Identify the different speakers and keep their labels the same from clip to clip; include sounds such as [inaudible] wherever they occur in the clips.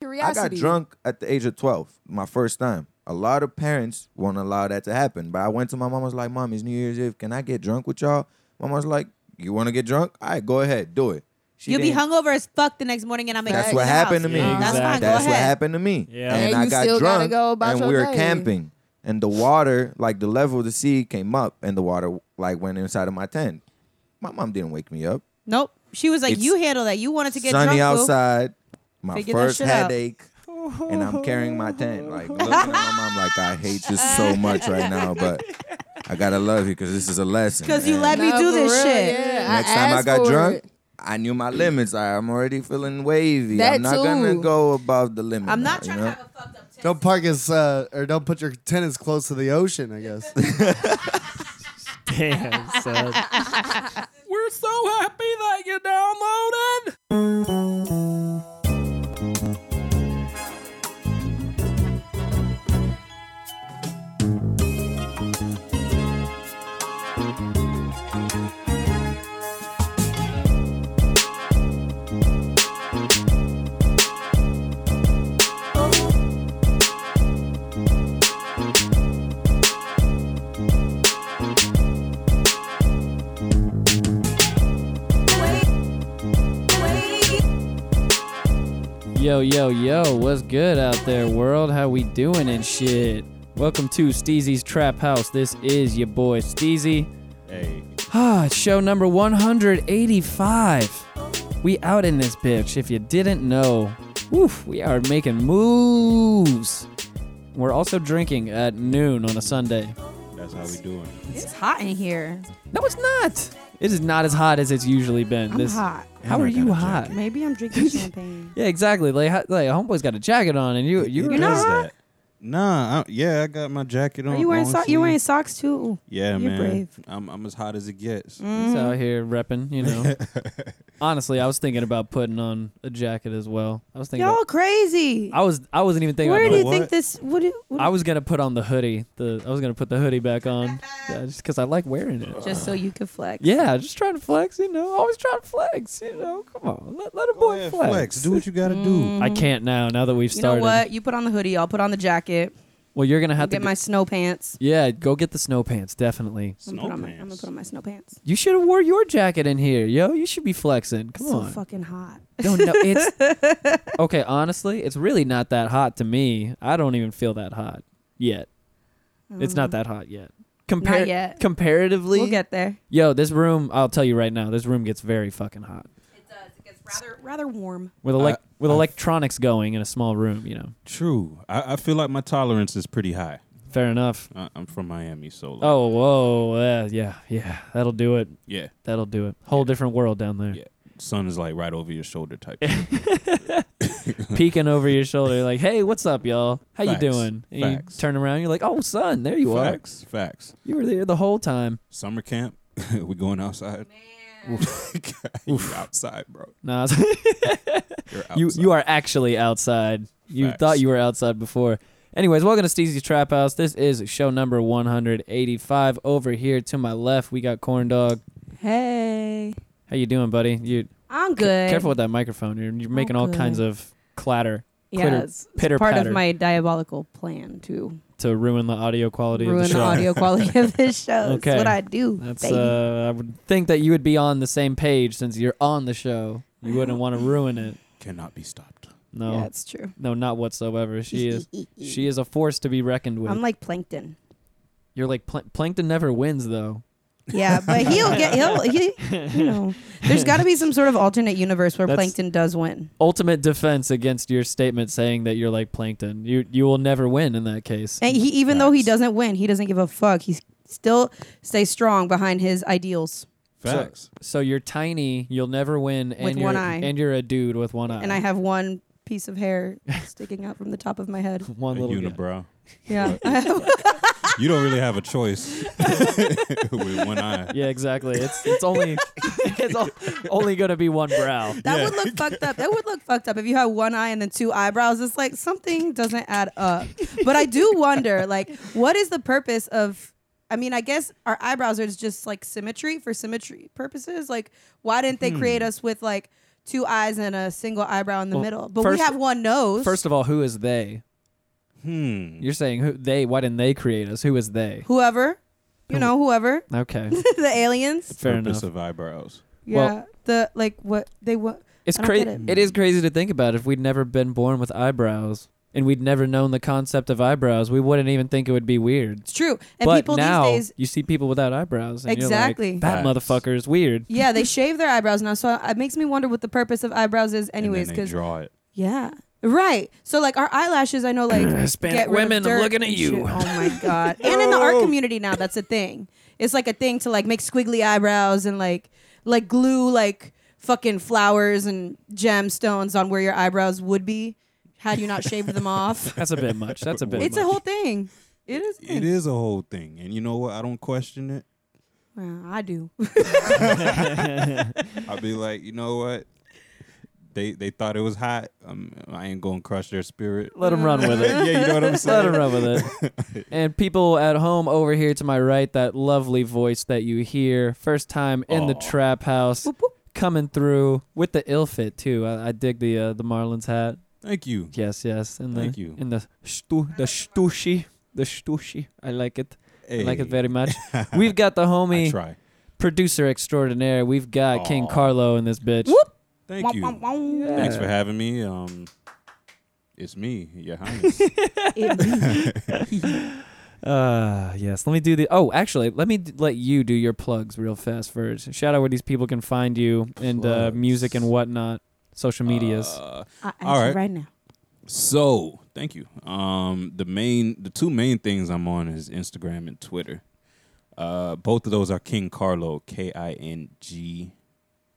Speaker 1: I
Speaker 2: curiosity.
Speaker 1: got drunk at the age of 12, my first time. A lot of parents won't allow that to happen. But I went to my mom, I was like, Mom, it's New Year's Eve. Can I get drunk with y'all? My Mom was like, You want to get drunk? All right, go ahead, do it. She
Speaker 3: You'll be
Speaker 1: didn't-
Speaker 3: hungover as fuck the next morning, and I'm
Speaker 1: That's what happened to me.
Speaker 3: That's fine.
Speaker 4: Exactly.
Speaker 3: Go
Speaker 1: That's what
Speaker 3: ahead.
Speaker 1: happened to me.
Speaker 4: Yeah.
Speaker 1: And
Speaker 2: And
Speaker 1: I
Speaker 2: you
Speaker 1: got
Speaker 2: still gotta
Speaker 1: drunk
Speaker 2: go about
Speaker 1: and
Speaker 2: your
Speaker 1: we were
Speaker 2: day.
Speaker 1: camping. And the water, like the level of the sea came up and the water like went inside of my tent. My mom didn't wake me up.
Speaker 3: Nope. She was like,
Speaker 1: It's
Speaker 3: "You handle that. You wanted to get
Speaker 1: Sunny
Speaker 3: drunk, boo."
Speaker 1: outside, my
Speaker 3: Figure that
Speaker 1: first
Speaker 3: shit out.
Speaker 1: headache. And I'm carrying my tent, like looking at my mom, like I hate you
Speaker 3: Uh.
Speaker 1: so much right now, but I gotta love you because this is a lesson.
Speaker 3: 'Cause you
Speaker 1: And
Speaker 3: let me
Speaker 2: Nah,
Speaker 3: do
Speaker 2: for
Speaker 3: this
Speaker 2: real,
Speaker 3: shit.
Speaker 2: yeah.
Speaker 1: Next time I
Speaker 2: asked
Speaker 1: got
Speaker 2: for
Speaker 1: drunk,
Speaker 2: it.
Speaker 1: I knew my limits. I, I'm already feeling wavy.
Speaker 2: That
Speaker 1: I'm not gonna
Speaker 2: too.
Speaker 1: go above the limit.
Speaker 3: I'm
Speaker 1: now, you
Speaker 3: not trying
Speaker 1: know?
Speaker 3: to have a fucked up text.
Speaker 5: Don't park as uh, or don't put your tent as close to the ocean. I guess.
Speaker 3: [laughs]
Speaker 4: Damn, son. We're so happy that you downloaded. Yo, yo, yo, what's good out there, world? How we doing and shit? Welcome to Steezy's Trap House. This is your boy Steezy.
Speaker 1: Hey,
Speaker 4: Ah, it's [sighs] show number 185. We out in this bitch. If you didn't know, woof, we are making moves. We're also drinking at noon on a Sunday.
Speaker 6: That's how we doing.
Speaker 3: It's hot in here.
Speaker 4: No, it's not. It is not as hot as it's usually been.
Speaker 3: I'm
Speaker 4: this,
Speaker 3: hot.
Speaker 4: How are you hot?
Speaker 3: Maybe I'm [laughs] drinking champagne.
Speaker 4: Yeah, exactly. Like, ho- like homeboy's got a jacket on, and you you
Speaker 6: Who
Speaker 4: were
Speaker 3: You're not
Speaker 6: does
Speaker 3: hot?
Speaker 6: that? Nah, I, yeah, I got my jacket on.
Speaker 3: Are you wearing socks?
Speaker 6: honestly.
Speaker 3: You wearing socks too?
Speaker 6: Yeah,
Speaker 3: You're
Speaker 6: man.
Speaker 3: brave.
Speaker 6: I'm I'm as hot as it gets.
Speaker 4: just out here repping. You know. Honestly, I was thinking about putting on a jacket as well. I was thinking.
Speaker 3: Y'all
Speaker 4: about-
Speaker 3: crazy.
Speaker 4: I was I wasn't even thinking.
Speaker 3: Where
Speaker 4: about
Speaker 3: do you
Speaker 6: What?
Speaker 3: think this? What? do- what
Speaker 4: I was gonna put on the hoodie. The I was gonna put the hoodie back on, yeah, just because I like wearing it.
Speaker 3: just so you could flex.
Speaker 4: yeah, just trying to flex. You know, always trying to flex. You know, come on, let, let a
Speaker 6: Go
Speaker 4: boy
Speaker 6: ahead,
Speaker 4: flex. Mm.
Speaker 6: Oh, flex. Do what you gotta do.
Speaker 4: I can't now. Now that we've
Speaker 3: You know
Speaker 4: started.
Speaker 3: what? You put on the hoodie. I'll put on the jacket.
Speaker 4: Well, you're gonna
Speaker 3: I'll
Speaker 4: have to
Speaker 3: get my snow pants.
Speaker 4: g- yeah, go get the snow pants. Definitely.
Speaker 3: I'm gonna, put on my, I'm gonna
Speaker 6: pants.
Speaker 3: put on my snow pants.
Speaker 4: You should have wore your jacket in here, yo. You should be flexing. Come
Speaker 3: so
Speaker 4: on.
Speaker 3: fucking hot.
Speaker 4: No, no,
Speaker 3: [laughs]
Speaker 4: it's okay. Honestly, it's really not that hot to me. I don't even feel that hot yet. It's not that hot yet. Compar-
Speaker 3: Mm. Um, Not yet.
Speaker 4: Comparatively,
Speaker 3: We'll get there.
Speaker 4: yo, this room. I'll tell you right now, this room gets very fucking hot
Speaker 3: It does. It gets rather rather warm.
Speaker 4: with elec-
Speaker 6: I-
Speaker 4: with
Speaker 3: uh,
Speaker 6: I-
Speaker 4: electronics going in a small room. You know,
Speaker 6: True. I, I feel like my tolerance is pretty high.
Speaker 4: fair enough.
Speaker 6: I, I'm from Miami, so like,
Speaker 4: Oh, whoa, uh, yeah, yeah. That'll do it.
Speaker 6: yeah,
Speaker 4: That'll do it. Whole different world down there.
Speaker 6: Yeah. sun is like right over your shoulder type.
Speaker 4: [laughs]
Speaker 6: shit.
Speaker 4: Peeking over
Speaker 6: [laughs]
Speaker 4: your shoulder, like, "Hey, what's up, y'all? How
Speaker 6: Facts.
Speaker 4: you doing?" And
Speaker 6: Facts.
Speaker 4: you turn around, you're like, "Oh, son, there you
Speaker 6: facts, facts.
Speaker 4: are. You were there the whole time."
Speaker 6: Summer camp. [laughs] we going outside. [laughs] you outside, bro.
Speaker 4: Nah, [laughs]
Speaker 6: You're outside.
Speaker 4: you you are actually outside. You
Speaker 6: Facts.
Speaker 4: thought you were outside before. Anyways, welcome to Steezy's Trap House. This is show number 185. Over here to my left, we got Corn Dog.
Speaker 3: Hey,
Speaker 4: How you doing, buddy? You
Speaker 3: I'm good.
Speaker 4: careful with that microphone. You're, you're making all
Speaker 3: good.
Speaker 4: kinds of clatter
Speaker 3: Yeah,
Speaker 4: Quitter-
Speaker 3: it's, it's
Speaker 4: pitter
Speaker 3: part
Speaker 4: patter.
Speaker 3: of my diabolical plan to
Speaker 4: to ruin the audio quality
Speaker 3: ruin
Speaker 4: of the
Speaker 3: the,
Speaker 4: show.
Speaker 3: audio quality of
Speaker 4: [laughs]
Speaker 3: this show.
Speaker 4: Okay.
Speaker 3: That's what I do.
Speaker 4: That's
Speaker 3: baby.
Speaker 4: uh, I would think that you would be on the same page since you're on the show. You wouldn't want to ruin it.
Speaker 6: cannot be stopped.
Speaker 4: No,
Speaker 3: Yeah, it's true.
Speaker 4: no, not whatsoever.
Speaker 3: [laughs]
Speaker 4: She is she is a force to be reckoned with.
Speaker 3: I'm like
Speaker 4: [laughs]
Speaker 3: plankton.
Speaker 4: you're like Pla- Plankton never wins though.
Speaker 3: Yeah, but he'll get he'll he, you know. There's got to be some sort of alternate universe where
Speaker 4: That's-
Speaker 3: plankton does win.
Speaker 4: ultimate defense against your statement saying that you're like plankton. You you will never win in that case.
Speaker 3: And he even though he
Speaker 6: Facts.
Speaker 3: doesn't win, he doesn't give a fuck. He still stays strong behind his ideals.
Speaker 6: Facts.
Speaker 4: So you're tiny, you'll never win, and
Speaker 3: With
Speaker 4: you're
Speaker 3: one eye.
Speaker 4: and you're a dude with one eye.
Speaker 3: And I have one piece of hair sticking out from the top of my
Speaker 4: [laughs]
Speaker 3: head.
Speaker 4: one
Speaker 6: A
Speaker 4: little guy.
Speaker 6: unibrow.
Speaker 3: Yeah.
Speaker 4: [laughs]
Speaker 3: [laughs]
Speaker 6: you don't really have a choice [laughs] with one eye.
Speaker 4: Yeah, exactly. It's
Speaker 3: [laughs]
Speaker 4: it's only it's o- only gonna be one brow.
Speaker 3: That would look fucked up. That would look fucked up if you had one eye and then two eyebrows. It's like something doesn't add
Speaker 4: [laughs]
Speaker 3: up. But I do wonder, like, what is the purpose of? I mean, I guess our eyebrows are just like symmetry for symmetry purposes. Like, why didn't they create us with like two eyes and a single eyebrow in the
Speaker 4: Hmm. Well,
Speaker 3: middle. But
Speaker 4: first-
Speaker 3: we have one nose.
Speaker 4: First of all, who is they?
Speaker 6: Hmm.
Speaker 4: You're saying who they? Why didn't they create us? Who is they?
Speaker 3: whoever, you know, whoever [laughs]
Speaker 4: Okay,
Speaker 3: the aliens.
Speaker 4: fair
Speaker 6: Purpose
Speaker 4: enough.
Speaker 6: of eyebrows.
Speaker 3: Yeah,
Speaker 4: Well-
Speaker 3: the like what they what
Speaker 4: It's
Speaker 3: I don't get
Speaker 4: crazy.
Speaker 3: it.
Speaker 4: It is crazy to think about. If we'd never been born with eyebrows and we'd never known the concept of eyebrows, we wouldn't even think it would be weird.
Speaker 3: it's true. And
Speaker 4: but
Speaker 3: people
Speaker 4: now
Speaker 3: these days,
Speaker 4: you see people without eyebrows. And
Speaker 3: Exactly.
Speaker 4: You're like, that
Speaker 6: Facts.
Speaker 4: motherfucker is
Speaker 6: [laughs]
Speaker 4: weird.
Speaker 3: yeah,
Speaker 4: [laughs]
Speaker 3: they shave their eyebrows now. So it makes me wonder what the purpose of eyebrows is,
Speaker 6: And then
Speaker 3: anyways.
Speaker 6: they
Speaker 3: Because
Speaker 6: draw it.
Speaker 3: yeah, right. So like our eyelashes, I know
Speaker 6: [clears throat]
Speaker 3: like
Speaker 4: Hispanic
Speaker 3: get rid of
Speaker 4: women, I'm
Speaker 3: dirt
Speaker 4: looking at
Speaker 3: and
Speaker 4: you.
Speaker 3: shit. Oh
Speaker 6: [laughs]
Speaker 3: my god! And in the art community now, that's a thing. It's like a thing to like make squiggly eyebrows and like like glue like fucking flowers and gemstones on where your eyebrows would be had you not shaved them
Speaker 6: [laughs]
Speaker 3: off. [laughs]
Speaker 4: That's a bit much. That's a bit.
Speaker 3: It's
Speaker 4: much.
Speaker 3: a whole thing. It is. a
Speaker 6: It
Speaker 3: thing.
Speaker 6: is a whole thing, and you know what? I don't question it.
Speaker 3: Well, I do.
Speaker 6: I'd be like, you know what? They they thought it was hot. Um, I ain't gonna crush their spirit.
Speaker 4: Let them run [laughs] with it.
Speaker 6: yeah, you know what
Speaker 4: [laughs]
Speaker 6: I'm
Speaker 4: Let
Speaker 6: saying.
Speaker 4: him run with
Speaker 6: [laughs]
Speaker 4: it. And people at home over here to my right, that lovely voice that you hear, first time in the
Speaker 6: Aw.
Speaker 4: trap house,
Speaker 3: Whoop, whoop.
Speaker 4: coming through with the ill fit too. I, I dig the uh, the Marlins hat.
Speaker 6: Thank you.
Speaker 4: Yes, yes. And the,
Speaker 6: Thank you.
Speaker 4: And the stu the stushi. The stushi. I like it. I like it
Speaker 6: Hey,
Speaker 4: very much. We've got the
Speaker 6: [laughs] I
Speaker 4: homie
Speaker 6: try.
Speaker 4: producer extraordinaire. We've got King
Speaker 6: Aw.
Speaker 4: Carlo in this bitch.
Speaker 3: Whoop.
Speaker 6: Thank you. [laughs] Thanks for having me. Um, it's me,
Speaker 4: [laughs]
Speaker 6: Your Highness.
Speaker 4: Uh yes. Let me do the Oh, actually, let me d- let you do your plugs real fast first. Shout out where these people can find you and uh,
Speaker 6: Plugs.
Speaker 4: music and whatnot, social medias.
Speaker 6: Uh,
Speaker 3: I
Speaker 6: All
Speaker 3: right.
Speaker 6: right.
Speaker 3: right now.
Speaker 6: So, thank you. Um, the main, the two main things I'm on is Instagram and Twitter. Uh, both of those are King Carlo, K I N G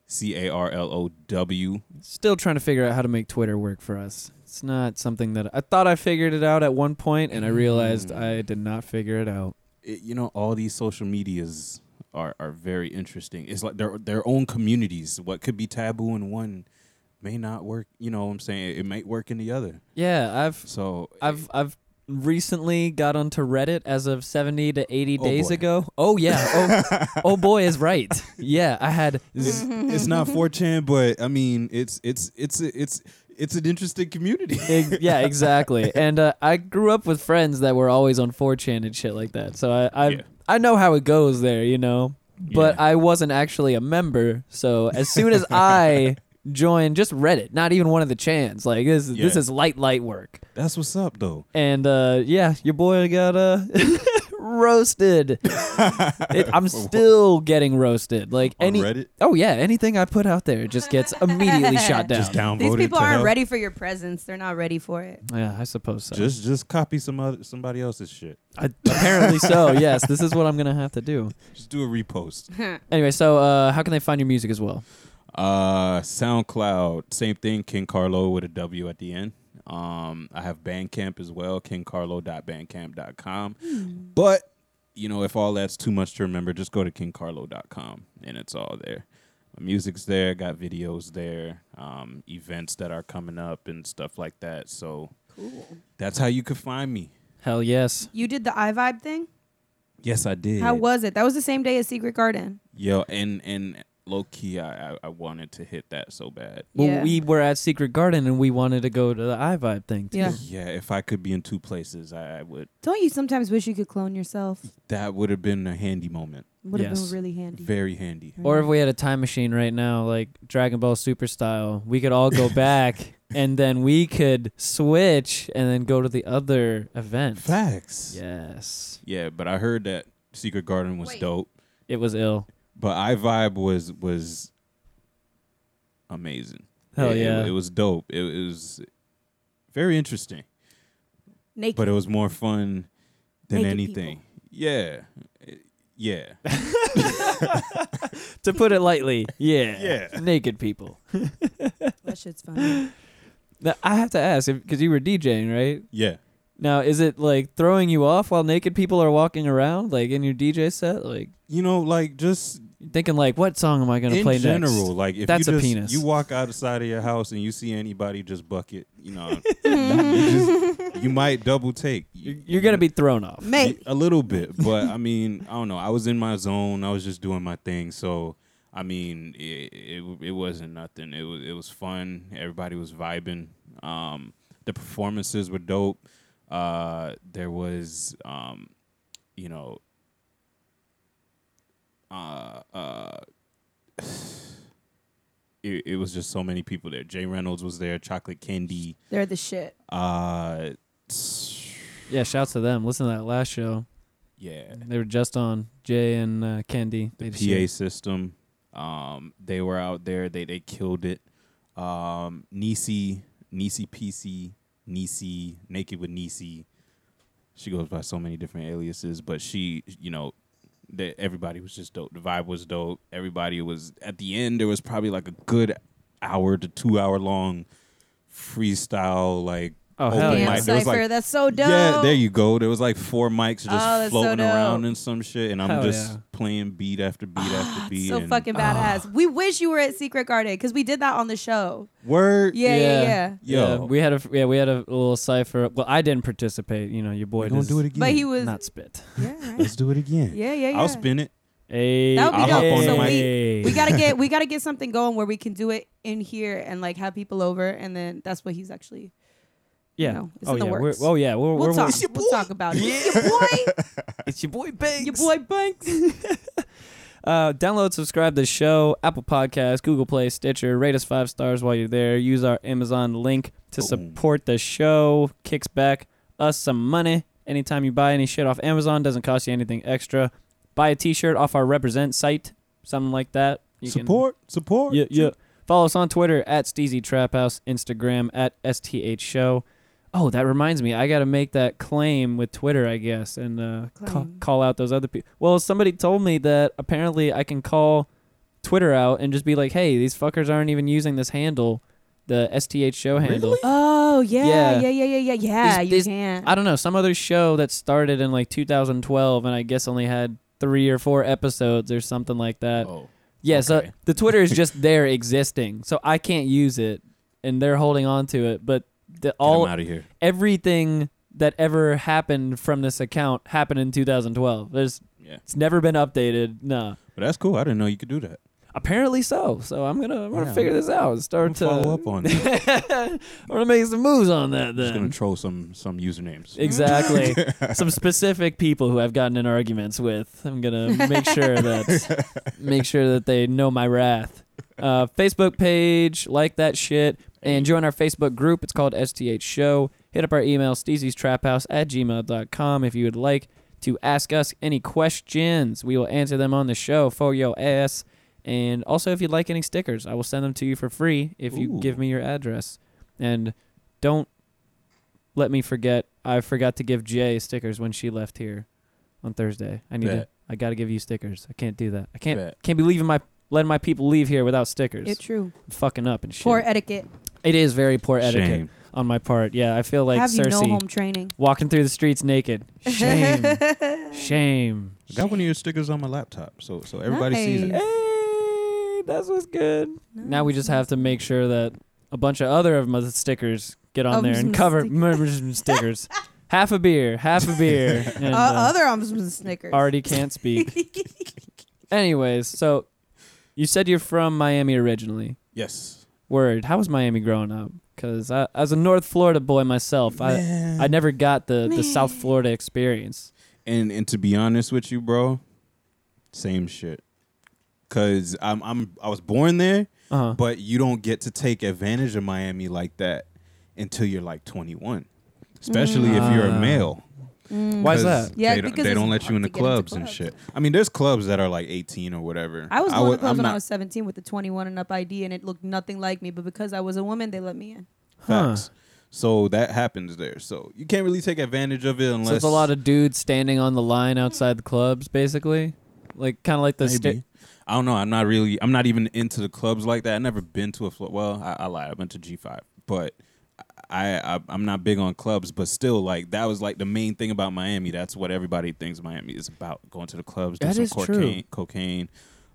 Speaker 6: C A R L O W.
Speaker 4: Still trying to figure out how to make Twitter work for us. It's not something that I thought I figured it out at one point, and I realized
Speaker 6: Mm.
Speaker 4: I did not figure it out.
Speaker 6: It- You know, all these social medias are are very interesting. It's like their their own communities. What could be taboo in one may not work. You know, what I'm saying it might work in the other.
Speaker 4: Yeah, I've
Speaker 6: So
Speaker 4: I've I've recently got onto Reddit as of 70 to 80
Speaker 6: Oh,
Speaker 4: days
Speaker 6: boy.
Speaker 4: ago. Oh yeah.
Speaker 6: [laughs]
Speaker 4: Oh, oh boy is right. Yeah, I had
Speaker 6: it's, it's
Speaker 4: [laughs]
Speaker 6: not 4chan, but I mean, it's it's it's it's it's an interesting community.
Speaker 4: Ex- e, yeah, exactly. And uh, I grew up with friends that were always on 4chan and shit like that. So I I,
Speaker 6: Yeah.
Speaker 4: I know how it goes there, you know. But
Speaker 6: Yeah.
Speaker 4: I wasn't actually a member. So as soon as
Speaker 6: [laughs]
Speaker 4: I joined just Reddit, not even one of the chans, like this is this
Speaker 6: Yeah.
Speaker 4: is light light work.
Speaker 6: [laughs] That's what's up, though.
Speaker 4: And uh, yeah, your boy got uh, [laughs] roasted. It-
Speaker 6: [laughs]
Speaker 4: I'm still getting roasted. Like
Speaker 6: On
Speaker 4: any
Speaker 6: Reddit?
Speaker 4: Oh yeah, anything I put out there just gets
Speaker 6: [laughs]
Speaker 4: immediately shot down.
Speaker 6: Just downvoted.
Speaker 3: These people
Speaker 6: to
Speaker 3: aren't
Speaker 6: hell.
Speaker 3: ready for your presence. They're not ready for it.
Speaker 4: Yeah, I suppose so.
Speaker 6: Just just copy some other somebody else's shit.
Speaker 4: I, apparently so.
Speaker 6: [laughs]
Speaker 4: Yes, this is what I'm gonna have to do.
Speaker 6: Just do a repost.
Speaker 3: [laughs]
Speaker 4: Anyway, so uh, how can they find your music as well?
Speaker 6: Uh, SoundCloud, same thing. King Carlo with a W at the end. Um, I have Bandcamp as well. KingCarlo.bandcamp.com.
Speaker 3: Hmm.
Speaker 6: But you know, if all that's too much to remember, just go to KingCarlo.com and it's all there. My music's there. Got videos there. Um, events that are coming up and stuff like that. So
Speaker 3: Cool.
Speaker 6: that's how you could find me.
Speaker 4: Hell yes.
Speaker 3: You did the iVibe thing?
Speaker 6: Yes, I did.
Speaker 3: How was it? That was the same day as Secret Garden.
Speaker 6: Yo, and and low key, I I, I wanted to hit that so bad.
Speaker 4: Well,
Speaker 3: Yeah.
Speaker 4: we were at Secret Garden and we wanted to go to the iVibe thing. Too.
Speaker 3: Yeah.
Speaker 6: Yeah, if I could be in two places, I, I would.
Speaker 3: Don't you sometimes wish you could clone yourself?
Speaker 6: That would have been a handy moment,
Speaker 3: Would have
Speaker 4: Yes.
Speaker 3: been really handy.
Speaker 6: very handy.
Speaker 4: Or if we had a time machine right now, like Dragon Ball Super style, we could all go
Speaker 6: [laughs]
Speaker 4: back and then we could switch and then go to the other event.
Speaker 6: Facts. Yeah,
Speaker 4: Yes.
Speaker 6: but I heard that Secret Garden was
Speaker 3: Wait.
Speaker 6: dope,
Speaker 4: It was ill.
Speaker 6: but I vibe was was amazing.
Speaker 4: Hell
Speaker 6: It- it-
Speaker 4: yeah.
Speaker 6: It, was dope. It, it was very interesting,
Speaker 3: Naked.
Speaker 6: but it was more fun than
Speaker 3: Naked
Speaker 6: anything. Yeah, It- yeah.
Speaker 4: to put it
Speaker 6: [laughs]
Speaker 4: lightly, yeah.
Speaker 6: Yeah.
Speaker 4: Naked people.
Speaker 3: [laughs] that shit's funny.
Speaker 4: Now, I have to ask, because you were DJing, right?
Speaker 6: yeah.
Speaker 4: Now, is it like throwing you off while naked people are walking around, like in your DJ set? Like
Speaker 6: You know, like just
Speaker 4: thinking, like, what song am I gonna
Speaker 6: in
Speaker 4: play
Speaker 6: general,
Speaker 4: next?
Speaker 6: like if
Speaker 4: That's a
Speaker 6: you just,
Speaker 4: penis.
Speaker 6: you walk outside of your house and you see anybody just bucket, you know, you, just, you might double take.
Speaker 4: You're, you're gonna be thrown off.
Speaker 3: Mate.
Speaker 6: a little bit, but I mean, I don't know. I was in my zone. I was just doing my thing, so I mean, it, it it wasn't nothing. It was it was fun. Everybody was vibing. Um, the performances were dope. Uh, there was, um, you know, uh, uh, [sighs] it, it was just so many people there. Jay Reynolds was there. Chocolate Candy.
Speaker 3: They're the shit.
Speaker 6: Uh,
Speaker 4: Yeah, shouts to them. Listen to that last show.
Speaker 6: yeah.
Speaker 4: They were just on Jay and uh, Candy.
Speaker 6: the
Speaker 4: They
Speaker 6: PA
Speaker 4: just-
Speaker 6: system. Um, they were out there. They they killed it. Um, Nisi, Nisi PC, Nisi, Naked with Nisi. She goes by so many different aliases, but she, you know, that everybody was just dope. The vibe was dope. Everybody was at the end. There was probably like a good hour to two hour long freestyle like
Speaker 4: Oh,
Speaker 6: open
Speaker 4: hell
Speaker 3: Damn
Speaker 4: yeah.
Speaker 6: mic. There was,
Speaker 3: cipher,
Speaker 6: like,
Speaker 3: that's so Oh, dope.
Speaker 6: yeah, there you go. There was like four mics just
Speaker 3: Oh, that's so
Speaker 6: floating
Speaker 3: dope.
Speaker 6: around and some shit, and I'm
Speaker 4: Hell
Speaker 6: just
Speaker 4: yeah.
Speaker 6: playing beat after beat after beat.
Speaker 3: Ah, So
Speaker 6: and
Speaker 3: fucking badass. we wish you were at Secret Garden because we did that on the show.
Speaker 6: word.
Speaker 3: Yeah, yeah,
Speaker 6: [laughs]
Speaker 3: yeah.
Speaker 6: Yo.
Speaker 4: we had a yeah, we had a little cipher. Well, I didn't participate. You know, your boy
Speaker 6: We gonna
Speaker 4: does
Speaker 6: do it again.
Speaker 3: But he was.
Speaker 4: not spit.
Speaker 3: Yeah, right.
Speaker 6: Let's do it again.
Speaker 3: yeah, yeah, yeah.
Speaker 6: I'll spin it.
Speaker 4: Hey,
Speaker 3: That would be
Speaker 6: I'll hop
Speaker 3: dope.
Speaker 6: on the
Speaker 3: so
Speaker 6: mic.
Speaker 3: we, we gotta
Speaker 6: [laughs]
Speaker 3: get we gotta get something going where we can do it in here and like have people over and then that's what he's actually.
Speaker 4: yeah.
Speaker 3: know, it's
Speaker 4: oh,
Speaker 3: in the
Speaker 4: yeah.
Speaker 3: works.
Speaker 4: We're, oh yeah, we're,
Speaker 3: We'll
Speaker 4: we're,
Speaker 3: talk.
Speaker 4: It's your,
Speaker 3: We'll talk about it.
Speaker 6: [laughs]
Speaker 3: Your boy,
Speaker 4: boy Banks.
Speaker 3: your boy Banks.
Speaker 4: Uh, download, subscribe to the show, Apple Podcasts, Google Play, Stitcher. Rate us five stars while you're there. Use our Amazon link to
Speaker 6: Boom.
Speaker 4: support the show. Kicks back us some money. Anytime you buy any shit off Amazon, doesn't cost you anything extra. Buy a T-shirt off our Represent site, something like that. You can-
Speaker 6: Support, support.
Speaker 4: yeah, yeah. Follow us on Twitter at Steezy Trap House, Instagram at STH Show. Oh, that reminds me, I got to make that claim with Twitter, I guess, and uh, ca-
Speaker 3: Claim.
Speaker 4: call out those other people. Well, somebody told me that apparently I can call Twitter out and just be like, "Hey, these fuckers aren't even using this handle, the STH Show handle."
Speaker 3: Oh yeah,
Speaker 4: Yeah.
Speaker 3: yeah, yeah, yeah, yeah, yeah.
Speaker 4: These-
Speaker 3: you
Speaker 4: these-
Speaker 3: can.
Speaker 4: I don't know, some other show that started in like 2012, and I guess only had three or four episodes or something like that.
Speaker 6: Oh,
Speaker 4: Yeah, so
Speaker 6: Okay.
Speaker 4: the Twitter is [laughs] just there existing, so I can't use it, and they're holding on to it. But the, all
Speaker 6: out of here.
Speaker 4: everything that ever happened from this account happened in 2012. There's
Speaker 6: Yeah,
Speaker 4: it's never been updated. No,
Speaker 6: but that's cool. I didn't know you could do that.
Speaker 4: apparently so. So I'm gonna I'm gonna
Speaker 6: Yeah.
Speaker 4: figure this out. and Start
Speaker 6: I'm
Speaker 4: to
Speaker 6: gonna
Speaker 4: [laughs]
Speaker 6: follow up on. It.
Speaker 4: I'm gonna make some moves on that
Speaker 6: Just gonna
Speaker 4: then.
Speaker 6: troll some some usernames.
Speaker 4: Exactly. [laughs] Some specific people who I've gotten in arguments with. I'm gonna make sure that make sure that they know my wrath. Uh, Facebook page, like that shit, and join our Facebook group. It's called STH Show. Hit up our email, steezystraphouse at gmail.com if you would like to ask us any questions. We will answer them on the show for your ass. And also, if you'd like any stickers, I will send them to you for free if you
Speaker 6: Ooh.
Speaker 4: give me your address. And don't let me forget. I forgot to give Jay stickers when she left here on Thursday. I need to.
Speaker 6: Bet.
Speaker 4: I got to give you stickers. I can't do that. I can't.
Speaker 6: Bet.
Speaker 4: Can't be leaving my letting my people leave here without stickers.
Speaker 3: It's true.
Speaker 4: I'm fucking up and shit.
Speaker 3: Poor etiquette.
Speaker 4: it is very poor etiquette
Speaker 6: Shame.
Speaker 4: on my part. Yeah, I feel like
Speaker 3: have you no
Speaker 4: Cersei
Speaker 3: home training?
Speaker 4: walking through the
Speaker 3: [laughs]
Speaker 4: streets naked. Shame. Shame.
Speaker 6: I got one of your stickers on my laptop, so so everybody sees it.
Speaker 3: Nice.
Speaker 4: Hey, that's what's good. Now we just have to make sure that a bunch of other of my stickers get on
Speaker 3: Of
Speaker 4: there and
Speaker 3: some
Speaker 4: cover
Speaker 3: stick- [laughs]
Speaker 4: merm- stickers. half a beer, half a beer. and,
Speaker 3: Uh,
Speaker 4: uh,
Speaker 3: other arms with Snickers. [laughs]
Speaker 4: already can't speak. Anyways, so you said you're from Miami originally.
Speaker 6: Yes.
Speaker 4: Word. How was Miami growing up? Because I, as a North Florida boy myself, I I never got the, the South
Speaker 3: Man.
Speaker 4: Florida experience.
Speaker 6: And and to be honest with you, bro, same shit. Cause I'm I'm I was born there,
Speaker 4: Uh huh.
Speaker 6: but you don't get to take advantage of Miami like that until you're like 21, especially if you're
Speaker 4: Ah.
Speaker 6: a male.
Speaker 3: Mm.
Speaker 4: Why is
Speaker 6: 'Cause
Speaker 4: that?
Speaker 3: Yeah,
Speaker 6: they don't,
Speaker 3: because
Speaker 6: they
Speaker 3: it's
Speaker 6: don't let
Speaker 3: hard
Speaker 6: you in
Speaker 3: to
Speaker 6: the
Speaker 3: get into
Speaker 6: clubs, and
Speaker 3: clubs.
Speaker 6: shit. I mean, there's clubs that are like 18 or whatever.
Speaker 3: I was going to
Speaker 6: would-
Speaker 3: clubs
Speaker 6: I'm
Speaker 3: when I
Speaker 6: not-
Speaker 3: was 17 with the 21 and up ID, and it looked nothing like me. But because I was a woman, they let me in.
Speaker 4: Huh.
Speaker 6: facts. So that happens there. So you can't really take advantage of it unless
Speaker 4: So it's a lot of dudes standing on the line outside the clubs, basically, like kind of like the
Speaker 6: maybe.
Speaker 4: sta-
Speaker 6: I don't know. I'm not really. I'm not even into the clubs like that. I never been to a flo- well. I, I lied. I've been to G5, but I, I I'm not big on clubs. But still, like that was like the main thing about Miami. That's what everybody thinks Miami is about: going to the clubs, do
Speaker 4: That
Speaker 6: some
Speaker 4: is true.
Speaker 6: cocaine, cocaine,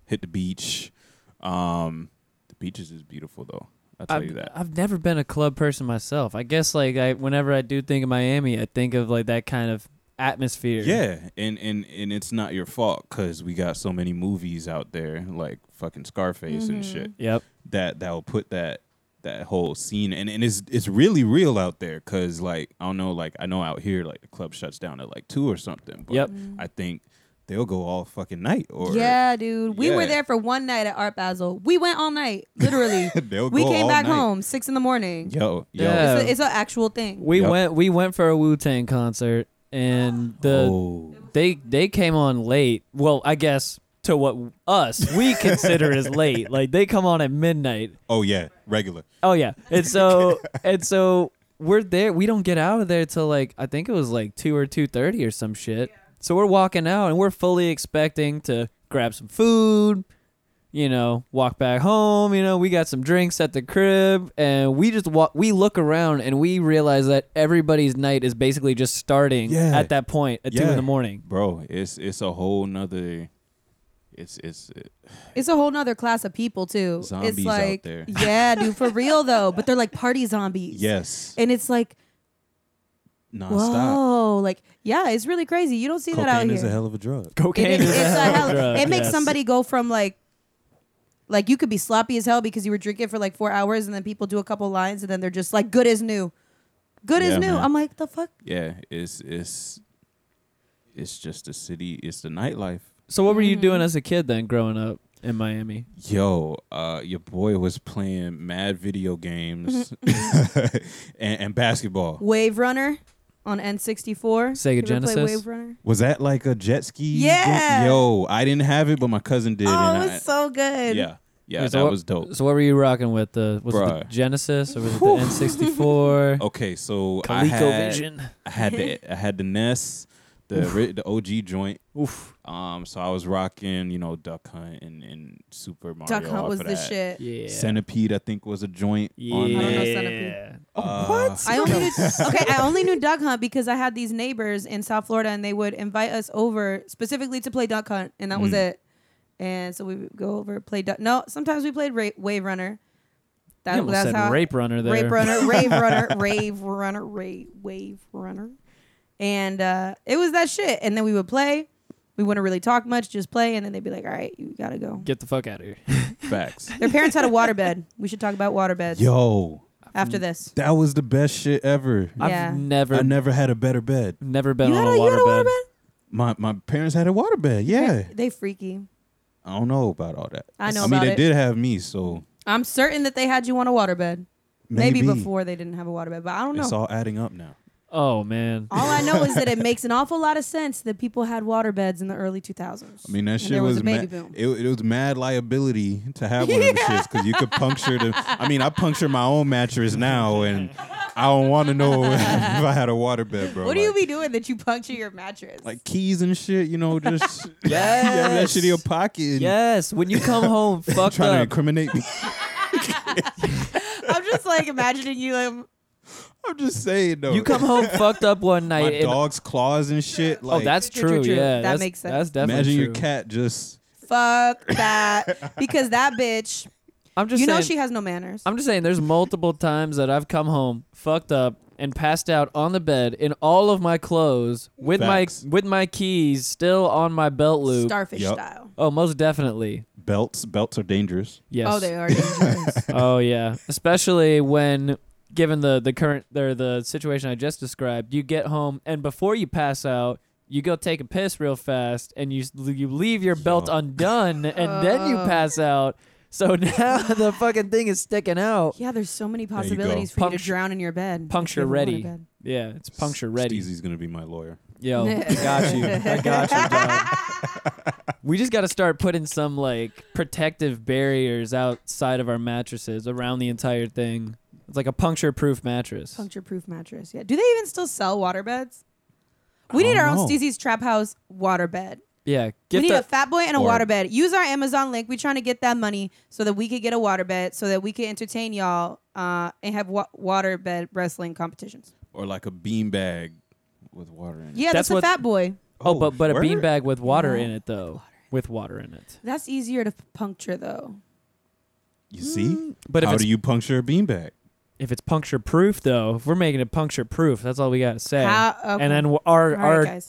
Speaker 6: hit the beach. Um, the beaches is beautiful though. I'll tell you
Speaker 4: I've,
Speaker 6: that.
Speaker 4: I've never been a club person myself. I guess like I whenever I do think of Miami, I think of like that kind of atmosphere.
Speaker 6: Yeah, and and and it's not your fault because we got so many movies out there like fucking Scarface and
Speaker 4: Mm-hmm.
Speaker 6: shit
Speaker 4: Yep.
Speaker 6: that that will put that that whole scene and, and it's it's really real out there because like I don't know like I know out here like the club shuts down at like two or something. But
Speaker 4: Yep.
Speaker 6: I think they'll go all fucking night or
Speaker 3: yeah, dude. We were
Speaker 6: Yeah.
Speaker 3: there for one night at Art Basel. We went all night, literally.
Speaker 6: [laughs] They'll
Speaker 3: we
Speaker 6: go
Speaker 3: came
Speaker 6: all
Speaker 3: back
Speaker 6: night.
Speaker 3: home six in the morning.
Speaker 6: Yo, yo,
Speaker 4: Yeah.
Speaker 3: It's, a, it's an actual thing.
Speaker 4: We
Speaker 6: Yep.
Speaker 4: went we went for a Wu Tang concert and the
Speaker 6: oh,
Speaker 4: they they came on late. Well, I guess to what us we consider as
Speaker 6: [laughs]
Speaker 4: late. Like they come on at midnight.
Speaker 6: oh yeah, regular.
Speaker 4: Oh
Speaker 3: [laughs]
Speaker 4: yeah. And so and so we're there. We don't get out of there till like I think it was like two or two thirty or some shit. So we're walking out and we're fully expecting to grab some food, you know, walk back home. You know, we got some drinks at the crib, and we just walk. We look around and we realize that everybody's night is basically just starting
Speaker 6: Yeah.
Speaker 4: at that point at two in
Speaker 6: Yeah.
Speaker 4: the morning.
Speaker 6: bro it's it's a whole nother it's it's
Speaker 3: It's a whole nother class of people too. it's
Speaker 6: Zombies out
Speaker 3: like,
Speaker 6: there.
Speaker 3: [laughs] yeah, dude, for real though. But they're like party zombies.
Speaker 6: yes
Speaker 3: And it's like,
Speaker 6: nonstop
Speaker 3: whoa, like, yeah, it's really crazy. You don't see that out
Speaker 6: cocaine
Speaker 3: here.
Speaker 6: is a hell of a drug
Speaker 4: Cocaine
Speaker 3: it is,
Speaker 4: is
Speaker 3: it's a hell.
Speaker 4: drug,
Speaker 3: it makes
Speaker 4: yes.
Speaker 3: somebody go from like, like you could be sloppy as hell because you were drinking for like four hours, and then people do a couple lines, and then they're just like, good as new, good as
Speaker 6: Yeah,
Speaker 3: new.
Speaker 6: man.
Speaker 3: I'm like, the fuck.
Speaker 6: yeah it's it's it's just the city it's the nightlife
Speaker 4: So what were you
Speaker 3: Mm-hmm.
Speaker 4: doing as a kid then, growing up in Miami?
Speaker 6: yo uh your boy was playing mad
Speaker 3: [laughs]
Speaker 6: video games [laughs] and, and basketball
Speaker 3: Wave Runner on N64.
Speaker 4: Sega
Speaker 3: You ever play
Speaker 4: Genesis?
Speaker 3: Wave Runner.
Speaker 6: was that like a jet ski
Speaker 3: Yeah.
Speaker 6: game? yo i didn't have it but my cousin did
Speaker 3: Oh,
Speaker 6: and
Speaker 3: it
Speaker 6: I-
Speaker 3: was so good.
Speaker 6: yeah yeah
Speaker 4: Wait, so
Speaker 6: that
Speaker 4: what-
Speaker 6: was dope
Speaker 4: So what were you rocking with? The was it the
Speaker 6: Bruh.
Speaker 4: Genesis or was it the N sixty
Speaker 6: [laughs]
Speaker 4: four?
Speaker 6: okay so I had,
Speaker 4: ColecoVision.
Speaker 6: I had the I had the NES, the ri- the OG joint. Oof. Um, so I was rocking, you know, Duck Hunt and, and Super Mario.
Speaker 3: Duck Hunt
Speaker 6: off
Speaker 3: was
Speaker 6: of
Speaker 3: the
Speaker 6: that.
Speaker 3: shit.
Speaker 4: Yeah.
Speaker 6: Centipede, I think, was a joint. On
Speaker 3: I don't know
Speaker 6: there.
Speaker 3: Centipede.
Speaker 6: Uh, what?
Speaker 3: I only
Speaker 4: [laughs]
Speaker 3: knew, okay. I only knew duck hunt because I had these neighbors in South Florida, and they would invite us over specifically to play duck hunt, and that was
Speaker 4: Mm.
Speaker 3: it. And so we would go over play duck. No, sometimes we played ra- wave runner. That
Speaker 4: You almost
Speaker 3: that's
Speaker 4: said
Speaker 3: how
Speaker 4: Rape Runner there.
Speaker 3: rape
Speaker 4: [laughs]
Speaker 3: runner, rave runner, rave runner, rave wave runner, and uh, it was that shit. And then we would play. We wouldn't really talk much, just play, and then they'd be like, "All right, you gotta go."
Speaker 4: Get the fuck out
Speaker 3: [laughs]
Speaker 4: of here.
Speaker 6: Facts.
Speaker 3: Their parents had a waterbed. We should talk about waterbeds
Speaker 6: Yo,
Speaker 3: after this.
Speaker 6: that was the best shit ever.
Speaker 3: Yeah.
Speaker 4: I've never,
Speaker 6: I never had a better bed.
Speaker 4: never been
Speaker 3: You
Speaker 4: on
Speaker 3: had
Speaker 4: a
Speaker 3: a, you had a
Speaker 4: waterbed.
Speaker 3: waterbed?
Speaker 6: My my parents had a water bed. Yeah.
Speaker 3: They freaky.
Speaker 6: I don't know about all that.
Speaker 3: I know
Speaker 6: I mean,
Speaker 3: about
Speaker 6: they
Speaker 3: it.
Speaker 6: did have me, so
Speaker 3: I'm certain that they had you on a waterbed. Maybe,
Speaker 6: maybe,
Speaker 3: before they didn't have a waterbed, but I don't know.
Speaker 6: It's
Speaker 3: all-,
Speaker 6: all adding up now.
Speaker 4: Oh man.
Speaker 3: [laughs] I know is that
Speaker 6: [laughs]
Speaker 3: it makes an awful lot of sense that people had waterbeds in the early 2000s.
Speaker 6: I mean that
Speaker 3: And
Speaker 6: shit
Speaker 3: there
Speaker 6: was,
Speaker 3: was a baby
Speaker 6: mad,
Speaker 3: boom.
Speaker 6: It, it was mad liability to have
Speaker 3: [laughs]
Speaker 6: one of them shits because you could puncture the. I mean, I puncture my own mattress now, and I don't want to know [laughs] if I had a waterbed, bro.
Speaker 3: what do you
Speaker 6: Like-
Speaker 3: be doing that you puncture your mattress?
Speaker 6: Like keys and shit, you know, just [laughs] you have that
Speaker 4: Yes.
Speaker 6: shit in your pocket. And
Speaker 4: Yes. When you
Speaker 6: [laughs]
Speaker 4: come home, fucked
Speaker 6: Trying to
Speaker 4: up.
Speaker 6: incriminate me.
Speaker 3: [laughs]
Speaker 6: [laughs]
Speaker 3: I'm just like imagining you. Like,
Speaker 6: I'm just saying though.
Speaker 4: You come home fucked up one
Speaker 6: my
Speaker 4: night. and-
Speaker 6: dog's claws and shit.
Speaker 4: oh,
Speaker 6: Like,
Speaker 4: that's
Speaker 3: True, true,
Speaker 4: true.
Speaker 3: true.
Speaker 4: Yeah,
Speaker 3: That
Speaker 4: that's-
Speaker 3: makes sense.
Speaker 4: That's definitely
Speaker 6: imagine
Speaker 4: true.
Speaker 6: your cat just.
Speaker 3: fuck
Speaker 6: [laughs]
Speaker 3: that, because that bitch.
Speaker 4: I'm just
Speaker 3: You know
Speaker 4: saying,
Speaker 3: she has no manners.
Speaker 4: I'm just saying, there's multiple times that I've come home fucked up and passed out on the bed in all of my clothes with
Speaker 6: Facts.
Speaker 4: my with my keys still on my belt loop.
Speaker 3: Starfish
Speaker 6: Yup.
Speaker 3: style.
Speaker 4: oh, most definitely.
Speaker 6: Belts, belts are dangerous.
Speaker 4: Yes.
Speaker 3: Oh, they are
Speaker 4: [laughs]
Speaker 3: dangerous.
Speaker 4: oh yeah, especially when given the the current or the situation I just described, you get home and before you pass out, you go take a piss real fast and you s- you leave your belt
Speaker 6: Yo.
Speaker 4: undone and then you
Speaker 3: Oh.
Speaker 4: pass out. So [laughs] now the fucking thing is sticking out.
Speaker 3: yeah, there's so many
Speaker 6: you go.
Speaker 3: possibilities for you to
Speaker 4: Puncture-
Speaker 3: drown in your bed.
Speaker 4: Puncture
Speaker 3: if you have a
Speaker 4: ready.
Speaker 3: waterbed.
Speaker 4: Yeah, it's puncture ready.
Speaker 6: Steezy's gonna be my lawyer.
Speaker 3: [laughs]
Speaker 4: Yo, I got you. I got you, dog.
Speaker 6: [laughs]
Speaker 4: We just got to start putting some like protective barriers outside of our mattresses around the entire thing. It's like a puncture-proof mattress.
Speaker 3: Puncture proof mattress. Yeah. Do they even still sell water beds? We need
Speaker 6: don't
Speaker 3: our own
Speaker 6: know.
Speaker 3: Steezy's Trap House water bed.
Speaker 4: Yeah,
Speaker 3: We
Speaker 4: get
Speaker 3: need
Speaker 4: the
Speaker 3: a fat boy and a
Speaker 6: Or-
Speaker 3: water bed. Use our Amazon link. We're trying to get that money so that we could get a water bed so that we could entertain y'all uh, and have wa- water bed wrestling competitions.
Speaker 6: Or like a beanbag with water in it.
Speaker 3: Yeah,
Speaker 4: That's
Speaker 3: that's,
Speaker 4: what-
Speaker 3: a fat boy.
Speaker 4: Oh, but but a
Speaker 6: word?
Speaker 4: beanbag with water in it though, with water in it.
Speaker 3: That's easier to puncture though.
Speaker 6: You see?
Speaker 4: Mm. But if
Speaker 6: How
Speaker 4: it's
Speaker 6: do you puncture a beanbag?
Speaker 4: if it's puncture proof though, if we're making it puncture proof, that's all we gotta say.
Speaker 3: How- okay.
Speaker 4: And then w- our
Speaker 3: All
Speaker 4: our
Speaker 3: right, guys.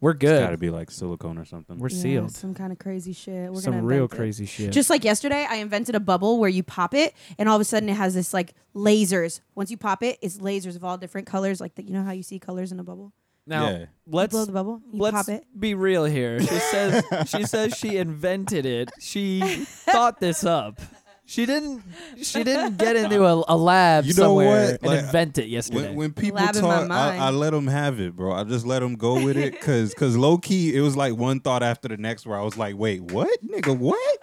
Speaker 4: we're
Speaker 6: It's got to
Speaker 4: good.
Speaker 6: be like silicone or something.
Speaker 4: We're
Speaker 3: Yeah,
Speaker 4: sealed.
Speaker 3: Some kind of crazy shit. We're
Speaker 4: Some
Speaker 3: gonna
Speaker 4: real
Speaker 3: invent it.
Speaker 4: crazy shit.
Speaker 3: Just like yesterday, I invented a bubble where you pop it, and all of a sudden it has this like lasers. Once you pop it, it's lasers of all different colors. Like the, you know how you see colors in a bubble.
Speaker 4: now
Speaker 6: Yeah.
Speaker 3: You
Speaker 4: let's
Speaker 3: blow the bubble. You
Speaker 4: let's
Speaker 3: pop it.
Speaker 4: be real here.
Speaker 3: [laughs]
Speaker 4: She says she says she invented it. She thought this up. She didn't. She didn't
Speaker 3: [laughs]
Speaker 4: get into a, a lab
Speaker 6: You know
Speaker 4: somewhere and
Speaker 6: what? Like,
Speaker 4: invent it yesterday.
Speaker 6: When, when people
Speaker 3: Lab in my
Speaker 6: talk, I,
Speaker 3: mind.
Speaker 6: I let them have it, bro. I just let them go with it, cause, cause low key, it was like one thought after the next where I was like, wait, what, nigga, what?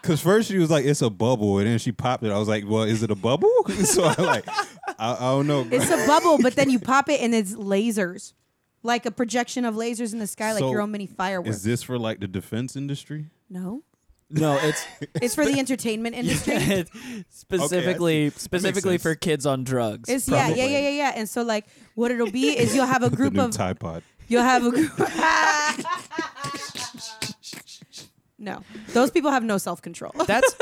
Speaker 6: Cause first she was like, it's a bubble, and then she popped it. I was like, well, is it a bubble? [laughs] so I like, I, I don't know.
Speaker 3: It's a bubble, but then you pop it, and it's lasers, like a projection of lasers in the sky, like
Speaker 6: So,
Speaker 3: your own mini fireworks.
Speaker 6: Is this for like the defense industry?
Speaker 3: no,
Speaker 4: no,
Speaker 6: [laughs]
Speaker 4: it's
Speaker 3: it's for the entertainment industry.
Speaker 4: it's specifically specifically
Speaker 6: sense.
Speaker 4: for kids on drugs.
Speaker 3: It's yeah, yeah,
Speaker 4: probably.
Speaker 3: yeah, yeah, yeah. And so like, what it'll be is you'll have a
Speaker 6: [laughs] The
Speaker 3: group
Speaker 6: new
Speaker 3: of
Speaker 6: Tide Pod.
Speaker 3: You'll have a
Speaker 6: [laughs]
Speaker 3: group. [laughs] no, those people have no self control.
Speaker 4: That's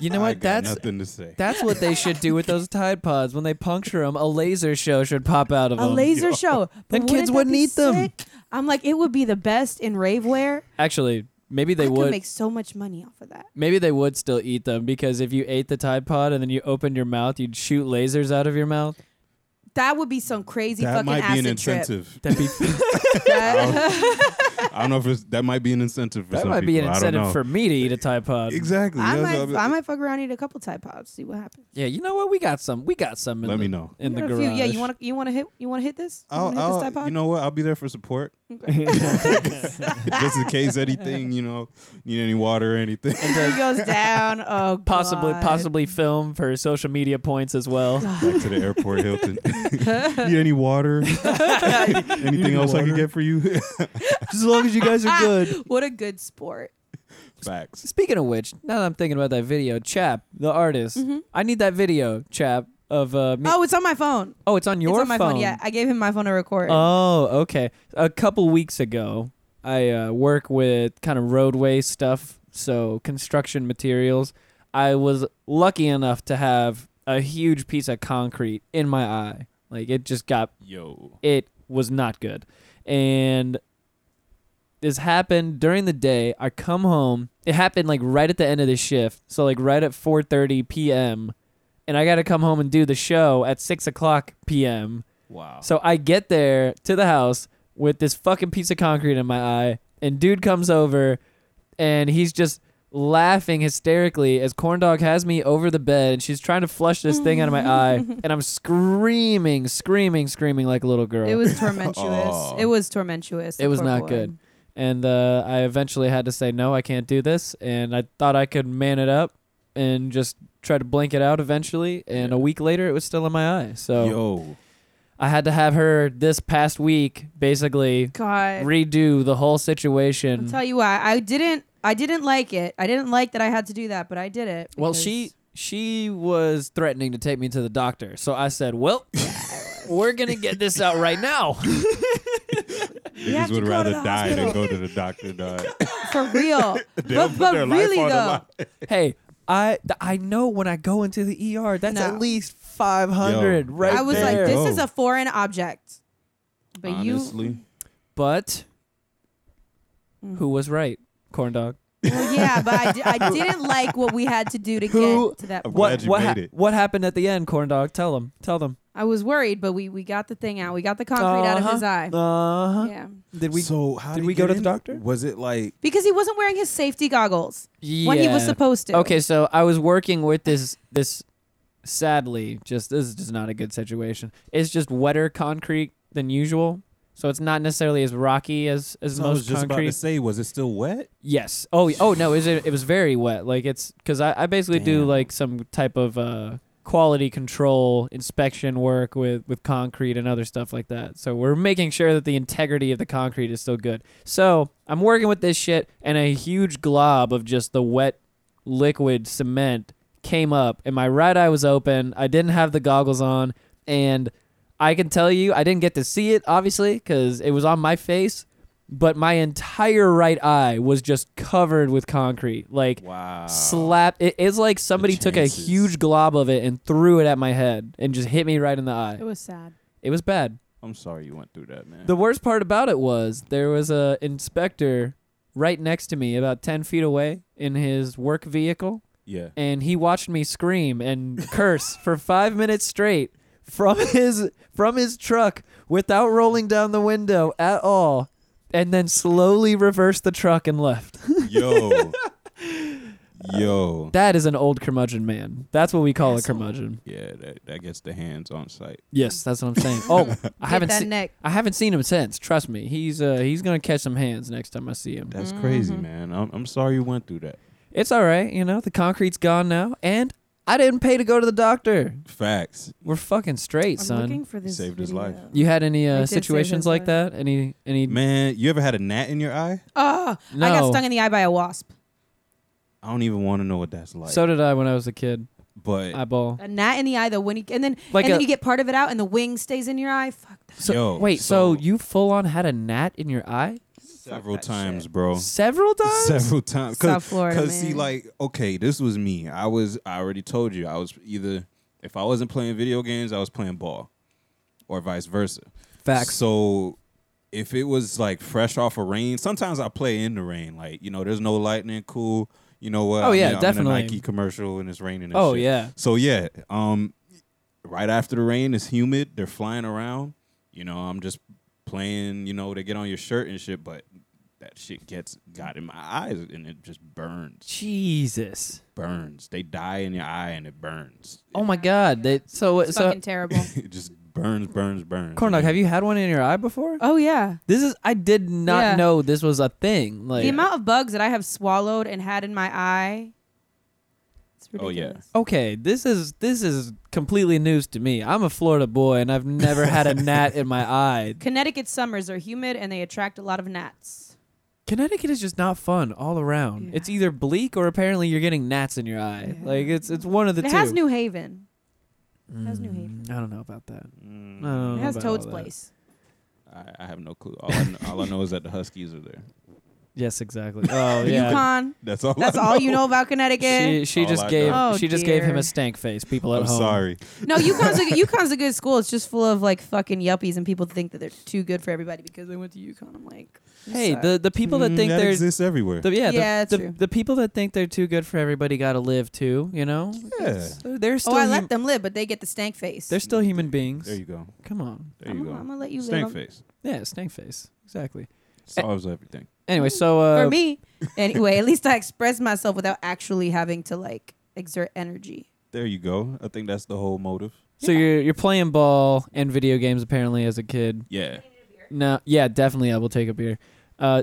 Speaker 4: you know
Speaker 6: [laughs] I
Speaker 4: what
Speaker 6: got
Speaker 4: that's.
Speaker 6: nothing to say.
Speaker 4: That's what they should do with those Tide Pods. When they puncture them, a laser show should pop out of
Speaker 3: A
Speaker 4: them.
Speaker 3: laser show. But
Speaker 4: Um, [laughs] Then kids
Speaker 3: that
Speaker 4: wouldn't
Speaker 3: be
Speaker 4: eat them.
Speaker 3: sick? I'm like, it would be the best in rave wear.
Speaker 4: Actually, maybe
Speaker 3: I
Speaker 4: they
Speaker 3: could
Speaker 4: would.
Speaker 3: make so much money off of that.
Speaker 4: Maybe they would still eat them because if you ate the Tide Pod and then you opened your mouth, you'd shoot lasers out of your mouth.
Speaker 3: That would be some crazy
Speaker 6: that
Speaker 3: fucking
Speaker 6: might be
Speaker 3: acid
Speaker 6: an
Speaker 3: trip.
Speaker 6: incentive.
Speaker 4: That'd
Speaker 6: [laughs]
Speaker 4: be
Speaker 3: That-
Speaker 6: I don't know if it's, that might be an incentive for
Speaker 4: that
Speaker 6: some
Speaker 4: might be an
Speaker 6: people. I don't
Speaker 4: incentive
Speaker 6: know.
Speaker 4: for me to eat a
Speaker 6: [laughs]
Speaker 4: Tide Pod.
Speaker 6: exactly.
Speaker 3: I
Speaker 6: That's what
Speaker 3: might,
Speaker 6: I'm-
Speaker 3: I might fuck around and eat a couple Tide Pods, see what happens.
Speaker 4: Yeah, you know what? We got some. We got some. In
Speaker 6: Let
Speaker 4: the,
Speaker 6: me know.
Speaker 4: in the
Speaker 3: Got a
Speaker 4: garage.
Speaker 3: few- Yeah, you want to you want to hit you want to hit this? You wanna hit
Speaker 6: I'll,
Speaker 3: this Tide
Speaker 6: I'll,
Speaker 3: Pod?
Speaker 6: you know what? I'll be there for support.
Speaker 4: [laughs]
Speaker 6: Just in case anything, you know, need any water or anything.
Speaker 3: [laughs] he goes
Speaker 6: [laughs]
Speaker 3: down. Oh,
Speaker 4: possibly
Speaker 3: God.
Speaker 4: possibly film for social media points as
Speaker 6: [laughs]
Speaker 4: well.
Speaker 6: Back to the airport, Hilton. [laughs] need any
Speaker 3: [laughs]
Speaker 6: water? anything else I can get for you? [laughs]
Speaker 4: as long as you guys are good.
Speaker 3: What a good sport.
Speaker 4: [laughs]
Speaker 6: Facts.
Speaker 4: Speaking of which, now that I'm thinking about that video, Chap, the artist, I need that video, Chap, of uh, me.
Speaker 3: Mm-hmm. Oh, it's on my phone.
Speaker 4: oh, it's on your
Speaker 3: it's on my phone. Yeah, I gave him my phone to record.
Speaker 4: Oh, okay. A couple weeks ago, I uh, work with kind of roadway stuff, so construction materials. I was lucky enough to have a huge piece of concrete in my eye. Like it just got
Speaker 6: Yo.
Speaker 4: it was not good. And this happened during the day. I come home. It happened like right at the end of the shift. So like right at 4:30 p.m. And I got to come home and do the show at 6 o'clock p.m.
Speaker 6: Wow.
Speaker 4: So I get there to the house with this fucking piece of concrete in my eye, and dude comes over, and he's just laughing hysterically as corndog has me over the bed and she's trying to flush this thing out of my eye
Speaker 3: [laughs]
Speaker 4: and i'm screaming screaming screaming like a little girl
Speaker 3: It
Speaker 4: [laughs]
Speaker 3: was tormentuous.
Speaker 6: Aw.
Speaker 3: It was tormentuous.
Speaker 4: It was
Speaker 3: Poor
Speaker 4: not
Speaker 3: boy.
Speaker 4: good. and uh, i eventually had to say no i can't do this and i thought i could man it up and just try to blink it out eventually and a week later it was still in my eye so
Speaker 6: Yo.
Speaker 4: i had to have her this past week basically
Speaker 3: God,
Speaker 4: redo the whole
Speaker 3: I'll
Speaker 4: situation.
Speaker 3: tell you why. I didn't. I didn't like it. I didn't like that I had to do that, but I did it.
Speaker 4: Well,
Speaker 3: because-
Speaker 4: she she was threatening to take me to the doctor, so I
Speaker 3: [laughs]
Speaker 4: said, "Well, [laughs] we're gonna get this out right now."
Speaker 3: have
Speaker 6: Niggas
Speaker 3: to go
Speaker 6: would
Speaker 3: to
Speaker 6: rather
Speaker 3: the
Speaker 6: die than
Speaker 3: hospital.
Speaker 6: go to the
Speaker 3: [laughs]
Speaker 6: doctor. Dog.
Speaker 3: for
Speaker 4: [laughs]
Speaker 3: real. but but really though,
Speaker 4: hey, I th- I know when I go into the ER, that's
Speaker 3: No.
Speaker 4: at least five hundred
Speaker 6: Yo,
Speaker 4: right
Speaker 3: I was
Speaker 4: there.
Speaker 3: like, this
Speaker 6: Go.
Speaker 3: is a foreign object. But
Speaker 6: Honestly,
Speaker 4: but
Speaker 3: Mm.
Speaker 4: who was right, corn dog?
Speaker 3: you, well, yeah. But I, di-
Speaker 4: [laughs]
Speaker 3: I didn't like what we had to do to
Speaker 4: Who-
Speaker 3: get to that.
Speaker 6: I'm
Speaker 3: Point.
Speaker 6: glad
Speaker 4: What
Speaker 6: you
Speaker 4: what
Speaker 6: made
Speaker 4: ha-
Speaker 6: it.
Speaker 4: what happened at the end, corn dog? Tell them, tell them.
Speaker 3: I was worried, but we we got the thing out. We got the concrete out of his eye.
Speaker 4: Uh
Speaker 6: Uh-huh.
Speaker 4: huh.
Speaker 3: Yeah,
Speaker 4: Did we?
Speaker 6: so how
Speaker 4: did
Speaker 6: he
Speaker 4: we go to
Speaker 6: get
Speaker 4: the
Speaker 6: in?
Speaker 4: doctor?
Speaker 6: Was it like
Speaker 3: because he wasn't wearing his safety goggles. when he was
Speaker 4: Yeah.
Speaker 3: supposed to.
Speaker 4: Okay, so I was working with this this sadly just this is just not a good situation. It's just wetter concrete than usual. So it's not necessarily as rocky as as
Speaker 6: So I was
Speaker 4: most
Speaker 6: just about
Speaker 4: concrete.
Speaker 6: to say, was it still wet?
Speaker 4: yes. Oh, oh no, is it it was very wet. Like it's cuz I I basically do
Speaker 6: Damn.
Speaker 4: like some type of uh quality control inspection work with with concrete and other stuff like that. So we're making sure that the integrity of the concrete is still good. So, I'm working with this shit and a huge glob of just the wet liquid cement came up and my right eye was open. I didn't have the goggles on and I can tell you I didn't get to see it obviously cuz it was on my face, but my entire right eye was just covered with concrete. Like
Speaker 6: Wow.
Speaker 4: slapped. It, it's like somebody took a
Speaker 6: chances.
Speaker 4: huge glob of it and threw it at my head and just hit me right in the eye.
Speaker 3: It was sad.
Speaker 4: It was bad.
Speaker 6: I'm sorry you went through that, man.
Speaker 4: The worst part about it was there was a inspector right next to me, about ten feet away, in his work vehicle,
Speaker 6: yeah.
Speaker 4: and he watched me scream and curse for five minutes straight from his from his truck without rolling down the window at all, and then slowly reversed the truck and left.
Speaker 6: [laughs] Yo. Yo.
Speaker 4: That is an old curmudgeon man. That's what we call
Speaker 3: Asshole.
Speaker 4: a curmudgeon.
Speaker 6: Yeah, that, that gets the hands on site.
Speaker 4: Yes, that's what I'm
Speaker 3: [laughs]
Speaker 4: saying. Oh, I
Speaker 3: Get
Speaker 4: haven't
Speaker 3: that
Speaker 4: seen
Speaker 3: neck.
Speaker 4: I haven't seen him since. Trust me, he's uh, he's gonna catch some hands next time I see him.
Speaker 6: That's crazy,
Speaker 4: Mm-hmm.
Speaker 6: man. I'm, I'm sorry you went through that.
Speaker 4: It's all right, you know. The concrete's gone now, and I didn't pay to go to the doctor.
Speaker 6: Facts.
Speaker 4: We're fucking straight,
Speaker 3: I'm
Speaker 4: son.
Speaker 3: looking for this.
Speaker 6: saved his
Speaker 3: video.
Speaker 6: life.
Speaker 4: You had any
Speaker 3: I
Speaker 4: uh,
Speaker 3: did say
Speaker 4: situations
Speaker 3: those
Speaker 4: like
Speaker 3: words.
Speaker 4: that? Any any?
Speaker 6: Man, you ever had a gnat in your eye?
Speaker 3: Oh, I
Speaker 4: No.
Speaker 3: got stung in the eye by a wasp.
Speaker 6: I don't even want to know what that's like.
Speaker 4: so did I when I was a kid.
Speaker 6: but
Speaker 4: Eyeball.
Speaker 3: A gnat in the eye, though, when you and then
Speaker 4: Like
Speaker 3: and
Speaker 4: a-
Speaker 3: then you get part of it out, and the wing stays in your eye. Fuck that.
Speaker 4: So
Speaker 6: Yo,
Speaker 4: wait, so,
Speaker 6: so-
Speaker 4: you full on had a gnat in your eye
Speaker 6: several
Speaker 3: that
Speaker 6: times, bro.
Speaker 4: several times?
Speaker 6: Oh. Several times.
Speaker 3: South Florida,
Speaker 6: Because see,
Speaker 3: man.
Speaker 6: like, okay, this was me. I was. I already told you. I was either if I wasn't playing video games, I was playing ball, or vice versa.
Speaker 4: Facts.
Speaker 6: So if it was like fresh off of rain, sometimes I play in the rain. Like you know, there's no lightning. Cool. You know what?
Speaker 4: Oh,
Speaker 6: I'm
Speaker 4: yeah,
Speaker 6: in- I'm
Speaker 4: definitely.
Speaker 6: in a Nike commercial and it's raining. And
Speaker 4: Oh,
Speaker 6: shit.
Speaker 4: yeah.
Speaker 6: So yeah. Um, right after the rain, it's humid. They're flying around. You know, I'm just playing. You know, they get on your shirt and shit, but. That shit gets got in my eyes and it just burns,
Speaker 4: Jesus.
Speaker 6: burns. They die in your eye and it burns. [laughs]
Speaker 4: Oh my God. They, so
Speaker 3: It's
Speaker 4: so.
Speaker 3: fucking terrible. [laughs]
Speaker 6: It just burns, burns, burns.
Speaker 4: Corn dog, have you had one in your eye before?
Speaker 3: oh yeah.
Speaker 4: This is. I did not
Speaker 3: Yeah.
Speaker 4: know this was a thing. Like
Speaker 3: The amount of bugs that I have swallowed and had in my eye. It's
Speaker 6: Oh, yeah.
Speaker 3: ridiculous.
Speaker 4: Okay, this is this is completely news to me. I'm a Florida boy and I've never had a gnat in my eye.
Speaker 3: Connecticut summers are humid and they attract a lot of gnats.
Speaker 4: Connecticut is just not fun all around.
Speaker 3: Yeah.
Speaker 4: It's either bleak or apparently you're getting gnats in your eye.
Speaker 3: Yeah.
Speaker 4: Like it's it's one of the
Speaker 3: it
Speaker 4: two.
Speaker 3: has New Haven. It has New
Speaker 4: Mm,
Speaker 3: Haven.
Speaker 4: I don't know about that.
Speaker 6: Mm.
Speaker 4: I don't
Speaker 3: It
Speaker 4: know
Speaker 3: has
Speaker 4: about
Speaker 3: Toad's
Speaker 4: all that.
Speaker 3: Place.
Speaker 6: I, I have no clue. All I, know, all I know is that the Huskies are there.
Speaker 4: Yes, exactly.
Speaker 3: [laughs]
Speaker 4: Oh yeah.
Speaker 3: Yukon.
Speaker 6: That's all.
Speaker 3: That's
Speaker 6: I
Speaker 3: all you know about Connecticut.
Speaker 4: She she
Speaker 6: All
Speaker 4: just
Speaker 6: I
Speaker 4: gave
Speaker 3: know. Oh,
Speaker 4: she just gave him a
Speaker 3: dear.
Speaker 4: stank face. People at
Speaker 6: I'm
Speaker 4: home.
Speaker 6: sorry.
Speaker 3: no,
Speaker 4: [laughs]
Speaker 3: UConn's a good, UConn's a good school. It's just full of like fucking yuppies and people think that they're too good for everybody because they went to UConn. I'm like, you
Speaker 4: Hey,
Speaker 3: suck.
Speaker 4: the the people that think they're
Speaker 6: Mm, exists everywhere.
Speaker 4: the, yeah, the-
Speaker 3: Yeah, it's
Speaker 4: the,
Speaker 3: true.
Speaker 4: the people that think they're too good for everybody got to live too. You know,
Speaker 6: yeah.
Speaker 4: they're, they're still
Speaker 3: oh, I
Speaker 4: hum-
Speaker 3: let them live, but they get the stank face.
Speaker 4: they're still human beings.
Speaker 6: There you go.
Speaker 4: Come on.
Speaker 6: There
Speaker 3: I'm,
Speaker 6: you
Speaker 3: I'm
Speaker 6: go.
Speaker 3: gonna let you
Speaker 6: Stank
Speaker 3: live.
Speaker 6: face
Speaker 4: Yeah, stank face. Exactly.
Speaker 6: solves everything.
Speaker 4: Anyway, so uh,
Speaker 3: for
Speaker 4: [laughs]
Speaker 3: me, anyway, at least I express myself without actually having to like exert energy.
Speaker 6: There you go. I think that's the whole motive.
Speaker 4: so you're you're playing ball and video games apparently as a kid.
Speaker 6: Yeah.
Speaker 4: No, yeah, definitely I will take a beer. Uh,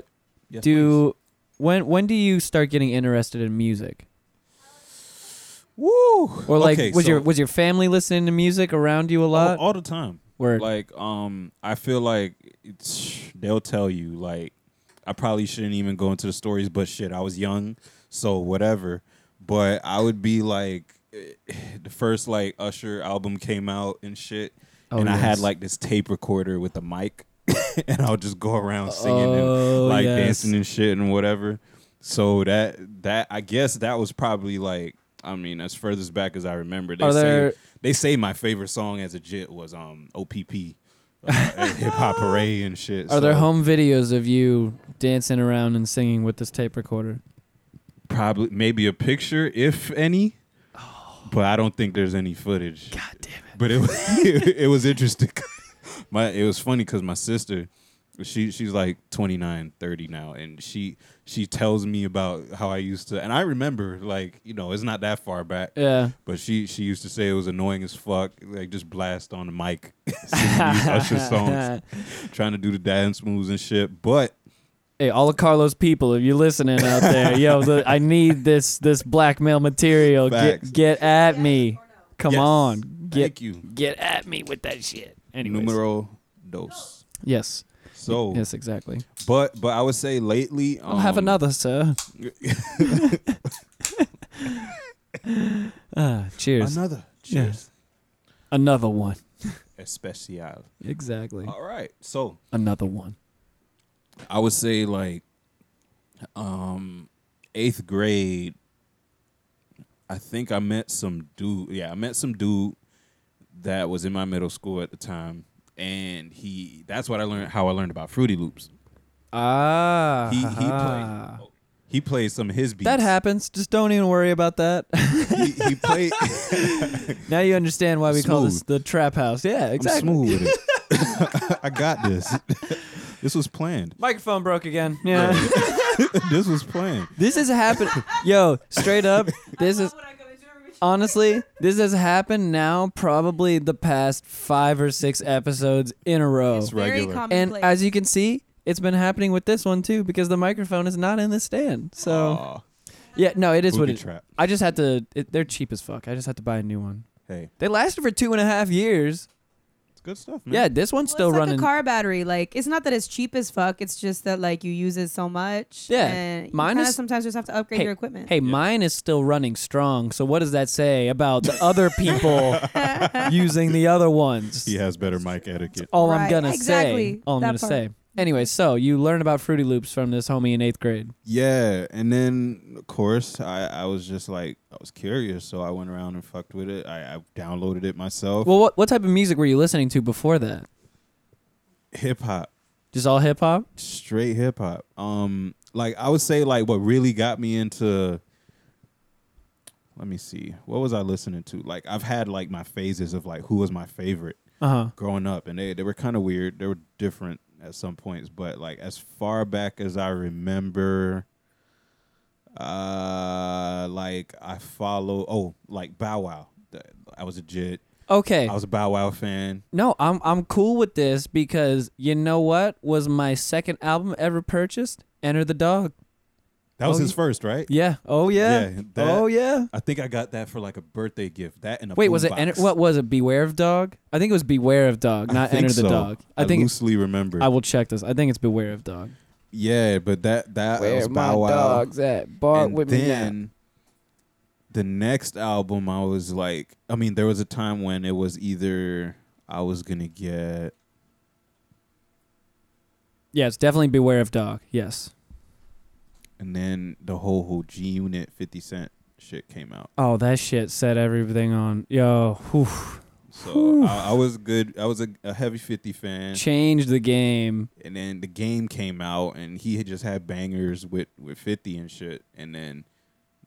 Speaker 6: Yes,
Speaker 4: do when when do you start getting interested in music?
Speaker 6: please. woo
Speaker 4: Or like
Speaker 6: Okay,
Speaker 4: was
Speaker 6: so-
Speaker 4: your was your family listening to music around you a lot?
Speaker 6: all, all the time.
Speaker 4: Word.
Speaker 6: Like um, I feel like it's, they'll tell you like I probably shouldn't even go into the stories, but shit, I was young, so whatever. But I would be like, eh, the first like Usher album came out and shit,
Speaker 4: Oh,
Speaker 6: and I had
Speaker 4: yes.
Speaker 6: like this tape recorder with a mic, [laughs] and I'll just go around singing
Speaker 4: Oh,
Speaker 6: and like
Speaker 4: yes.
Speaker 6: dancing and shit and whatever. So that that I guess that was probably like I mean as furthest back as I remember. They
Speaker 4: Are
Speaker 6: say
Speaker 4: there-
Speaker 6: they say my favorite song as a jit was um OPP, uh,
Speaker 4: [laughs]
Speaker 6: hip hop parade and shit.
Speaker 4: Are there
Speaker 6: so
Speaker 4: home videos of you dancing around and singing with this tape recorder?
Speaker 6: Probably maybe a picture if any, but I don't think there's any footage.
Speaker 4: God damn it.
Speaker 6: but it was [laughs] it was interesting. [laughs] My it was funny because my sister, she she's like 29, 30 now, and she she tells me about how I used to, and I remember like you know it's not that far back.
Speaker 4: Yeah.
Speaker 6: But she she used to say it was annoying as fuck, like just blast on the mic, [laughs] singing
Speaker 4: [laughs]
Speaker 6: these Usher songs, trying to do the dance moves and shit. But
Speaker 4: Hey, all of Carlos people, if you're listening out there, yo, the, I need this this blackmail material.
Speaker 6: Facts.
Speaker 4: Get get at me. Come
Speaker 6: Yes.
Speaker 4: on. Get
Speaker 6: thank you,
Speaker 4: get at me with that shit. Anyways.
Speaker 6: numero dos.
Speaker 4: Yes.
Speaker 6: So,
Speaker 4: Yes, exactly.
Speaker 6: but but I would say lately, um,
Speaker 4: I'll have another, sir.
Speaker 6: [laughs]
Speaker 4: Ah, cheers.
Speaker 6: another,
Speaker 4: Yeah.
Speaker 6: cheers,
Speaker 4: Another one.
Speaker 6: especial.
Speaker 4: Exactly.
Speaker 6: All right, so
Speaker 4: Another one.
Speaker 6: I would say like um eighth grade I think I met some dude yeah, I met some dude that was in my middle school at the time and he that's what I learned how I learned about Fruity Loops.
Speaker 4: Ah,
Speaker 6: He he played he played some of his beats.
Speaker 4: That happens. Just don't even worry about
Speaker 6: [laughs]
Speaker 4: that.
Speaker 6: He, he [laughs] played
Speaker 4: now you understand why we call this
Speaker 6: Smooth.
Speaker 4: the trap house. Yeah, exactly.
Speaker 6: I'm smooth with it. [laughs] I got this. this was planned.
Speaker 4: Microphone broke
Speaker 6: [laughs]
Speaker 4: again. Yeah.
Speaker 6: this was planned.
Speaker 4: this is happening. Yo, straight up, this is Um, honestly, this has happened now probably the past five or six episodes in a row.
Speaker 6: It's
Speaker 3: Very
Speaker 6: regular.
Speaker 4: And
Speaker 3: commonplace.
Speaker 4: as you can see, it's been happening with this one too because the microphone is not in the stand. So
Speaker 6: Aw,
Speaker 4: yeah, no, it is what
Speaker 6: booby
Speaker 4: it.
Speaker 6: trap.
Speaker 4: I just had to. It, they're cheap as fuck. I just had to buy a new one.
Speaker 6: Hey,
Speaker 4: They lasted for two and a half years.
Speaker 6: Mm-hmm. it's good stuff, man.
Speaker 4: Yeah, this one's
Speaker 3: Well,
Speaker 4: still
Speaker 3: it's
Speaker 4: running.
Speaker 3: Like a car battery, like it's not that it's cheap as fuck. It's just that like you use it so much.
Speaker 4: Yeah.
Speaker 3: and
Speaker 4: Mine
Speaker 3: you kinda
Speaker 4: is-
Speaker 3: sometimes just have to upgrade
Speaker 4: Hey,
Speaker 3: your equipment.
Speaker 4: Hey, mine is still running strong. So what does that say about the
Speaker 6: [laughs]
Speaker 3: [laughs]
Speaker 4: other people using the other ones?
Speaker 6: He has better mic etiquette.
Speaker 4: All I'm
Speaker 3: Right,
Speaker 4: gonna say.
Speaker 3: exactly,
Speaker 4: All I'm
Speaker 3: that
Speaker 4: gonna
Speaker 3: part.
Speaker 4: say. Anyway, so you learn about Fruity Loops from this homie in eighth grade.
Speaker 6: Yeah, and then of course I, I was just like I was curious, so I went around and fucked with it. I, I downloaded it myself.
Speaker 4: Well, what what type of music were you listening to before that?
Speaker 6: hip hop,
Speaker 4: Just all hip hop?
Speaker 6: straight hip hop. Um, like I would say, like what really got me into. Let me see. What was I listening to? Like I've had like my phases of like who was my favorite.
Speaker 4: Uh huh.
Speaker 6: growing up and they, they were kind of weird they were different at some points but like as far back as i remember uh like i follow oh like bow wow Th- i was a jit
Speaker 4: Okay.
Speaker 6: i was a bow wow fan
Speaker 4: No, I'm I'm cool with this because you know what was my second album ever purchased? Enter the Dog.
Speaker 6: that was
Speaker 4: Oh,
Speaker 6: his
Speaker 4: yeah.
Speaker 6: first right
Speaker 4: Yeah. Oh yeah.
Speaker 6: Yeah, that-
Speaker 4: oh yeah.
Speaker 6: i think i got that for like a birthday gift that and a
Speaker 4: Wait, was it
Speaker 6: boombox.
Speaker 4: enter, what was it? Beware of Dog? I think it was Beware of Dog,
Speaker 6: I
Speaker 4: not
Speaker 6: think
Speaker 4: Enter the
Speaker 6: so.
Speaker 4: Dog. I
Speaker 6: i,
Speaker 4: think
Speaker 6: loosely remember
Speaker 4: I will check this. I think it's Beware of Dog.
Speaker 6: yeah but that that was bow wow
Speaker 4: at?
Speaker 6: and then the next album i was like i mean there was a time when it was either i was gonna get
Speaker 4: Yeah, it's definitely Beware of Dog. Yes.
Speaker 6: and then the whole whole g unit 50 cent shit came out
Speaker 4: Oh, that shit set everything on. Yo, whew,
Speaker 6: so I, I was good i was a, a heavy 50 fan
Speaker 4: changed the game.
Speaker 6: and then the game came out and he had just had bangers with with 50 and shit and then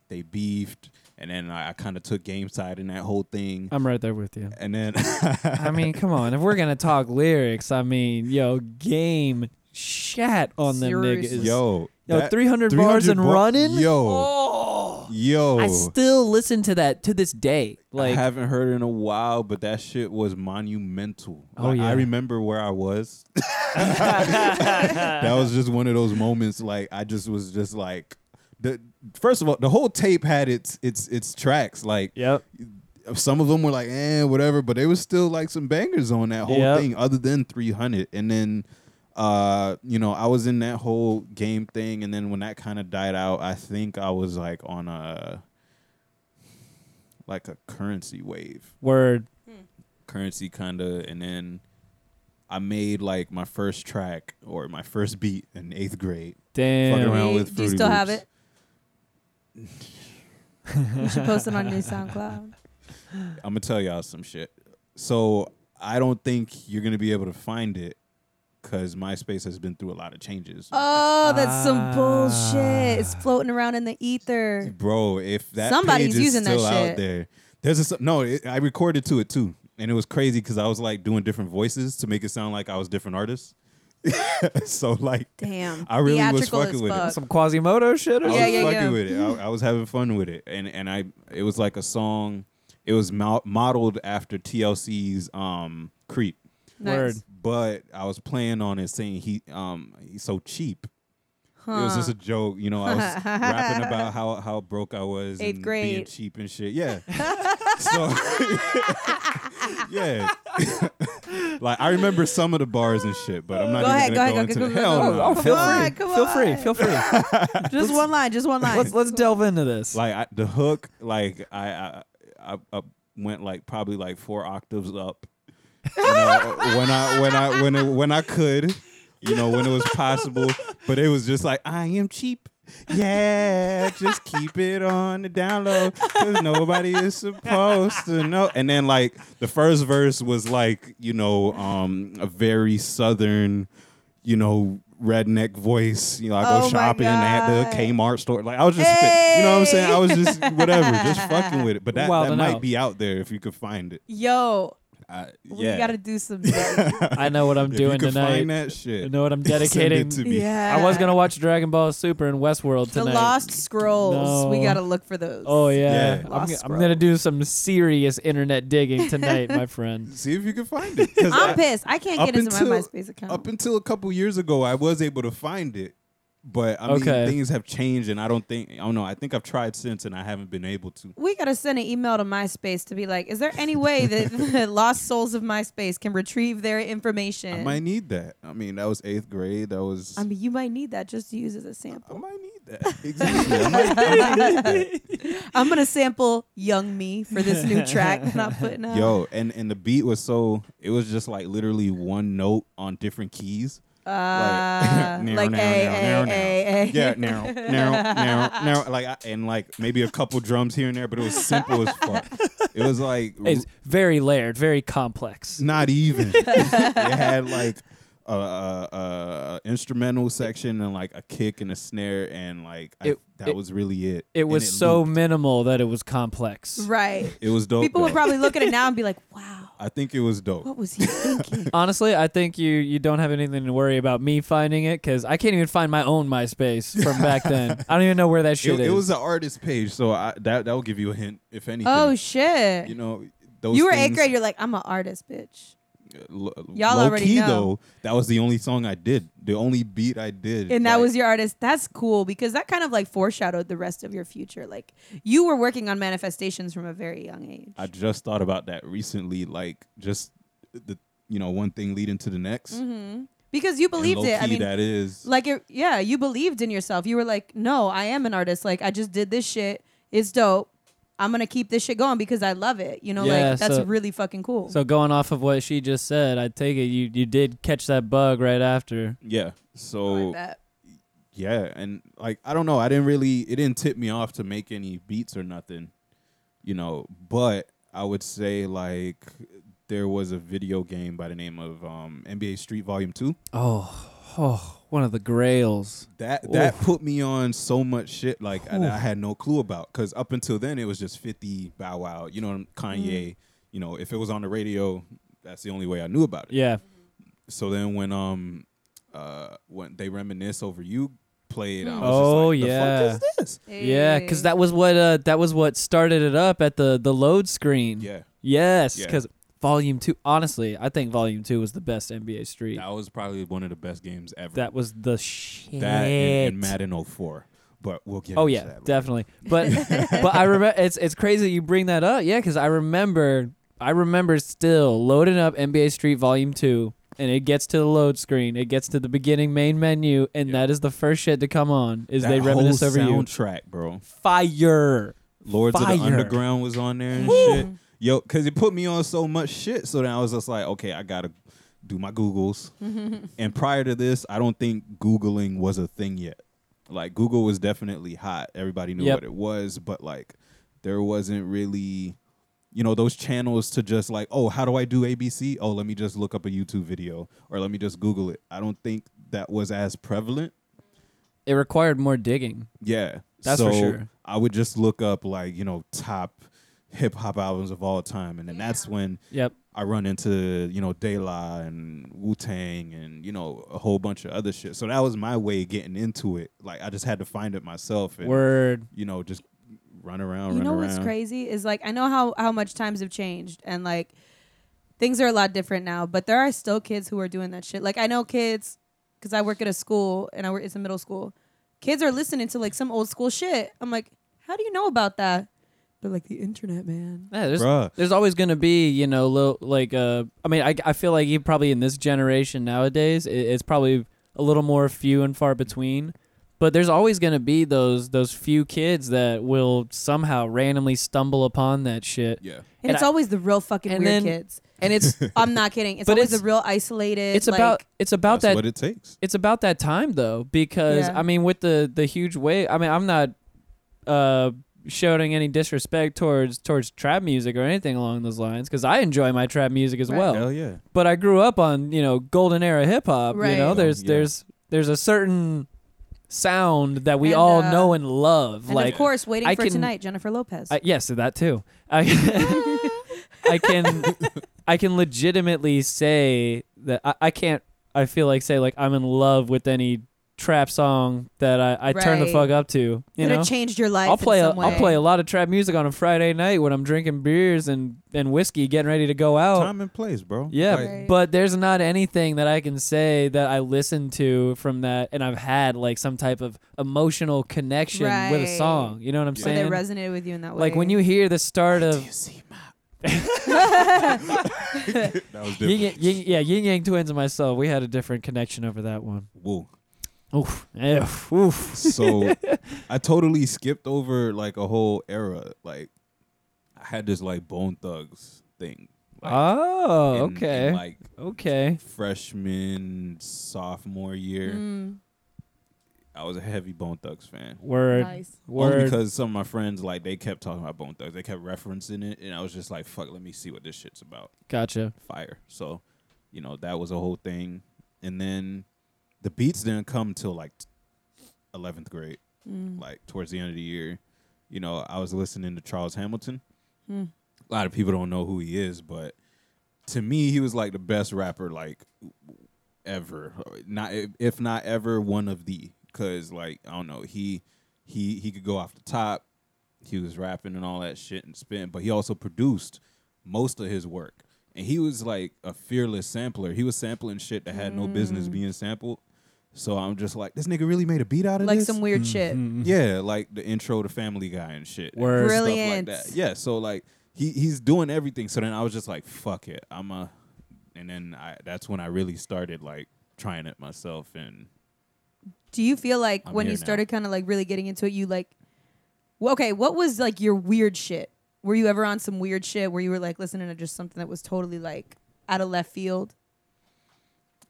Speaker 6: they beefed and then i, I kind of took game side in that whole thing
Speaker 4: I'm right there with you.
Speaker 6: and then [laughs]
Speaker 4: I mean, come on. If we're gonna talk lyrics, I mean, yo, game shat on them
Speaker 3: Seriously.
Speaker 4: niggas.
Speaker 6: yo
Speaker 4: Yo,
Speaker 6: that-
Speaker 4: 300 bars and
Speaker 6: bar-
Speaker 4: running.
Speaker 6: yo
Speaker 4: Oh.
Speaker 6: yo
Speaker 4: I still listen to that to this day. Like,
Speaker 6: I haven't heard in a while, but that shit was monumental.
Speaker 4: Oh,
Speaker 6: Like,
Speaker 4: yeah.
Speaker 6: I remember where I was. [laughs] that was just one of those moments. Like I just was just like the first of all, the whole tape had its its its tracks. Like
Speaker 4: yep.
Speaker 6: some of them were like eh, whatever, but they was still like some bangers on that whole
Speaker 4: Yep.
Speaker 6: thing. Other than three hundred, and then uh, you know, I was in that whole game thing, and then when that kind of died out, I think I was like on a like a currency wave
Speaker 4: Word.
Speaker 6: currency kind of and then i made like my first track or my first beat in eighth grade fucking
Speaker 4: Damn.
Speaker 6: around
Speaker 3: Do you-
Speaker 6: with
Speaker 3: do you
Speaker 6: Fruity
Speaker 3: still have
Speaker 6: Loops.
Speaker 3: it? You should post it on your
Speaker 6: [laughs]
Speaker 3: SoundCloud.
Speaker 6: i'm gonna tell y'all some shit so i don't think you're gonna be able to find it because myspace has been through a lot of changes
Speaker 3: Oh, that's
Speaker 4: Ah.
Speaker 3: some bullshit. It's floating around in the ether.
Speaker 6: bro if that
Speaker 3: Somebody's
Speaker 6: page is
Speaker 3: using that
Speaker 6: still out
Speaker 3: shit.
Speaker 6: there there's a s- no it, i recorded to it too and it was crazy because i was like doing different voices to make it sound like i was different artists [laughs] so like
Speaker 3: Damn.
Speaker 6: I really was
Speaker 3: Theatrical
Speaker 6: fucking
Speaker 3: as
Speaker 6: with it.
Speaker 3: fuck.
Speaker 4: Some Quasimodo shit or
Speaker 6: I
Speaker 3: Yeah,
Speaker 6: was
Speaker 3: yeah,
Speaker 6: fucking
Speaker 3: yeah.
Speaker 6: with it. I, I was having fun with it, and and I it was like a song. It was mo- modeled after TLC's um "Creep,"
Speaker 3: Nice.
Speaker 4: Word.
Speaker 6: but I was playing on it saying he um he's so cheap. It was
Speaker 3: Huh.
Speaker 6: just a joke, you know. I was
Speaker 3: [laughs]
Speaker 6: rapping about how how broke I was,
Speaker 3: Eighth
Speaker 6: and being
Speaker 3: grade.
Speaker 6: cheap and shit.
Speaker 3: [laughs]
Speaker 6: Yeah. so [laughs] yeah, [laughs] like I remember some of the bars and shit, but I'm not
Speaker 3: Go
Speaker 6: even
Speaker 3: ahead, go
Speaker 6: gonna
Speaker 3: ahead,
Speaker 6: go,
Speaker 3: go,
Speaker 6: into
Speaker 3: go,
Speaker 6: the
Speaker 3: go,
Speaker 6: hell.
Speaker 3: go,
Speaker 6: no.
Speaker 3: go.
Speaker 4: Oh, feel
Speaker 3: Come
Speaker 4: free.
Speaker 3: on, come
Speaker 4: feel free.
Speaker 3: on.
Speaker 4: Feel free.
Speaker 3: Just one line. Just one line.
Speaker 4: [laughs]
Speaker 6: [laughs]
Speaker 4: let's let's delve into this.
Speaker 6: like I, the hook like I, I i i went like probably like four octaves up [laughs] you know, when i when i when it, when i could you know when it was possible but it was just like I am cheap. Yeah, just keep it on the download because nobody is supposed to know. And then like the first verse was like you know um a very southern, you know redneck voice. You know I go
Speaker 3: Oh my
Speaker 6: shopping at
Speaker 3: God.
Speaker 6: the Kmart store. Like I was just fi- you know what I'm saying. I was
Speaker 4: [laughs]
Speaker 6: just whatever, just fucking with it. But that, that
Speaker 4: Wildin'
Speaker 6: might
Speaker 4: out.
Speaker 6: be out there if you could find it.
Speaker 3: Yo,
Speaker 6: Uh,
Speaker 3: we
Speaker 6: yeah, [laughs]
Speaker 3: gotta do
Speaker 4: [laughs]
Speaker 3: some. better.
Speaker 4: I know what I'm
Speaker 6: if
Speaker 4: doing
Speaker 6: you could
Speaker 4: tonight.
Speaker 6: Find that shit.
Speaker 4: I know what I'm
Speaker 6: [laughs] send it
Speaker 4: dedicating.
Speaker 6: to me.
Speaker 3: yeah,
Speaker 4: I was gonna watch Dragon Ball Super and Westworld
Speaker 3: the
Speaker 4: tonight.
Speaker 3: Lost Scrolls. We
Speaker 4: No.
Speaker 3: gotta look for those.
Speaker 4: Oh yeah,
Speaker 6: Yeah.
Speaker 4: I'm,
Speaker 3: Lost
Speaker 4: g- I'm
Speaker 3: Scrolls.
Speaker 4: gonna do some serious
Speaker 3: [laughs]
Speaker 4: internet digging tonight, my friend.
Speaker 6: See if you can find it. 'cause I-
Speaker 3: I'm pissed. I can't
Speaker 6: Up
Speaker 3: get into
Speaker 6: until-
Speaker 3: my MySpace account.
Speaker 6: up until a couple years ago, I was able to find it, but I mean,
Speaker 4: Okay.
Speaker 6: things have changed, and I don't think I don't know. I think I've tried since, and I haven't been able to.
Speaker 3: we gotta send an email to MySpace to be like, is there any way that [laughs] the lost souls of MySpace can retrieve their information?
Speaker 6: I might need that. I mean, that was eighth grade. That was.
Speaker 3: I mean, you might need that just to use as a
Speaker 6: I
Speaker 3: sample.
Speaker 6: might need that. [laughs] Exactly. I might, I might need that.
Speaker 3: I'm gonna sample "Young Me" for this
Speaker 4: [laughs]
Speaker 3: new track that I'm putting out.
Speaker 6: Yo, and and the beat was so. It was just like literally one note on different keys.
Speaker 3: uh,
Speaker 4: [laughs]
Speaker 6: [laughs] Narrow,
Speaker 3: like a
Speaker 6: narrow, narrow,
Speaker 3: a a a.
Speaker 6: Yeah, narrow, narrow,
Speaker 3: [laughs]
Speaker 6: narrow, narrow. Like I, and like maybe a couple drums here and there, but it was simple as fuck. It was like
Speaker 4: It's very layered, very complex.
Speaker 3: [laughs]
Speaker 6: Not even. it had like a, a, a instrumental section and like a kick and a snare and like I,
Speaker 4: It-
Speaker 6: that
Speaker 4: it-
Speaker 6: was really it.
Speaker 4: It
Speaker 6: And
Speaker 4: was so
Speaker 6: looped.
Speaker 4: minimal that it was complex.
Speaker 3: [laughs] Right.
Speaker 6: It was dope.
Speaker 3: People would
Speaker 6: though.
Speaker 3: probably look at it now and
Speaker 4: [laughs]
Speaker 3: be like, "Wow,
Speaker 6: I think it was dope.
Speaker 3: what was
Speaker 6: [laughs]
Speaker 3: he thinking?"
Speaker 4: Honestly, I think you you don't have anything to worry about me finding it because I can't even find my own MySpace from back
Speaker 6: [laughs]
Speaker 4: then. I don't even know where that shit
Speaker 6: It,
Speaker 4: is.
Speaker 6: it was an artist page, so I, that that will give you a hint, if anything.
Speaker 3: oh shit! You,
Speaker 6: you know those.
Speaker 3: were
Speaker 6: things, uh,
Speaker 3: eighth grade. You're like, "I'm an artist, bitch."
Speaker 6: Y'all
Speaker 3: Y'all already know.
Speaker 6: though. That was the only song I did. The only beat I did.
Speaker 3: And that
Speaker 6: like,
Speaker 3: was your artist. That's cool because that kind of like foreshadowed the rest of your future. Like you were working on manifestations from a very young age.
Speaker 6: I just thought about that recently. Like just the you know one thing leading to the next.
Speaker 3: because you Mm-hmm. believed
Speaker 6: and
Speaker 3: it. I
Speaker 6: low-key
Speaker 3: mean,
Speaker 6: that is.
Speaker 3: like it, yeah, you believed in yourself. You were like, no, I am an artist. Like I just did this shit. It's dope. I'm gonna keep this shit going because I love it. You know,
Speaker 4: Yeah,
Speaker 3: like that's
Speaker 4: so-
Speaker 3: really fucking cool.
Speaker 4: so going off of what she just said, I take it you you did catch that bug right after.
Speaker 6: Yeah. So
Speaker 3: I bet.
Speaker 6: yeah, and like I don't know, I didn't really it didn't tip me off to make any beats or nothing, you know. But I would say like there was a video game by the name of um, NBA Street Volume Two
Speaker 4: Oh, oh, one of the grails.
Speaker 6: that that put me on so much shit like I, I had no clue about because up until then it was just Fifty Bow Wow, you know
Speaker 4: Mm.
Speaker 6: Kanye, you know if it was on the radio, that's the only way I knew about it.
Speaker 4: Yeah.
Speaker 6: So then when um uh when they reminisce over you played, I was
Speaker 4: Oh,
Speaker 6: just like, the
Speaker 4: yeah.
Speaker 6: fuck is this?
Speaker 4: Yeah, because that was what uh, that was what started it up at the the load screen.
Speaker 6: Yeah,
Speaker 4: Yes,
Speaker 6: Yeah.
Speaker 4: because Volume Two. Honestly, I think Volume Two was the best NBA Street.
Speaker 6: that was probably one of the best games ever.
Speaker 4: That was the shit.
Speaker 6: That and, and Madden 04. But we'll get.
Speaker 4: Oh
Speaker 6: into
Speaker 4: yeah,
Speaker 6: that later. [laughs]
Speaker 4: definitely. But but I remember it's it's crazy that you bring that up. Yeah, because I remember I remember still loading up NBA Street Volume Two, and it gets to the load screen. It gets to the beginning main menu, and that is the first shit to come on. Is
Speaker 6: That
Speaker 4: they reminisce
Speaker 6: whole
Speaker 4: over you?
Speaker 6: soundtrack, bro.
Speaker 4: Fire.
Speaker 6: Lords of the
Speaker 4: Fire.
Speaker 6: Underground was on there and shit. Yo, because it put me on so much shit. So then I was just like, okay, I gotta do
Speaker 4: [laughs]
Speaker 6: my Googles. and prior to this, I don't think Googling was a thing yet. Like Google was definitely hot. Everybody knew
Speaker 4: Yep.
Speaker 6: what it was, but like there wasn't really you know those channels to just like oh how do i do abc oh let me just look up a youtube video or let me just google it i don't think that was as prevalent
Speaker 4: It required more digging.
Speaker 6: yeah.
Speaker 4: That's
Speaker 6: so
Speaker 4: for sure.
Speaker 6: I would just look up like, you know, top hip hop albums of all time and then that's when
Speaker 4: Yep.
Speaker 6: I run into, you know, De La and Wu Tang and, you know, a whole bunch of other shit. So that was my way of getting into it. Like I just had to find it myself and
Speaker 4: Word.
Speaker 6: you know, just run around,
Speaker 3: You
Speaker 6: run
Speaker 3: know
Speaker 6: around.
Speaker 3: what's crazy is like I know how how much times have changed and like things are a lot different now, but there are still kids who are doing that shit. Like I know kids because I work at a school and I work it's a middle school. Kids are listening to like some old school shit. I'm like, how do you know about that? They're like the internet, man.
Speaker 4: Yeah, there's,
Speaker 6: Bruh.
Speaker 4: there's always going to be, you know, little, like, uh, I mean, I, I feel like you probably in this generation nowadays, it, it's probably a little more few and far between. But there's always going to be those those few kids that will somehow randomly stumble upon that shit.
Speaker 6: Yeah.
Speaker 3: And,
Speaker 4: And
Speaker 3: it's
Speaker 4: I-
Speaker 3: always the real fucking
Speaker 4: [laughs] and
Speaker 3: weird
Speaker 4: then-
Speaker 3: kids. and it's [laughs] I'm not kidding. It's
Speaker 4: But
Speaker 3: always
Speaker 4: it's-
Speaker 3: a real isolated.
Speaker 4: It's about
Speaker 3: like-
Speaker 4: it's about
Speaker 6: That's
Speaker 4: that
Speaker 6: what it takes.
Speaker 4: it's about that time though because
Speaker 3: Yeah.
Speaker 4: i mean with the the huge wave i mean i'm not uh shouting any disrespect towards towards trap music or anything along those lines because i enjoy my trap music as
Speaker 3: Right.
Speaker 4: well
Speaker 6: Hell yeah.
Speaker 4: but i grew up on you know golden era hip-hop you
Speaker 3: Right.
Speaker 4: know
Speaker 3: Oh,
Speaker 4: there's
Speaker 6: yeah.
Speaker 4: there's there's a certain sound that we
Speaker 3: And,
Speaker 4: all
Speaker 3: uh,
Speaker 4: know and love
Speaker 3: and
Speaker 4: like
Speaker 3: of course, waiting
Speaker 4: I
Speaker 3: for
Speaker 4: can-
Speaker 3: tonight, Jennifer Lopez.
Speaker 4: I, yes, that too. I, [laughs] I can, I can legitimately say that I, I can't. I feel like say like I'm in love with any trap song that I, I turn the
Speaker 3: Right.
Speaker 4: fuck up to. You
Speaker 3: that
Speaker 4: know,
Speaker 3: it changed your life.
Speaker 4: I'll play.
Speaker 3: In
Speaker 4: A,
Speaker 3: some way.
Speaker 4: I'll play a lot of trap music on a Friday night when I'm drinking beers and and whiskey, getting ready to go out.
Speaker 6: Time and place, bro.
Speaker 4: Oh. Yeah,
Speaker 6: Like,
Speaker 3: Right.
Speaker 4: but there's not anything that I can say that I listened to from that, and I've had like some type of emotional connection with a
Speaker 3: Right.
Speaker 4: song. You know what I'm
Speaker 3: Or
Speaker 4: saying?
Speaker 3: that resonated with you in that way.
Speaker 4: like when you [laughs] hear the start of
Speaker 6: that was
Speaker 4: Yin
Speaker 6: different.
Speaker 4: Yang- Yin- yeah, Yin Yang Twins and myself, we had a different connection over that one.
Speaker 6: Woo.
Speaker 4: Oof, Eh, oof. [laughs]
Speaker 6: So I totally skipped over like a whole era. Like I had this like Bone Thugs thing. Like,
Speaker 4: Oh,
Speaker 6: in- in,
Speaker 4: okay,
Speaker 6: like
Speaker 4: okay.
Speaker 6: freshman, sophomore year,
Speaker 3: [laughs] Mm,
Speaker 6: I was a heavy Bone Thugs fan.
Speaker 4: Word,
Speaker 3: nice.
Speaker 6: Only
Speaker 4: word.
Speaker 6: because some of my friends like they kept talking about Bone Thugs. They kept referencing it, and I was just like, "Fuck, let me see what this shit's about."
Speaker 4: Gotcha.
Speaker 6: Fire. So, you know, that was a whole thing. And then the beats didn't come till like eleventh grade,
Speaker 3: Mm.
Speaker 6: like towards the end of the year. You know, I was listening to Charles Hamilton.
Speaker 3: Hmm.
Speaker 6: A lot of people don't know who he is, but to me, he was like the best rapper like ever. Not if not ever one of the because like I don't know he he he could go off the top. He was rapping and all that shit and spin, but he also produced most of his work. And he was like a fearless sampler. He was sampling shit that had no business
Speaker 3: Mm.
Speaker 6: being sampled. So I'm just like, this nigga really made a beat out of
Speaker 3: Like
Speaker 6: this.
Speaker 3: some weird shit.
Speaker 6: Yeah, like the intro to Family Guy and shit. and
Speaker 4: Word.
Speaker 6: stuff like
Speaker 3: Brilliant.
Speaker 6: that. Yeah, so like he he's doing everything. So then I was just like, fuck it, I'm a. And then I that's when I really started like trying it myself and
Speaker 3: Do you feel like
Speaker 6: I'm
Speaker 3: when
Speaker 6: here
Speaker 3: you
Speaker 6: now.
Speaker 3: started kind of like really getting into it, you like, well, okay, what was like your weird shit? Were you ever on some weird shit where you were like listening to just something that was totally like out of left field?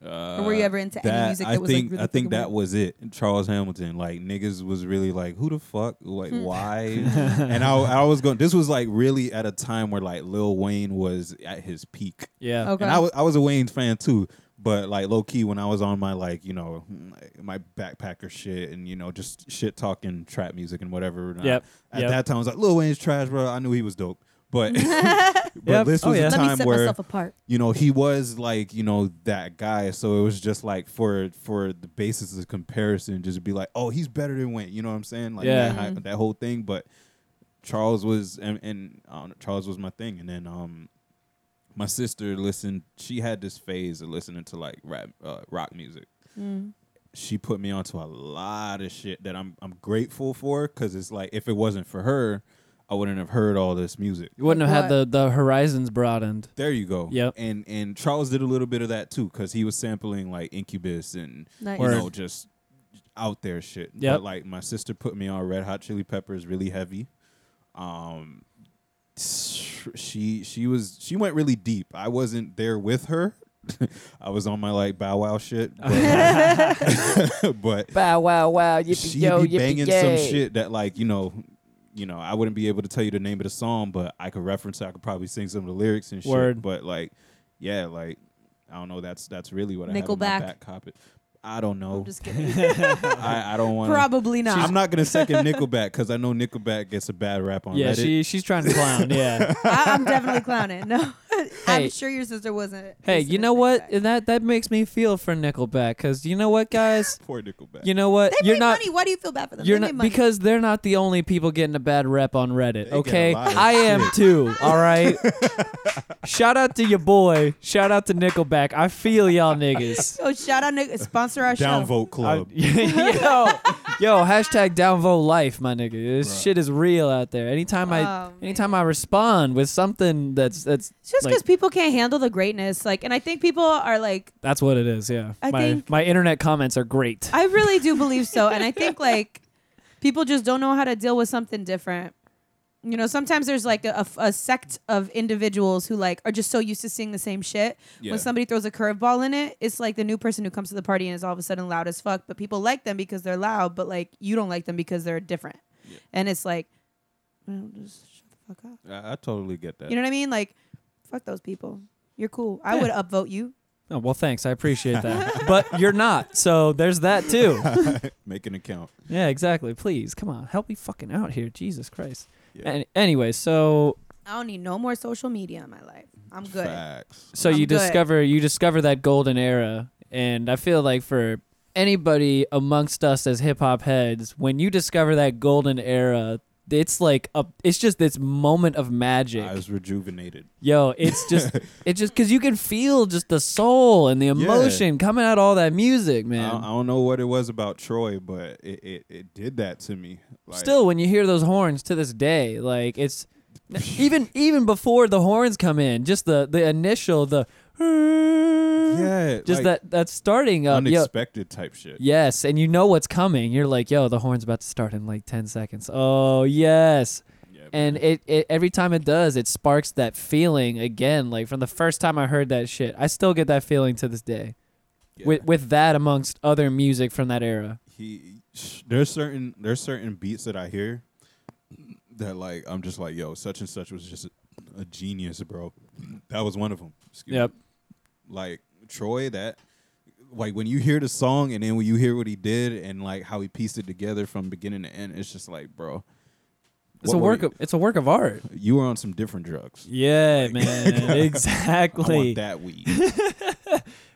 Speaker 6: Uh,
Speaker 3: were you ever into any music
Speaker 6: I
Speaker 3: that was, like,
Speaker 6: think
Speaker 3: really
Speaker 6: I think
Speaker 3: fucking
Speaker 6: that was it. Charles Hamilton, like niggas was really like, who the fuck, like
Speaker 3: Hmm. [laughs]
Speaker 6: why? and I, I was going. This was like really at a time where like Lil Wayne was at his peak,
Speaker 4: Yeah.
Speaker 3: Okay.
Speaker 6: and I was I was a Wayne fan too. But like low key, when I was on my like you know my backpacker shit and you know just shit talking trap music and whatever. and I-
Speaker 4: Yep.
Speaker 6: At
Speaker 4: Yep.
Speaker 6: that time, I was like Lil Wayne's trash, bro. I knew he was dope,
Speaker 4: [laughs]
Speaker 6: but [laughs] but
Speaker 4: Yep.
Speaker 6: this
Speaker 4: Oh,
Speaker 6: was
Speaker 4: yeah.
Speaker 3: Let
Speaker 4: Let
Speaker 6: a
Speaker 3: me
Speaker 6: time
Speaker 3: set
Speaker 6: where
Speaker 3: myself apart.
Speaker 6: you know he was like you know that guy so it was just like for for the basis of comparison just be like oh he's better than wayne you know what i'm saying like
Speaker 4: Yeah.
Speaker 6: that, that whole thing but charles was and, and I don't know, charles was my thing and then um my sister listened she had this phase of listening to like rap uh, rock music she put me onto a lot of shit that i'm i'm grateful for because it's like if it wasn't for her i wouldn't have heard all this music
Speaker 4: You wouldn't have had the
Speaker 3: What?
Speaker 4: the horizons broadened.
Speaker 6: there you go.
Speaker 4: Yep.
Speaker 6: And and Charles did a little bit of that too, because he was sampling like Incubus and
Speaker 3: Nice.
Speaker 6: you
Speaker 4: Word.
Speaker 6: know just out there shit.
Speaker 4: Yep.
Speaker 6: But like my sister put me on Red Hot Chili Peppers, really heavy. Um, she she was she went really deep. I wasn't there with her. [laughs] I was on my like Bow Wow shit, but, but [laughs]
Speaker 4: Bow wow wow.
Speaker 6: she'd be banging some shit that like you know you know i wouldn't be able to tell you the name of the song but i could reference it i could probably sing some of the lyrics and shit
Speaker 4: Word.
Speaker 6: but like yeah like i don't know that's that's really what i have in my
Speaker 3: Nickelback.
Speaker 6: back pocket i don't know
Speaker 3: I'm just kidding.
Speaker 6: I, I don't
Speaker 3: [laughs]
Speaker 6: want
Speaker 3: Probably not.
Speaker 6: i'm not gonna second nickelback because i know nickelback gets a bad rap on
Speaker 4: Yeah,
Speaker 6: reddit
Speaker 4: she she's trying to clown.
Speaker 6: [laughs]
Speaker 4: Yeah.
Speaker 3: I, am definitely clowning. No,
Speaker 4: Hey.
Speaker 3: I'm sure your sister wasn't.
Speaker 4: Hey,
Speaker 3: listening
Speaker 4: you know
Speaker 3: to
Speaker 4: what?
Speaker 3: Nickelback.
Speaker 4: That that makes me feel for Nickelback because you know what,
Speaker 3: [laughs]
Speaker 4: guys.
Speaker 6: poor nickelback
Speaker 4: You know what?
Speaker 3: They
Speaker 4: You're
Speaker 3: made
Speaker 4: not.
Speaker 3: money. Why do you feel bad for them?
Speaker 4: You're
Speaker 3: they
Speaker 4: not
Speaker 3: made money.
Speaker 4: because they're not the only people getting a bad rep on Reddit.
Speaker 6: a
Speaker 4: Okay,
Speaker 6: lot of
Speaker 4: I am
Speaker 6: shit. [laughs]
Speaker 4: too. All right. Shout out to your boy. Shout out to Nickelback. I feel y'all niggas.
Speaker 3: Oh, shout out, Nick, sponsor our show.
Speaker 6: downvote
Speaker 4: I-
Speaker 6: club
Speaker 4: [laughs] yo, yo, hashtag downvote life, my nigga. This
Speaker 6: Bruh.
Speaker 4: shit is real out there. Anytime I,
Speaker 3: Oh,
Speaker 4: anytime I respond with something that's that's
Speaker 3: It's just
Speaker 4: like,
Speaker 3: because people can't handle the greatness. Like, and I think people are like,
Speaker 4: that's what it is. Yeah,
Speaker 3: I
Speaker 4: my
Speaker 3: think-
Speaker 4: my internet comments are great.
Speaker 3: I [laughs] really do believe so. And I think like people just don't know how to deal with something different. You know, sometimes there's like a, a- a sect of individuals who like are just so used to seeing the same shit.
Speaker 6: Yeah.
Speaker 3: When somebody throws a curveball in it, it's like the new person who comes to the party and is all of a sudden loud as fuck. But people like them because they're loud, but like you don't like them because they're different. And it's like, well, just shut the fuck up.
Speaker 6: I, I totally get that.
Speaker 3: You know what I mean? Like, fuck those people. You're cool. I
Speaker 4: Yeah.
Speaker 3: would upvote you.
Speaker 4: Oh, well, thanks. I appreciate
Speaker 6: [laughs]
Speaker 4: that. but you're not. So there's that too.
Speaker 6: Make an account.
Speaker 4: yeah, exactly. Please, come on. Help me fucking out here. Jesus Christ.
Speaker 6: Yeah.
Speaker 4: An- anyway, so
Speaker 3: I don't need no more social media in my life. I'm good.
Speaker 6: Facts.
Speaker 4: so
Speaker 3: I'm
Speaker 4: you
Speaker 3: good.
Speaker 4: discover you discover that golden era and i feel like for anybody amongst us as hip-hop heads when you discover that golden era it's like a, it's just this moment of magic
Speaker 6: I was rejuvenated.
Speaker 4: yo it's
Speaker 6: [laughs]
Speaker 4: just it just because you can feel just the soul and the
Speaker 6: Yeah. Uh,
Speaker 4: emotion coming out of all that music
Speaker 6: I,
Speaker 4: man
Speaker 6: I don't know what it was about Troy, but it, it, it did that to me. Like,
Speaker 4: still when you hear those horns to this day like
Speaker 6: [laughs]
Speaker 4: it's even even before the horns come in just the the initial the
Speaker 6: yeah,
Speaker 4: just that
Speaker 6: like,
Speaker 4: uh, that starting up yo,
Speaker 6: unexpected type shit.
Speaker 4: Yes, and you know what's coming. You're like, yo, the horn's about to start in like ten seconds. Oh yes.
Speaker 6: Yeah,
Speaker 4: And it, it every time it does, it sparks that feeling again. Like from the first time I heard that shit, I still get that feeling to this day.
Speaker 6: yeah.
Speaker 4: With with that amongst other music from that era.
Speaker 6: he sh- there's certain there's certain beats that I hear that like I'm just like yo such and such was just a, a genius bro that was one of them Excuse me.
Speaker 4: Yep.
Speaker 6: like Troy that like when you hear the song and then when you hear what he did and like how he pieced it together from beginning to end it's just like bro
Speaker 4: It's
Speaker 6: what
Speaker 4: a
Speaker 6: were
Speaker 4: work
Speaker 6: you,
Speaker 4: of it's a work of art.
Speaker 6: you were on some different drugs
Speaker 4: Yeah,
Speaker 6: [laughs]
Speaker 4: man.
Speaker 6: I want
Speaker 4: exactly.
Speaker 6: that [laughs] weed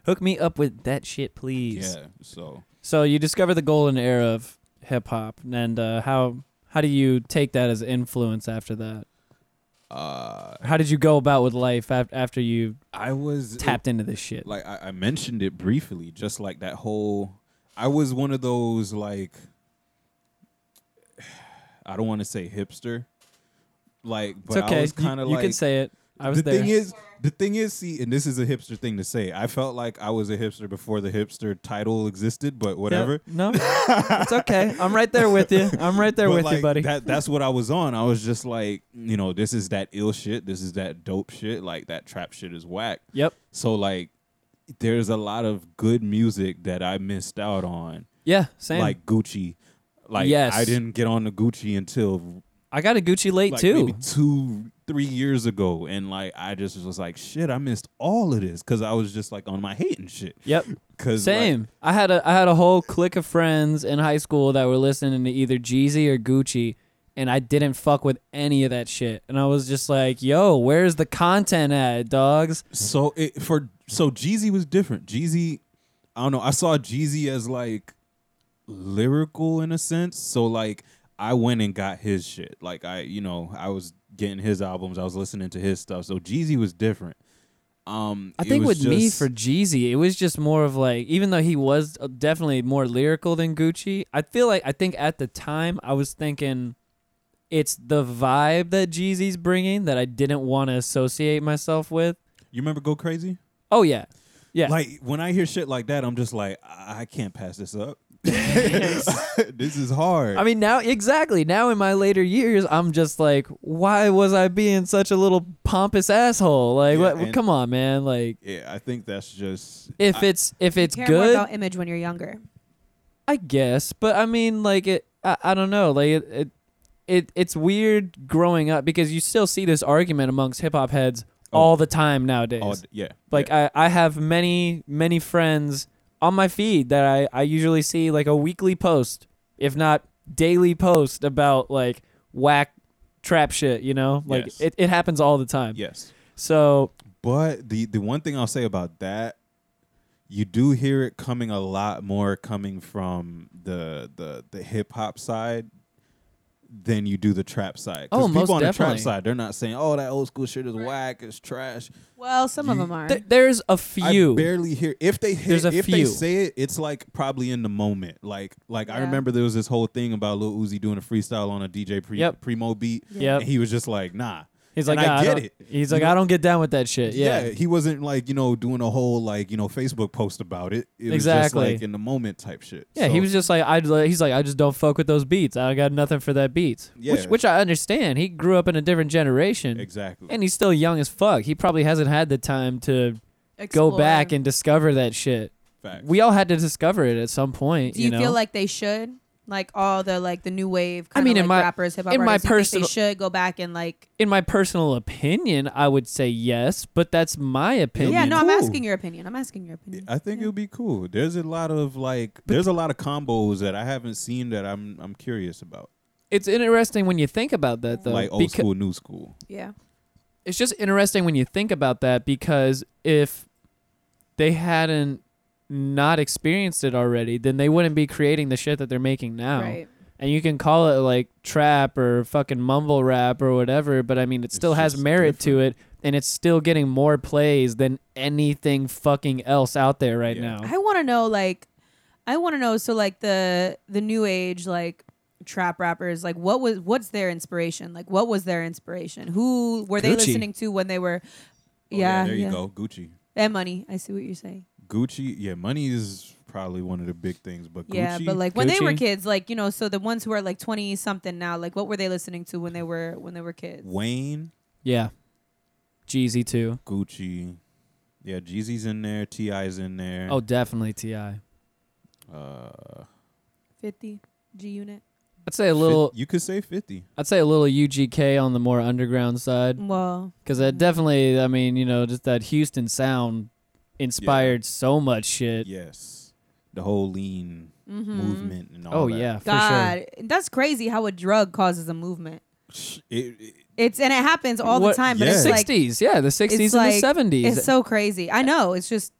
Speaker 4: Hook me up with that shit, please.
Speaker 6: yeah so
Speaker 4: So you discover the golden era of hip hop and uh, how how do you take that as influence after that?
Speaker 6: uh
Speaker 4: How did you go about with life af- after you
Speaker 6: I was
Speaker 4: tapped into this shit?
Speaker 6: like I, I mentioned it briefly, just like that whole I was one of those like [sighs] I don't want to say hipster. Like
Speaker 4: it's
Speaker 6: but I
Speaker 4: okay.
Speaker 6: was kind
Speaker 4: you,
Speaker 6: of
Speaker 4: you
Speaker 6: like
Speaker 4: can say it. I was
Speaker 6: the
Speaker 4: there.
Speaker 6: thing is the thing is see and this is a hipster thing to say. I felt like I was a hipster before the hipster title existed, but
Speaker 4: Yeah,
Speaker 6: whatever. [laughs]
Speaker 4: no, it's okay. I'm right there with you. I'm right there
Speaker 6: But,
Speaker 4: with
Speaker 6: like,
Speaker 4: you, buddy. [laughs]
Speaker 6: That, that's what I was on. I was just like, you know, this is that ill shit. This is that dope shit. Like that trap shit is whack.
Speaker 4: yep.
Speaker 6: So like there's a lot of good music that I missed out on.
Speaker 4: Yeah. Same.
Speaker 6: Like Gucci. Like
Speaker 4: Yes.
Speaker 6: I didn't get on the Gucci until
Speaker 4: I got a Gucci late
Speaker 6: like
Speaker 4: too.
Speaker 6: maybe two, three years ago. And like I just was like, shit, I missed all of this because I was just like on my hate and shit.
Speaker 4: Yep.
Speaker 6: Cause like,
Speaker 4: Same. I had a I had a whole clique of friends in high school that were listening to either Jeezy or Gucci, and I didn't fuck with any of that shit. And I was just like, "Yo, where's the content at, dogs?"
Speaker 6: so it for so Jeezy was different. Jeezy, I don't know. I saw Jeezy as like lyrical in a sense. So like I went and got his shit. Like I, you know, I was getting his albums. I was listening to his stuff. So Jeezy was different. Um,
Speaker 4: I
Speaker 6: it
Speaker 4: think
Speaker 6: was
Speaker 4: with me
Speaker 6: just-
Speaker 4: for Jeezy, it was just more of like, even though he was uh, definitely more lyrical than Gucci, I feel like I think at the time I was thinking it's the vibe that Jeezy's bringing that I didn't want to associate myself with.
Speaker 6: you remember Go Crazy.
Speaker 4: Oh yeah, yeah,
Speaker 6: Like when I hear shit like that, I'm just like, I, I can't pass this up. [laughs] this is hard.
Speaker 4: I mean, now exactly now in my later years, I'm just like, why was I being such a little pompous asshole? Like,
Speaker 6: Yeah,
Speaker 4: what,
Speaker 6: and-
Speaker 4: come on, man. Like,
Speaker 6: yeah, I think that's just
Speaker 4: if it's if it's
Speaker 3: Care more
Speaker 4: good,
Speaker 3: about image when you're younger.
Speaker 4: I guess. But I mean, like, it. I, I don't know. Like, it, it, it. It's weird growing up because you still see this argument amongst hip hop heads
Speaker 6: Oh.
Speaker 4: all the time nowadays.
Speaker 6: all, yeah,
Speaker 4: Like I, I have many, many friends on my feed that I, I usually see like a weekly post, if not daily post about like whack trap shit, you know? Like
Speaker 6: Yes.
Speaker 4: it, it happens all the time.
Speaker 6: yes.
Speaker 4: So
Speaker 6: But the the one thing I'll say about that, you do hear it coming a lot more coming from the the the hip hop side than you do the trap side. 'Cause
Speaker 4: Oh,
Speaker 6: people
Speaker 4: most
Speaker 6: on the
Speaker 4: definitely.
Speaker 6: trap side, they're not saying, "Oh, that old school shit is whack, it's trash."
Speaker 3: Well, some of
Speaker 6: You-
Speaker 3: them are.
Speaker 4: th- there's a few.
Speaker 6: I barely hear if they hit,
Speaker 4: There's a
Speaker 6: if they
Speaker 4: few.
Speaker 6: say it, it's like probably in the moment. Like like I
Speaker 3: Yeah.
Speaker 6: remember there was this whole thing about Lil Uzi doing a freestyle on a DJ Pre-
Speaker 4: Yep.
Speaker 6: Primo beat.
Speaker 4: Yep.
Speaker 6: And he was just like, nah.
Speaker 4: He's
Speaker 6: And
Speaker 4: like,
Speaker 6: I
Speaker 4: "Ah,
Speaker 6: get
Speaker 4: don't-
Speaker 6: it.
Speaker 4: He's like, I don't get down with that shit.
Speaker 6: Yeah.
Speaker 4: Yeah.
Speaker 6: he wasn't like you know doing a whole like you know Facebook post about it. It was just
Speaker 4: Exactly.
Speaker 6: like in the moment type shit.
Speaker 4: Yeah, he
Speaker 6: So-
Speaker 4: was just like I. He's like I just don't fuck with those beats. I got nothing for that beats. Which,
Speaker 6: Yeah.
Speaker 4: which I understand. He grew up in a different generation,
Speaker 6: exactly.
Speaker 4: and he's still young as fuck. He probably hasn't had the time to go
Speaker 3: Explore.
Speaker 4: back and discover that shit.
Speaker 6: Facts.
Speaker 4: We all had to discover it at some point.
Speaker 3: Do you,
Speaker 4: know?
Speaker 3: feel like they should? Like all the like the new wave
Speaker 4: I
Speaker 3: kind
Speaker 4: mean,
Speaker 3: of
Speaker 4: in
Speaker 3: like
Speaker 4: my-
Speaker 3: rappers, hip hop
Speaker 4: in my
Speaker 3: artists, you think
Speaker 4: personal-
Speaker 3: they should go back and like
Speaker 4: in my personal opinion, I would say yes, but that's my opinion.
Speaker 3: Yeah, no, I'm
Speaker 6: cool.
Speaker 3: asking your opinion. I'm asking your opinion.
Speaker 6: I think
Speaker 3: Yeah.
Speaker 6: it'll be cool. There's a lot of like there's a lot of combos that I haven't seen that I'm I'm curious about.
Speaker 4: It's interesting when you think about that, though.
Speaker 6: like old
Speaker 4: beca-
Speaker 6: school, new school.
Speaker 3: Yeah.
Speaker 4: it's just interesting when you think about that because if they hadn't not experienced it already, then they wouldn't be creating the shit that they're making now.
Speaker 3: Right.
Speaker 4: And you can call it like trap or fucking mumble rap or whatever, but I mean, it still has
Speaker 6: just
Speaker 4: merit to it and it's still getting more plays than anything fucking else out there right
Speaker 6: Yeah.
Speaker 4: now.
Speaker 3: I want to know like I want to know so like the the new age like trap rappers like what was what's their inspiration? Like what was their inspiration? Who were they
Speaker 4: Gucci.
Speaker 3: listening to when they were
Speaker 6: Oh,
Speaker 3: yeah,
Speaker 6: there you
Speaker 3: yeah.
Speaker 6: go, Gucci.
Speaker 3: And money. I see what you're saying.
Speaker 6: Gucci, yeah, money is probably one of the big things, but Gucci,
Speaker 3: Yeah, but like when they were
Speaker 4: Gucci.
Speaker 3: kids, like you know, so the ones who are like twenty something now, like what were they listening to when they were when they were kids?
Speaker 6: Wayne,
Speaker 4: yeah. Jeezy too.
Speaker 6: Gucci, yeah, Jeezy's in there, Ti's in there.
Speaker 4: Oh, definitely T.I.
Speaker 6: uh,
Speaker 3: Fifty G Unit.
Speaker 4: I'd say a
Speaker 6: fif-
Speaker 4: little.
Speaker 6: you could say fifty.
Speaker 4: I'd say a little UGK on the more underground side
Speaker 3: Well,
Speaker 4: because that definitely, I mean, you know, just that Houston sound inspired so much shit.
Speaker 6: Yes, the whole lean movement and all.
Speaker 4: oh
Speaker 6: that.
Speaker 4: yeah, for sure.
Speaker 3: mm-hmm. God, that's crazy how a drug causes a movement.
Speaker 6: It- it-
Speaker 3: It's and it happens all
Speaker 4: What-
Speaker 3: the time, but
Speaker 6: Yeah.
Speaker 3: it's like
Speaker 4: Sixties, yeah, the
Speaker 3: it's
Speaker 4: sixties and
Speaker 3: like
Speaker 4: the seventies.
Speaker 3: It's so crazy. I know. It's just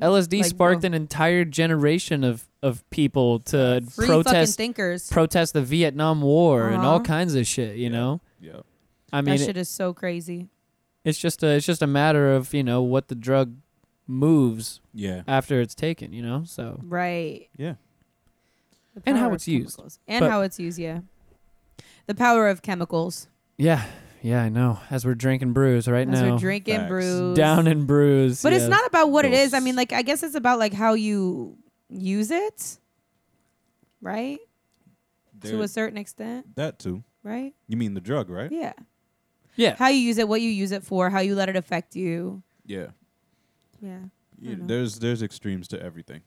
Speaker 3: fucking,
Speaker 4: LSD
Speaker 3: like,
Speaker 4: sparked
Speaker 3: bro,
Speaker 4: an entire generation of of people to
Speaker 3: free
Speaker 4: protest
Speaker 3: fucking thinkers.
Speaker 4: protest the Vietnam War and all
Speaker 3: Uh-huh.
Speaker 4: kinds of shit. You
Speaker 6: Yeah.
Speaker 4: know,
Speaker 6: yeah.
Speaker 4: I mean,
Speaker 3: that
Speaker 4: it-
Speaker 3: shit is so crazy.
Speaker 4: it's just a it's just a matter of you know what the drug moves
Speaker 6: Yeah.
Speaker 4: after it's taken. You know, so
Speaker 3: Right.
Speaker 6: Yeah.
Speaker 3: The
Speaker 4: And how
Speaker 3: power of
Speaker 4: it's used.
Speaker 3: chemicals. And
Speaker 4: But-
Speaker 3: how it's used, yeah. The power of chemicals.
Speaker 4: yeah, yeah, I know. As we're drinking brews right
Speaker 3: As
Speaker 4: now.
Speaker 3: we're drinking
Speaker 6: Facts.
Speaker 3: brews.
Speaker 4: down and bruised.
Speaker 3: But
Speaker 4: yeah.
Speaker 3: it's not about what it is. I
Speaker 6: Dose.
Speaker 3: mean, like I guess it's about like how you use it. Right?
Speaker 6: There-
Speaker 3: To a certain extent,
Speaker 6: that too.
Speaker 3: right?
Speaker 6: You mean the drug, right?
Speaker 3: Yeah.
Speaker 4: Yeah,
Speaker 3: How you use it, what you use it for, how you let it affect you.
Speaker 6: Yeah.
Speaker 3: Yeah.
Speaker 6: Yeah,
Speaker 3: know.
Speaker 6: There's there's extremes to everything.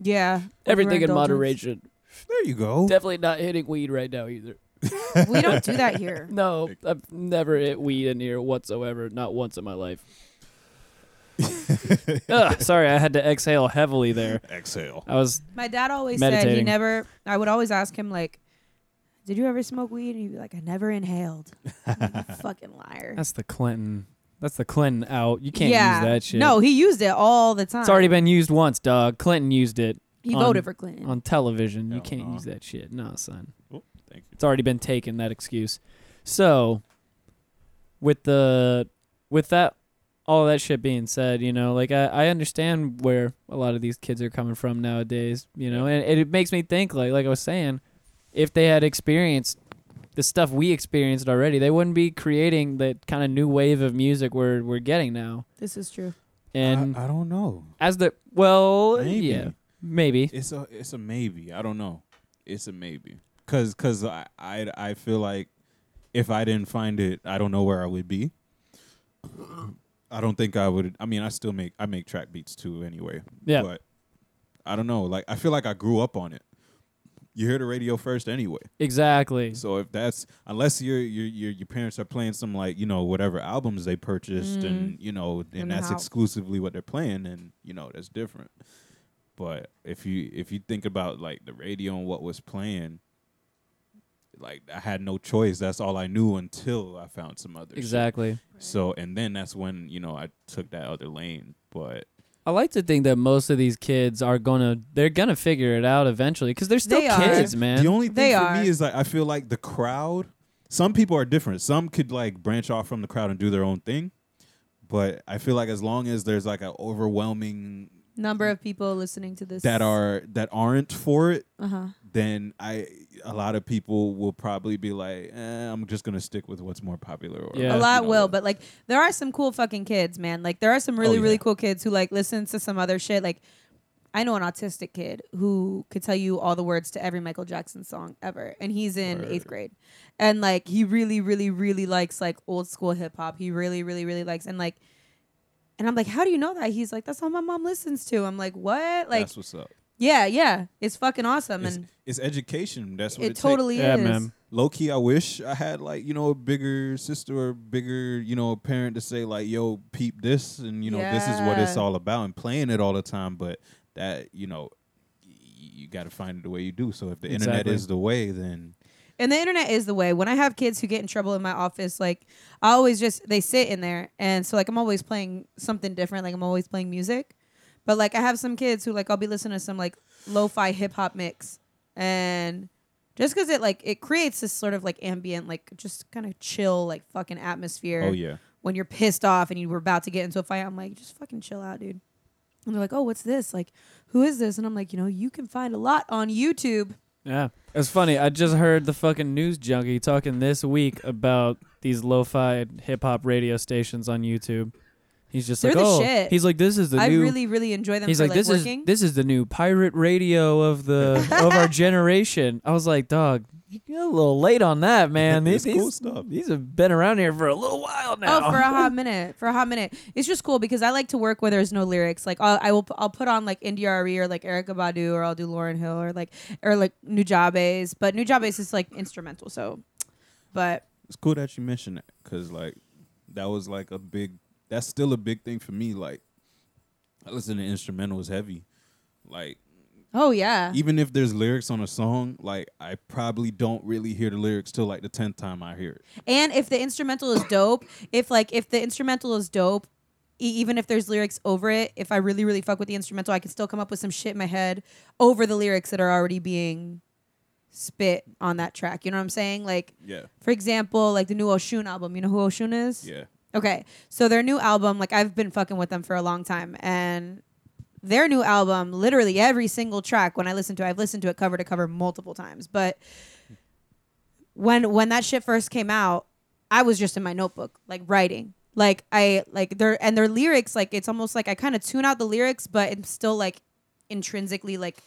Speaker 3: Yeah.
Speaker 4: everything in
Speaker 3: Overindulgence.
Speaker 4: moderation.
Speaker 6: There you go.
Speaker 4: Definitely not hitting weed right now either.
Speaker 3: [laughs] we don't do that here.
Speaker 4: No, I've never hit weed in here whatsoever. Not once in my life.
Speaker 6: [laughs]
Speaker 4: Ugh, sorry, I had to exhale heavily there.
Speaker 6: Exhale.
Speaker 4: I was
Speaker 3: My dad always said he
Speaker 4: Meditating.
Speaker 3: never. I would always ask him like, "Did you ever smoke weed?" And he'd be like, "I never
Speaker 4: [laughs]
Speaker 3: inhaled." I'm like, "You fucking liar.
Speaker 4: That's the Clinton. That's the Clinton out. You can't
Speaker 3: yeah.
Speaker 4: use that shit.
Speaker 3: No, he used it all the time.
Speaker 4: it's already been used once, dog. Clinton used it
Speaker 3: He
Speaker 4: on-
Speaker 3: voted for Clinton.
Speaker 4: on television. You
Speaker 6: Hell
Speaker 4: can't
Speaker 6: no.
Speaker 4: use that shit. No, son.
Speaker 6: Thank you.
Speaker 4: It's already been taken that excuse. So with the with that all that shit being said, you know, like I, I understand where a lot of these kids are coming from nowadays, you know, and, and it makes me think like like I was saying, if they had experienced the stuff we experienced already, they wouldn't be creating that kind of new wave of music we're we're getting now.
Speaker 3: this is true.
Speaker 4: And
Speaker 6: I, I don't know.
Speaker 4: as the well,
Speaker 6: Uh, Maybe.
Speaker 4: yeah, maybe.
Speaker 6: It's a it's a maybe. I don't know. It's a maybe. Cause cause I I, I feel like if I didn't find it, I don't know where I would be. [coughs] I don't think I would. I mean, I still make I make trap beats too anyway.
Speaker 4: Yeah.
Speaker 6: But I don't know. Like I feel like I grew up on it. You hear the radio first anyway.
Speaker 4: Exactly.
Speaker 6: So if that's unless your your your your parents are playing some like you know whatever albums they purchased and you know and,
Speaker 3: And
Speaker 6: that's
Speaker 3: how-
Speaker 6: exclusively what they're playing and you know that's different. But if you if you think about like the radio and what was playing, like I had no choice. That's all I knew until I found some other shit.
Speaker 4: Exactly.
Speaker 6: So and then that's when you know I took that other lane. But
Speaker 4: I like to think that most of these kids are gonna they're gonna figure it out eventually because they're still
Speaker 3: They are.
Speaker 4: kids, man.
Speaker 6: The only thing
Speaker 3: They
Speaker 6: for
Speaker 3: are.
Speaker 6: me is like I feel like the crowd. Some people are different. Some could like branch off from the crowd and do their own thing. But I feel like as long as there's like an overwhelming
Speaker 3: Number of people listening to this
Speaker 6: that are that aren't for it,
Speaker 3: Uh huh.
Speaker 6: then I a lot of people will probably be like, eh, I'm just gonna stick with what's more popular. Or
Speaker 4: Yeah.
Speaker 3: a lot
Speaker 6: you know,
Speaker 3: will, but like there are some cool fucking kids, man. Like there are some really
Speaker 6: yeah.
Speaker 3: really cool kids who like listen to some other shit. Like I know an autistic kid who could tell you all the words to every Michael Jackson song ever, and he's in eighth grade, and like he really really really likes like old school hip hop. He really really really likes and like. And I'm like, how do you know that? He's like, that's all my mom listens to. I'm like, what? Like,
Speaker 6: that's what's up.
Speaker 3: yeah, yeah, it's fucking awesome,
Speaker 6: It's,
Speaker 3: and
Speaker 6: it's education. That's what
Speaker 3: it
Speaker 6: it,
Speaker 3: totally
Speaker 4: Yeah,
Speaker 3: is.
Speaker 4: man.
Speaker 6: Low key, I wish I had like you know a bigger sister or bigger you know parent to say like, yo, peep this, and you know this is what it's
Speaker 3: Yeah.
Speaker 6: all about, and playing it all the time. But that you know, y- you got to find it the way you do. So if the internet
Speaker 4: Exactly.
Speaker 6: is the way, then
Speaker 3: And the internet is the way. When I have kids who get in trouble in my office, like I always just they sit in there, and so like I'm always playing something different. Like I'm always playing music, but like I have some kids who like I'll be listening to some like lo-fi hip hop mix, and just because it like it creates this sort of like ambient, like just kind of chill, like fucking atmosphere.
Speaker 6: oh yeah,
Speaker 3: When you're pissed off and you were about to get into a fight, I'm like, just fucking chill out, dude. And they're like, oh, what's this? Like, who is this? And I'm like, you know, you can find a lot on YouTube.
Speaker 4: Yeah. It's funny. I just heard the fucking news junkie talking this week about these lo-fi hip hop radio stations on YouTube. He's just
Speaker 3: They're
Speaker 4: like,
Speaker 3: the
Speaker 4: oh,
Speaker 3: shit.
Speaker 4: he's like, this is the
Speaker 3: I
Speaker 4: new.
Speaker 3: really, really enjoy them.
Speaker 4: he's
Speaker 3: for,
Speaker 4: like, this
Speaker 3: working.
Speaker 4: is this is the new pirate radio of the
Speaker 3: [laughs]
Speaker 4: of our generation. I was like, dog, you're a little late on that, man. These
Speaker 6: It's cool
Speaker 4: these-
Speaker 6: stuff.
Speaker 4: These have been around here for a little while now.
Speaker 3: Oh, for a hot minute. For a hot minute. It's just cool because I like to work where there's no lyrics. Like I'll, I will, I'll put on like NDRE E or like Erica Badu or I'll do Lauren Hill or like or like Nujabes. But Nujabes is like instrumental. So, but
Speaker 6: it's cool that you mentioned that because like that was like a big that's still a big thing for me like i listen to instrumentals heavy like
Speaker 3: oh yeah,
Speaker 6: even if there's lyrics on a song like i probably don't really hear the lyrics till like the 10th time i hear it
Speaker 3: and if the instrumental is dope, if like if the instrumental is dope. e- Even if there's lyrics over it, if I really, really fuck with the instrumental, I can still come up with some shit in my head over the lyrics that are already being spit on that track. You know what I'm saying? Like,
Speaker 6: yeah
Speaker 3: for example, like the new Oshun album. You know who Oshun is?
Speaker 6: yeah
Speaker 3: Okay. So their new album, like I've been fucking with them for a long time and their new album, literally every single track when I listen to it, I've listened to it cover to cover multiple times, but when when that shit first came out, I was just in my notebook like writing. Like I like their and their lyrics like it's almost like I kind of tune out the lyrics but I'm still like intrinsically like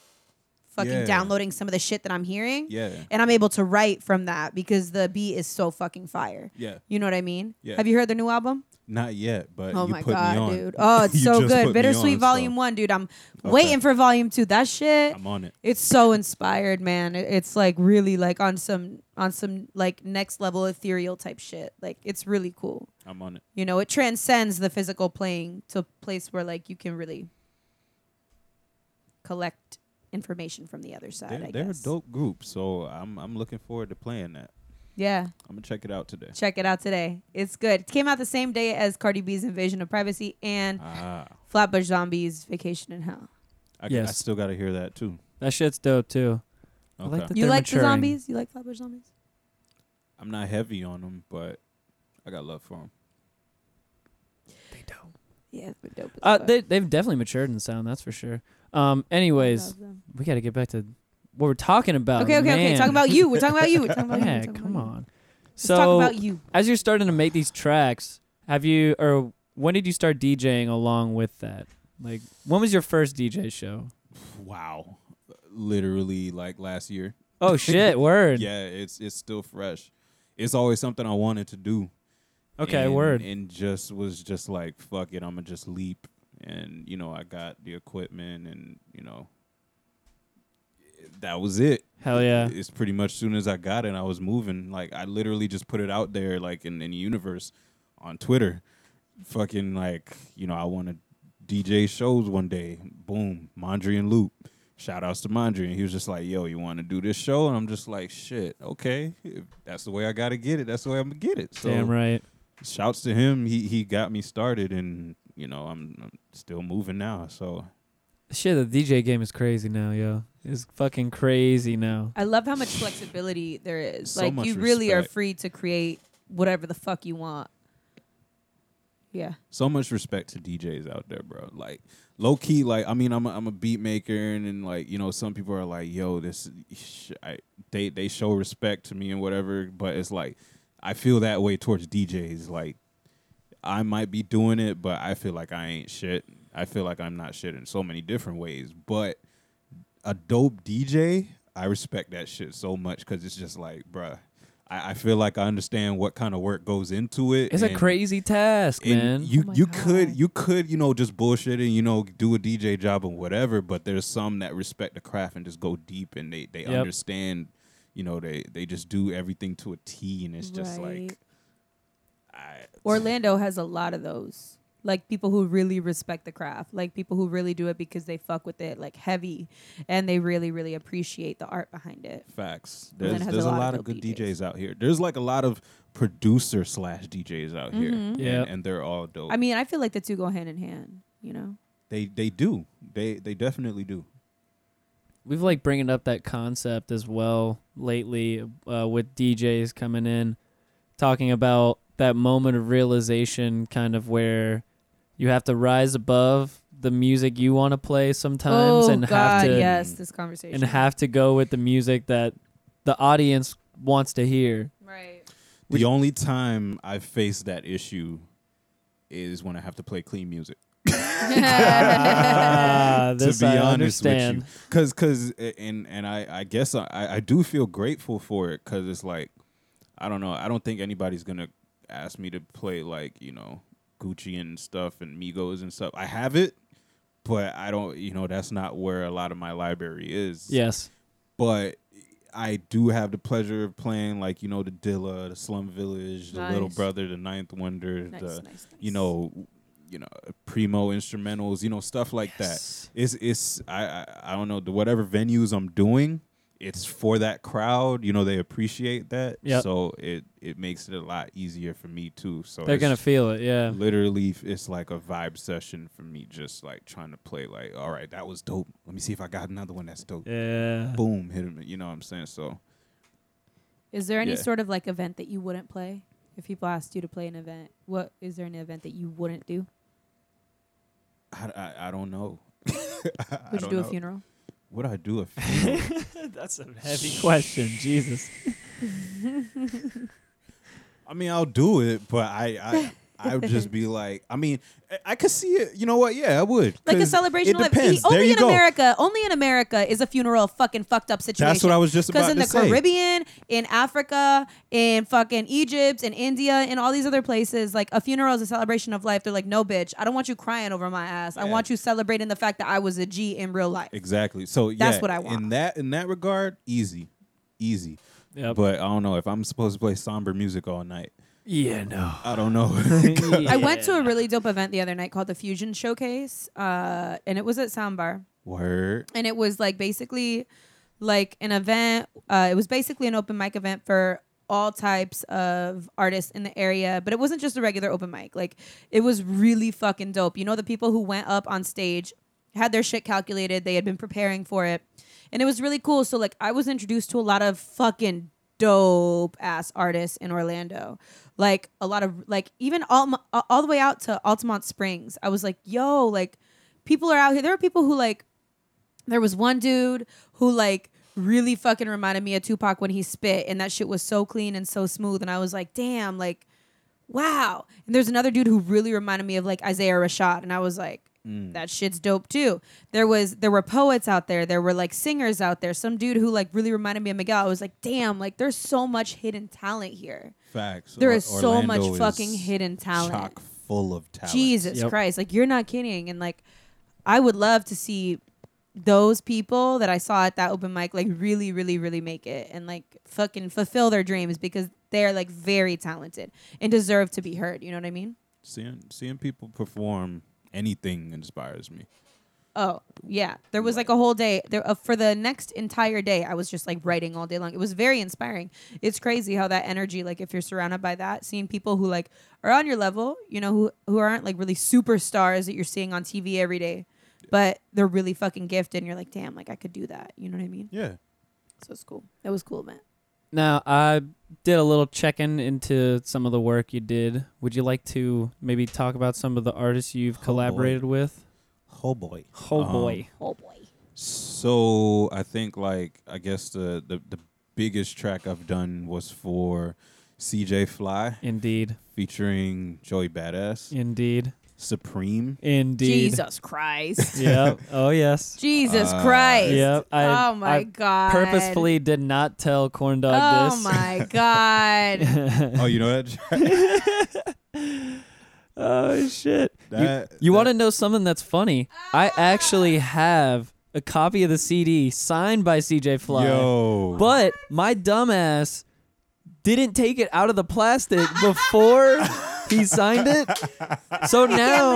Speaker 3: fucking
Speaker 6: Yeah.
Speaker 3: downloading some of the shit that I'm hearing.
Speaker 6: yeah
Speaker 3: And I'm able to write from that because the beat is so fucking fire.
Speaker 6: yeah
Speaker 3: You know what I mean?
Speaker 6: Yeah.
Speaker 3: Have you heard their new album?
Speaker 6: not yet but
Speaker 3: Oh
Speaker 6: you
Speaker 3: my
Speaker 6: put me
Speaker 3: god,
Speaker 6: on [laughs]
Speaker 3: dude! Oh, it's
Speaker 6: You
Speaker 3: so
Speaker 6: just put
Speaker 3: good.
Speaker 6: me
Speaker 3: Bittersweet
Speaker 6: on, so
Speaker 3: Volume One, dude. I'm waiting for Volume Two. That shit,
Speaker 6: i'm on it
Speaker 3: it's so inspired, man. It- It's like really like on some on some like next level ethereal type shit. Like it's really cool.
Speaker 6: i'm on it
Speaker 3: You know, it transcends the physical playing to a place where like you can really collect information from the other side.
Speaker 6: they're,
Speaker 3: I
Speaker 6: they're a
Speaker 3: guess.
Speaker 6: dope group so i'm i'm looking forward to playing that
Speaker 3: Yeah.
Speaker 6: i'm gonna check it out today
Speaker 3: Check it out today. It's good. It came out the same day as Cardi B's Invasion of Privacy and
Speaker 6: ah
Speaker 3: Flatbush Zombies Vacation in Hell.
Speaker 6: i, g- I
Speaker 4: Yes.
Speaker 6: still gotta hear that too
Speaker 4: that shit's dope too. I
Speaker 6: okay
Speaker 4: like that
Speaker 3: You
Speaker 4: they're
Speaker 3: like the
Speaker 4: maturing.
Speaker 3: zombies? You like Flatbush Zombies?
Speaker 6: i'm not heavy on them but i got love for them
Speaker 4: They don't.
Speaker 3: Yeah, it's been dope. as
Speaker 4: Uh,
Speaker 3: fuck.
Speaker 4: they they've definitely matured in sound. That's for sure. Um. Anyways,
Speaker 3: Love them.
Speaker 4: we got to get back to what we're talking about.
Speaker 3: Okay, okay, okay.
Speaker 4: man.
Speaker 3: Talking about you. We're talking about you. We're talking about you. We're
Speaker 4: yeah,
Speaker 3: talking
Speaker 4: come
Speaker 3: about you.
Speaker 4: on.
Speaker 3: Let's talk
Speaker 4: So
Speaker 3: about you.
Speaker 4: as you're starting to make these tracks, have you or when did you start DJing along with that? Like when was your first DJ
Speaker 6: [laughs]
Speaker 4: show?
Speaker 6: Wow. Literally like last year.
Speaker 4: Oh shit, word.
Speaker 6: Yeah, it's it's still fresh. It's always something I wanted to do.
Speaker 4: Okay,
Speaker 6: And-
Speaker 4: word.
Speaker 6: And just was just like, fuck it, I'm gonna just leap. And you know, I got the equipment and you know that was it.
Speaker 4: Hell yeah.
Speaker 6: It's pretty much soon as I got it, I was moving. Like I literally just put it out there like in, in the universe on Twitter. Fucking like, you know, I wanna DJ shows one day. Boom, Mondrian Loop. Shout outs to Mondrian. He was just like, yo, you wanna do this show? And I'm just like, shit, okay. If that's the way I gotta get it, that's the way I'm gonna get it. So
Speaker 4: Damn right.
Speaker 6: shouts to him. He he got me started and you know, I'm, I'm still moving now. So
Speaker 4: Shit, the DJ game is crazy now, yo. It's fucking crazy now.
Speaker 3: I love how much flexibility there is.
Speaker 6: So
Speaker 3: like
Speaker 6: much
Speaker 3: you really are
Speaker 6: respect.
Speaker 3: free to create whatever the fuck you want. Yeah.
Speaker 6: So much respect to DJs out there, bro. Like low key, like I mean, I'm a, I'm a beat maker, and, and like you know, some people are like, "Yo, this," sh- I, they they show respect to me and whatever, but it's like I feel that way towards DJs. Like I might be doing it, but I feel like I ain't shit. I feel like I'm not shit in so many different ways, but a dope DJ, I respect that shit so much because it's just like, bruh, I, I feel like I understand what kind of work goes into it.
Speaker 4: It's a
Speaker 6: and-
Speaker 4: crazy task, man.
Speaker 6: and you
Speaker 3: Oh my
Speaker 6: you
Speaker 3: God.
Speaker 6: could you could you know just bullshit and you know do a DJ job and whatever, but there's some that respect the craft and just go deep and they they
Speaker 4: Yep.
Speaker 6: understand, you know they they just do everything to a T and it's just
Speaker 3: Right.
Speaker 6: like, I,
Speaker 3: Orlando has a lot of those. Like people who really respect the craft, like people who really do it because they fuck with it, like heavy, and they really, really appreciate the art behind it.
Speaker 6: Facts.
Speaker 3: then
Speaker 6: There's,
Speaker 3: it has
Speaker 6: there's a lot, of
Speaker 3: dope
Speaker 6: good
Speaker 3: DJs.
Speaker 6: DJs. out here. There's like a lot of producer slash DJs out here,
Speaker 3: Mm-hmm.
Speaker 6: and,
Speaker 4: Yep.
Speaker 6: and they're all dope.
Speaker 3: I mean, I feel like the two go hand in hand, you know?
Speaker 6: they they do. They they definitely do.
Speaker 4: We've like bringing up that concept as well lately uh, with DJs coming in, talking about that moment of realization, kind of where you have to rise above the music you want to play sometimes,
Speaker 3: oh
Speaker 4: and
Speaker 3: God,
Speaker 4: have to
Speaker 3: yes, this conversation.
Speaker 4: and have to go with the music that the audience wants to hear.
Speaker 3: right. [laughs]
Speaker 6: The only time I've faced that issue is when I have to play clean music.
Speaker 4: [laughs]
Speaker 6: [laughs]
Speaker 4: Ah, this
Speaker 6: to be
Speaker 4: I
Speaker 6: honest
Speaker 4: understand.
Speaker 6: with you, because because and and I I guess I I do feel grateful for it because it's like I don't know I don't think anybody's gonna ask me to play like you know Gucci and stuff and Migos and stuff. I have it, but I don't you know that's not where a lot of my library is.
Speaker 4: Yes.
Speaker 6: but. I do have the pleasure of playing, like you know, the Dilla, the Slum Village, the Little
Speaker 3: Nice.
Speaker 6: Brother, the Ninth Wonder,
Speaker 3: Nice,
Speaker 6: the
Speaker 3: nice, nice.
Speaker 6: uh, you know, you know, primo instrumentals, you know, stuff like
Speaker 4: Yes.
Speaker 6: that. It's it's I, I I don't know the whatever venues I'm doing, it's for that crowd. You know, they appreciate that.
Speaker 4: Yep.
Speaker 6: So it it makes it a lot easier for me too. So
Speaker 4: They're
Speaker 6: it's
Speaker 4: gonna feel it, yeah.
Speaker 6: literally it's like a vibe session for me, just like trying to play like, all right, that was dope. Let me see if I got another one that's dope.
Speaker 4: Yeah.
Speaker 6: Boom, hit him. You know what I'm saying? So
Speaker 3: Is there any
Speaker 6: Yeah.
Speaker 3: sort of like event that you wouldn't play? If people asked you to play an event, what is there an event that you wouldn't do?
Speaker 6: I I, I don't know. [laughs] I
Speaker 3: Would you
Speaker 6: don't
Speaker 3: do a
Speaker 6: know.
Speaker 3: funeral?
Speaker 6: Would I do a [laughs] funeral?
Speaker 4: [laughs] That's a heavy question, Jesus.
Speaker 6: I mean, I'll do it, but I, I, I would
Speaker 3: [laughs]
Speaker 6: just be like, I mean, I- I could see it. You know what? Yeah, I would.
Speaker 3: Like a
Speaker 6: 'Cause
Speaker 3: celebration
Speaker 6: It
Speaker 3: of
Speaker 6: depends.
Speaker 3: only
Speaker 6: there you
Speaker 3: in
Speaker 6: go.
Speaker 3: America. Only in America is a funeral a fucking fucked up situation.
Speaker 6: That's what I was just
Speaker 3: Because
Speaker 6: about
Speaker 3: in
Speaker 6: to
Speaker 3: the
Speaker 6: say.
Speaker 3: Caribbean, in Africa, in fucking Egypt, in India, and all these other places, like a funeral is a celebration of life. They're like, no, bitch, I don't want you crying over my ass. I
Speaker 6: Yeah.
Speaker 3: want you celebrating the fact that I was a G in real life.
Speaker 6: Exactly. So
Speaker 3: That's
Speaker 6: yeah,
Speaker 3: what I want.
Speaker 6: In that in that regard, easy, easy.
Speaker 4: Yep.
Speaker 6: But I don't know if I'm supposed to play somber music all night.
Speaker 4: yeah, no.
Speaker 6: I don't know. [laughs]
Speaker 3: I went to a really dope event the other night called the Fusion Showcase, uh, and it was at Soundbar.
Speaker 6: Word.
Speaker 3: and it was like basically like an event uh, it was basically an open mic event for all types of artists in the area but it wasn't just a regular open mic like it was really fucking dope you know the people who went up on stage had their shit calculated they had been preparing for it and it was really cool so like i was introduced to a lot of fucking dope ass artists in orlando like a lot of like even all, all the way out to altamont springs i was like yo like people are out here there are people who like there was one dude who like really fucking reminded me of Tupac when he spit, and that shit was so clean and so smooth. And I was like, damn, like, wow. And there's another dude who really reminded me of like Isaiah Rashad, and I was like, that shit's dope too. There was there were poets out there, there were like singers out there. Some dude who like really reminded me of Miguel. I was like, damn, like there's so much hidden talent here.
Speaker 6: Facts.
Speaker 3: There
Speaker 6: Or-
Speaker 3: is so much
Speaker 6: Orlando is
Speaker 3: fucking hidden talent.
Speaker 6: Chock full of talent.
Speaker 3: Jesus
Speaker 4: Yep.
Speaker 3: Christ. Like you're not kidding. And like I would love to see those people that I saw at that open mic like really, really, really make it and like fucking fulfill their dreams because they're like very talented and deserve to be heard. You know what I mean?
Speaker 6: Seeing seeing people perform anything inspires me.
Speaker 3: Oh yeah, there was like a whole day there uh, for the next entire day. I was just like writing all day long. It was very inspiring. It's crazy how that energy, like if you're surrounded by that, seeing people who like are on your level, you know, who who aren't like really superstars that you're seeing on TV every day, but they're really fucking gifted, and you're like, damn, like I could do that. You know what I mean?
Speaker 6: Yeah.
Speaker 3: So it's cool. It was a cool event.
Speaker 4: Now, I did a little checking into some of the work you did. Would you like to maybe talk about some of the artists you've collaborated with?
Speaker 2: Oh boy.
Speaker 4: Oh
Speaker 6: Um,
Speaker 4: boy.
Speaker 3: Oh boy.
Speaker 6: So I think like I guess the the, the biggest track I've done was for CJ Fly
Speaker 4: Um, Indeed.
Speaker 6: featuring Joey Badass
Speaker 4: Indeed. [laughs]
Speaker 6: Supreme.
Speaker 4: Indeed.
Speaker 3: Jesus Christ.
Speaker 4: Yep. Oh yes.
Speaker 3: [laughs] Jesus
Speaker 6: Uh,
Speaker 3: Christ.
Speaker 4: Yep. I,
Speaker 3: oh my
Speaker 4: I
Speaker 3: god.
Speaker 4: purposefully did not tell corn dog
Speaker 3: Oh
Speaker 4: this.
Speaker 3: my god.
Speaker 6: oh, you know that track?
Speaker 4: [laughs] oh shit.
Speaker 6: That-
Speaker 4: you you
Speaker 6: that-
Speaker 4: want to know something that's funny?
Speaker 3: Ah.
Speaker 4: I actually have a copy of the CD signed by CJ Fly.
Speaker 6: Yo.
Speaker 4: But my dumbass didn't take it out of the plastic before he signed it.
Speaker 6: [laughs]
Speaker 4: So now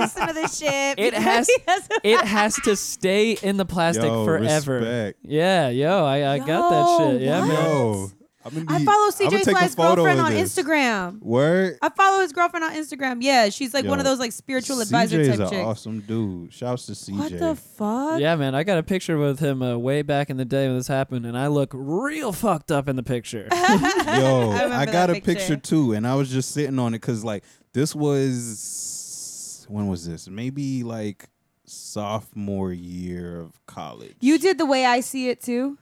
Speaker 3: [laughs] Listen to this shit. [laughs]
Speaker 4: It
Speaker 3: because
Speaker 4: has-
Speaker 3: he doesn't-
Speaker 4: it has to stay in the plastic
Speaker 6: Yo,
Speaker 4: forever.
Speaker 6: respect.
Speaker 4: Yeah, yo, I, I got that
Speaker 3: Yo,
Speaker 4: shit. Yeah,
Speaker 3: what?
Speaker 4: man.
Speaker 6: Yo. I'm gonna
Speaker 3: I
Speaker 6: need-
Speaker 3: follow
Speaker 6: I'ma
Speaker 3: CJ
Speaker 6: take a
Speaker 3: Fly's
Speaker 6: photo
Speaker 3: girlfriend
Speaker 6: of
Speaker 3: on
Speaker 6: this.
Speaker 3: Instagram.
Speaker 6: Word.
Speaker 3: I follow his girlfriend on Instagram. Yeah, she's like one of
Speaker 6: Yo,
Speaker 3: those like spiritual
Speaker 6: CJ
Speaker 3: advisor
Speaker 6: is
Speaker 3: type
Speaker 6: an
Speaker 3: chicks.
Speaker 6: awesome dude. Shouts to CJ.
Speaker 3: What the fuck?
Speaker 4: Yeah, man. I got a picture with him uh, way back in the day when this happened, and I look real fucked up in
Speaker 3: [laughs]
Speaker 4: the picture.
Speaker 6: Yo,
Speaker 3: I remember
Speaker 6: I, got
Speaker 3: that
Speaker 6: a picture
Speaker 3: picture.
Speaker 6: too, and I was just sitting on it because like this was when was this? Maybe like sophomore year of college.
Speaker 3: You did the way I see it too.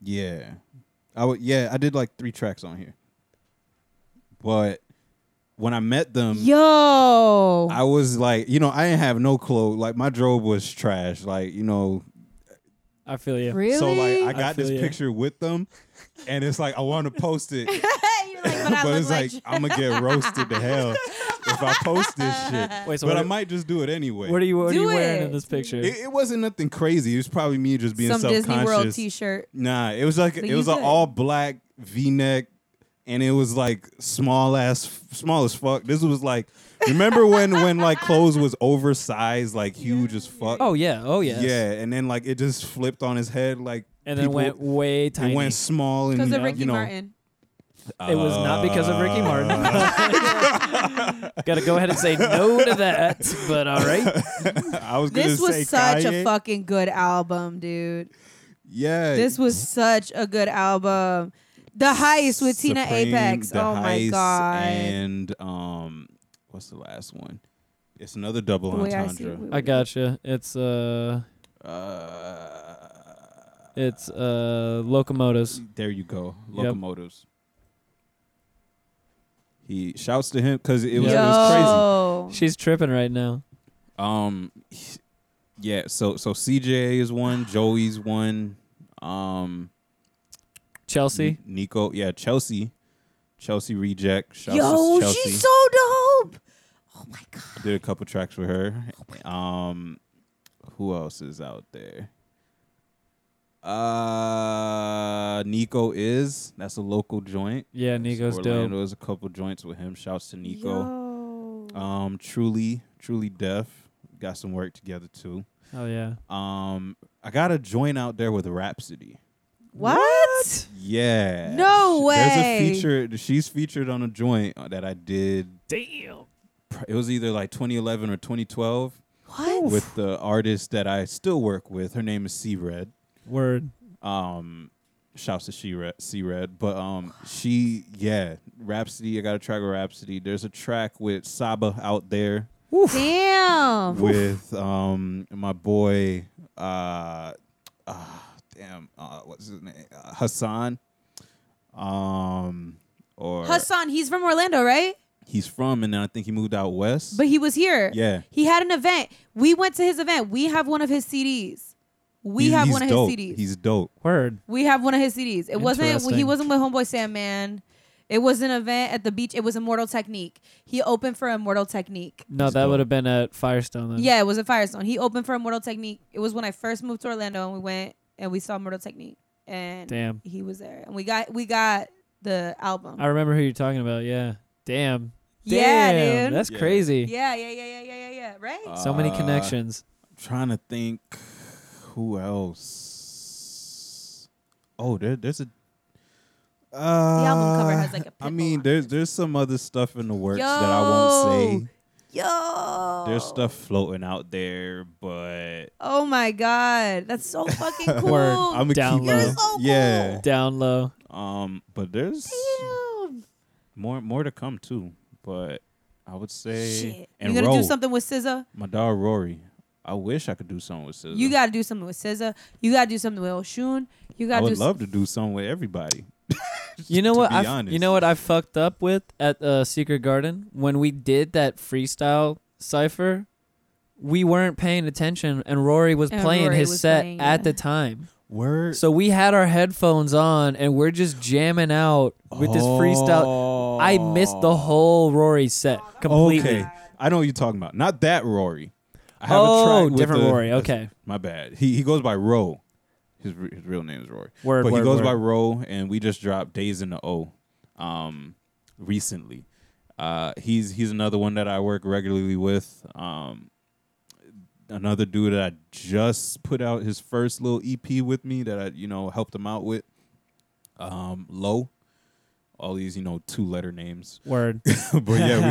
Speaker 6: Yeah, I would. Yeah, I did like three tracks on here, but when I met them,
Speaker 3: Yo.
Speaker 6: I was like, you know, I didn't have no clue. Like my drobe was trash. Like you know,
Speaker 4: I feel you.
Speaker 3: really?
Speaker 6: so like I got
Speaker 4: feel
Speaker 6: this
Speaker 4: ya.
Speaker 6: picture with them, and it's like I want to post it.
Speaker 3: You're like, [laughs] but I
Speaker 6: [laughs] but
Speaker 3: look
Speaker 6: it's like,
Speaker 3: like
Speaker 6: I'm gonna get roasted to hell if I post
Speaker 3: [laughs]
Speaker 6: this shit.
Speaker 4: Wait, so
Speaker 6: but
Speaker 4: what,
Speaker 6: I
Speaker 4: are,
Speaker 6: might just do it anyway.
Speaker 4: what are you, what are
Speaker 3: Do
Speaker 4: you wearing
Speaker 3: it.
Speaker 4: in this picture?
Speaker 6: it, it wasn't nothing crazy. It was probably me just being
Speaker 3: some
Speaker 6: self-conscious.
Speaker 3: Disney World T-shirt.
Speaker 6: Nah, it was like
Speaker 3: But
Speaker 6: it
Speaker 3: you
Speaker 6: was an
Speaker 3: good.
Speaker 6: all black V-neck, and it was like small ass, small as fuck. This was like, remember when when like clothes was
Speaker 3: [laughs]
Speaker 6: oversized, like huge as fuck.
Speaker 4: oh, yeah. Oh, yes.
Speaker 6: Yeah, and then like it just flipped on his head, like
Speaker 4: And then
Speaker 6: people-
Speaker 4: went way tiny.
Speaker 6: It went small and
Speaker 3: Because
Speaker 6: you
Speaker 3: of
Speaker 6: know,
Speaker 3: Ricky
Speaker 6: you know,
Speaker 3: Martin.
Speaker 4: It was not because of Ricky [laughs] Martin. Got to go ahead and say no to that. But all right.
Speaker 6: I was gonna
Speaker 3: This
Speaker 6: say
Speaker 3: was such
Speaker 6: Kanye.
Speaker 3: a fucking good album, dude.
Speaker 6: Yeah,
Speaker 3: This was such a good album. The Heist with Tina
Speaker 6: Supreme,
Speaker 3: Apex.
Speaker 6: The
Speaker 3: Oh my
Speaker 6: Heist,
Speaker 3: god.
Speaker 6: And um, what's the last one? It's another double
Speaker 3: The way I see
Speaker 6: entendre.
Speaker 3: it.
Speaker 4: I gotcha. It's uh,
Speaker 6: Uh,
Speaker 4: it's uh, locomotives.
Speaker 6: there you go,
Speaker 4: Yep.
Speaker 6: locomotives. He shouts to him because it was, it was
Speaker 3: Yo.
Speaker 4: She's tripping right now.
Speaker 6: crazy. Um, he- yeah. So so CJ is one, Joey's one. Um,
Speaker 4: Chelsea.
Speaker 6: Nico, yeah, Chelsea, Chelsea reject. Shouts
Speaker 3: Yo,
Speaker 6: to Chelsea.
Speaker 3: she's so dope. Oh my god.
Speaker 6: did a couple tracks with her. Um, who else is out there? Uh, Nico is that's a local joint.
Speaker 4: Yeah, Nico's
Speaker 6: Orlando
Speaker 4: dope.
Speaker 6: is a couple joints with him. Shouts to Nico.
Speaker 3: Yo.
Speaker 6: Um, truly, truly deaf. Got some work together too.
Speaker 4: Oh yeah.
Speaker 6: Um, I got a joint out there with Rhapsody.
Speaker 3: what?
Speaker 6: Yeah.
Speaker 3: No
Speaker 6: Sh-
Speaker 3: way.
Speaker 6: There's a feature. She's featured on a joint that I did.
Speaker 4: Damn.
Speaker 6: pr- It was either like 2011 or 2012.
Speaker 3: What?
Speaker 6: with the artist that I still work with. Her name is C Red.
Speaker 4: Word.
Speaker 6: Um, shouts to She Red, C Red. But um, she yeah, Rhapsody. I got a track with Rhapsody. There's a track with Saba out there
Speaker 3: Damn.
Speaker 6: with um my boy uh, uh damn uh what's his name uh, Hassan um or
Speaker 3: Hassan, he's from Orlando, right?
Speaker 6: he's from and then I think he moved out west.
Speaker 3: But he was here.
Speaker 6: Yeah.
Speaker 3: He had an event. We went to his event. We have one of his CDs. We
Speaker 6: He's-
Speaker 3: have
Speaker 6: he's
Speaker 3: one of
Speaker 6: dope.
Speaker 3: his CDs.
Speaker 6: He's dope.
Speaker 4: Word.
Speaker 3: we have one of his CDs. It wasn't he
Speaker 4: Interesting.
Speaker 3: wasn't with Homeboy Sam man. It was an event at the beach. It was Immortal Technique. He opened for Immortal Technique.
Speaker 4: No, that would have been at Firestone
Speaker 6: Mm.
Speaker 4: then.
Speaker 3: Yeah, it was at Firestone. He opened for Immortal Technique. It was when I first moved to Orlando and we went and we saw Immortal Technique and
Speaker 4: Damn.
Speaker 3: he was there. And we got we got the album.
Speaker 4: I remember who you're talking about. Yeah. Damn.
Speaker 3: Yeah,
Speaker 4: Damn,
Speaker 3: dude.
Speaker 4: That's
Speaker 6: Yeah.
Speaker 4: crazy.
Speaker 3: Yeah, yeah, yeah, yeah, yeah, yeah, yeah. Right?
Speaker 4: So many
Speaker 6: Uh,
Speaker 4: connections.
Speaker 6: trying to think who else. Oh, there, there's a. Uh, the
Speaker 3: album cover has, like, a
Speaker 6: I
Speaker 3: pitbull
Speaker 6: mean,
Speaker 3: on
Speaker 6: there's there's some other stuff in the works that I won't say.
Speaker 3: Yo.
Speaker 6: There's stuff floating out there, but
Speaker 3: Oh
Speaker 4: [laughs]
Speaker 3: my god. That's so fucking cool.
Speaker 4: Word.
Speaker 3: Oh,
Speaker 6: I'm gonna
Speaker 4: Down
Speaker 6: keep
Speaker 4: low.
Speaker 6: it-
Speaker 4: You're
Speaker 3: so
Speaker 6: Yeah.
Speaker 3: cool.
Speaker 4: Down low.
Speaker 6: Um, but there's more more to come too. But I would say
Speaker 3: Shit.
Speaker 6: and
Speaker 3: you gonna
Speaker 6: Ro,
Speaker 3: do something with SZA?
Speaker 6: my dog Rory. I wish I could do something with SZA.
Speaker 3: You gotta do something with SZA. You gotta do something with Oshun. You
Speaker 6: I
Speaker 3: gotta do something.
Speaker 6: would love to do something with everybody.
Speaker 4: You know what?
Speaker 6: be
Speaker 4: I f-
Speaker 6: honest.
Speaker 4: you know what I fucked up with at uh, Secret Garden when we did that freestyle cipher. We weren't paying attention, and Rory was
Speaker 3: And
Speaker 4: playing
Speaker 3: Rory
Speaker 4: his
Speaker 3: was
Speaker 4: set
Speaker 3: playing,
Speaker 4: at
Speaker 3: yeah.
Speaker 4: the time.
Speaker 6: Word.
Speaker 4: So we had our headphones on, and we're just jamming out with this freestyle. I missed the whole Rory set completely.
Speaker 6: Oh. Okay, I know what you're talking about. Not that Rory. I have
Speaker 4: Oh,
Speaker 6: a track with
Speaker 4: different
Speaker 6: the-
Speaker 4: Rory, okay.
Speaker 6: my bad. He he goes by Ro. His re- his real name is Rory.
Speaker 4: Word,
Speaker 6: but
Speaker 4: word,
Speaker 6: he goes
Speaker 4: word.
Speaker 6: by Ro, and we just dropped Days in the O, um, recently. Uh, he's he's another one that I work regularly with. Um, another dude that I just put out his first little EP with me that I you know helped him out with. Um, Low. All these you know two letter names. [laughs]
Speaker 4: Word.
Speaker 6: but yeah,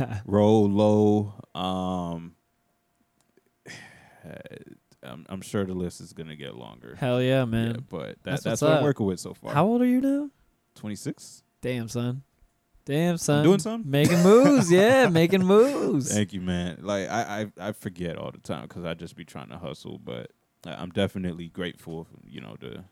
Speaker 6: we got
Speaker 4: [laughs]
Speaker 6: roll low. Um, [sighs] I'm, I'm sure the list is gonna get longer.
Speaker 4: Hell yeah, man.
Speaker 6: Yeah, but that,
Speaker 4: That's
Speaker 6: that's,
Speaker 4: what's
Speaker 6: what
Speaker 4: up.
Speaker 6: I'm working with so far.
Speaker 4: How old are you now?
Speaker 6: 26.
Speaker 4: Damn son. Damn son.
Speaker 6: doing something.
Speaker 4: Making moves. Yeah,
Speaker 6: [laughs]
Speaker 4: making moves.
Speaker 6: Thank you, man. Like I, I, I forget all the time because I just be trying to hustle. But I- I'm definitely grateful, you know, to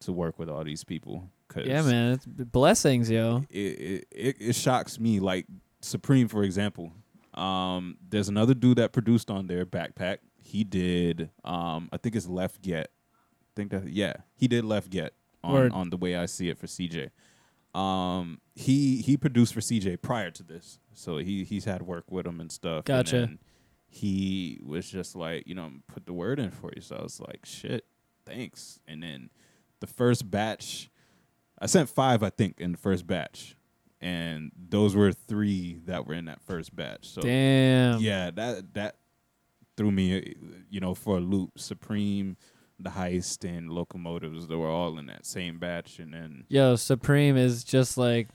Speaker 6: to work with all these people. Cause
Speaker 4: Yeah, man. It's b- blessings, yo.
Speaker 6: it, it, it, it shocks me. Like Supreme, for example, um, there's another dude that produced on their backpack. He did, um, I think it's Left Get. I think that yeah, he did Left Get on,
Speaker 4: Word.
Speaker 6: on the way I see it for CJ. Um, he he produced for CJ prior to this, so he he's had work with him and stuff. and
Speaker 4: Gotcha.
Speaker 6: then he was just like, you know, put the word in for you. So I was like, shit, thanks. And then the first batch, I sent five, I think, in the first batch, and those were three that were in that first batch. So
Speaker 4: Damn.
Speaker 6: yeah, that that threw me, you know, for a loop. Supreme, the heist, and locomotives they were all in that same batch, and then
Speaker 4: Yo, Supreme is just like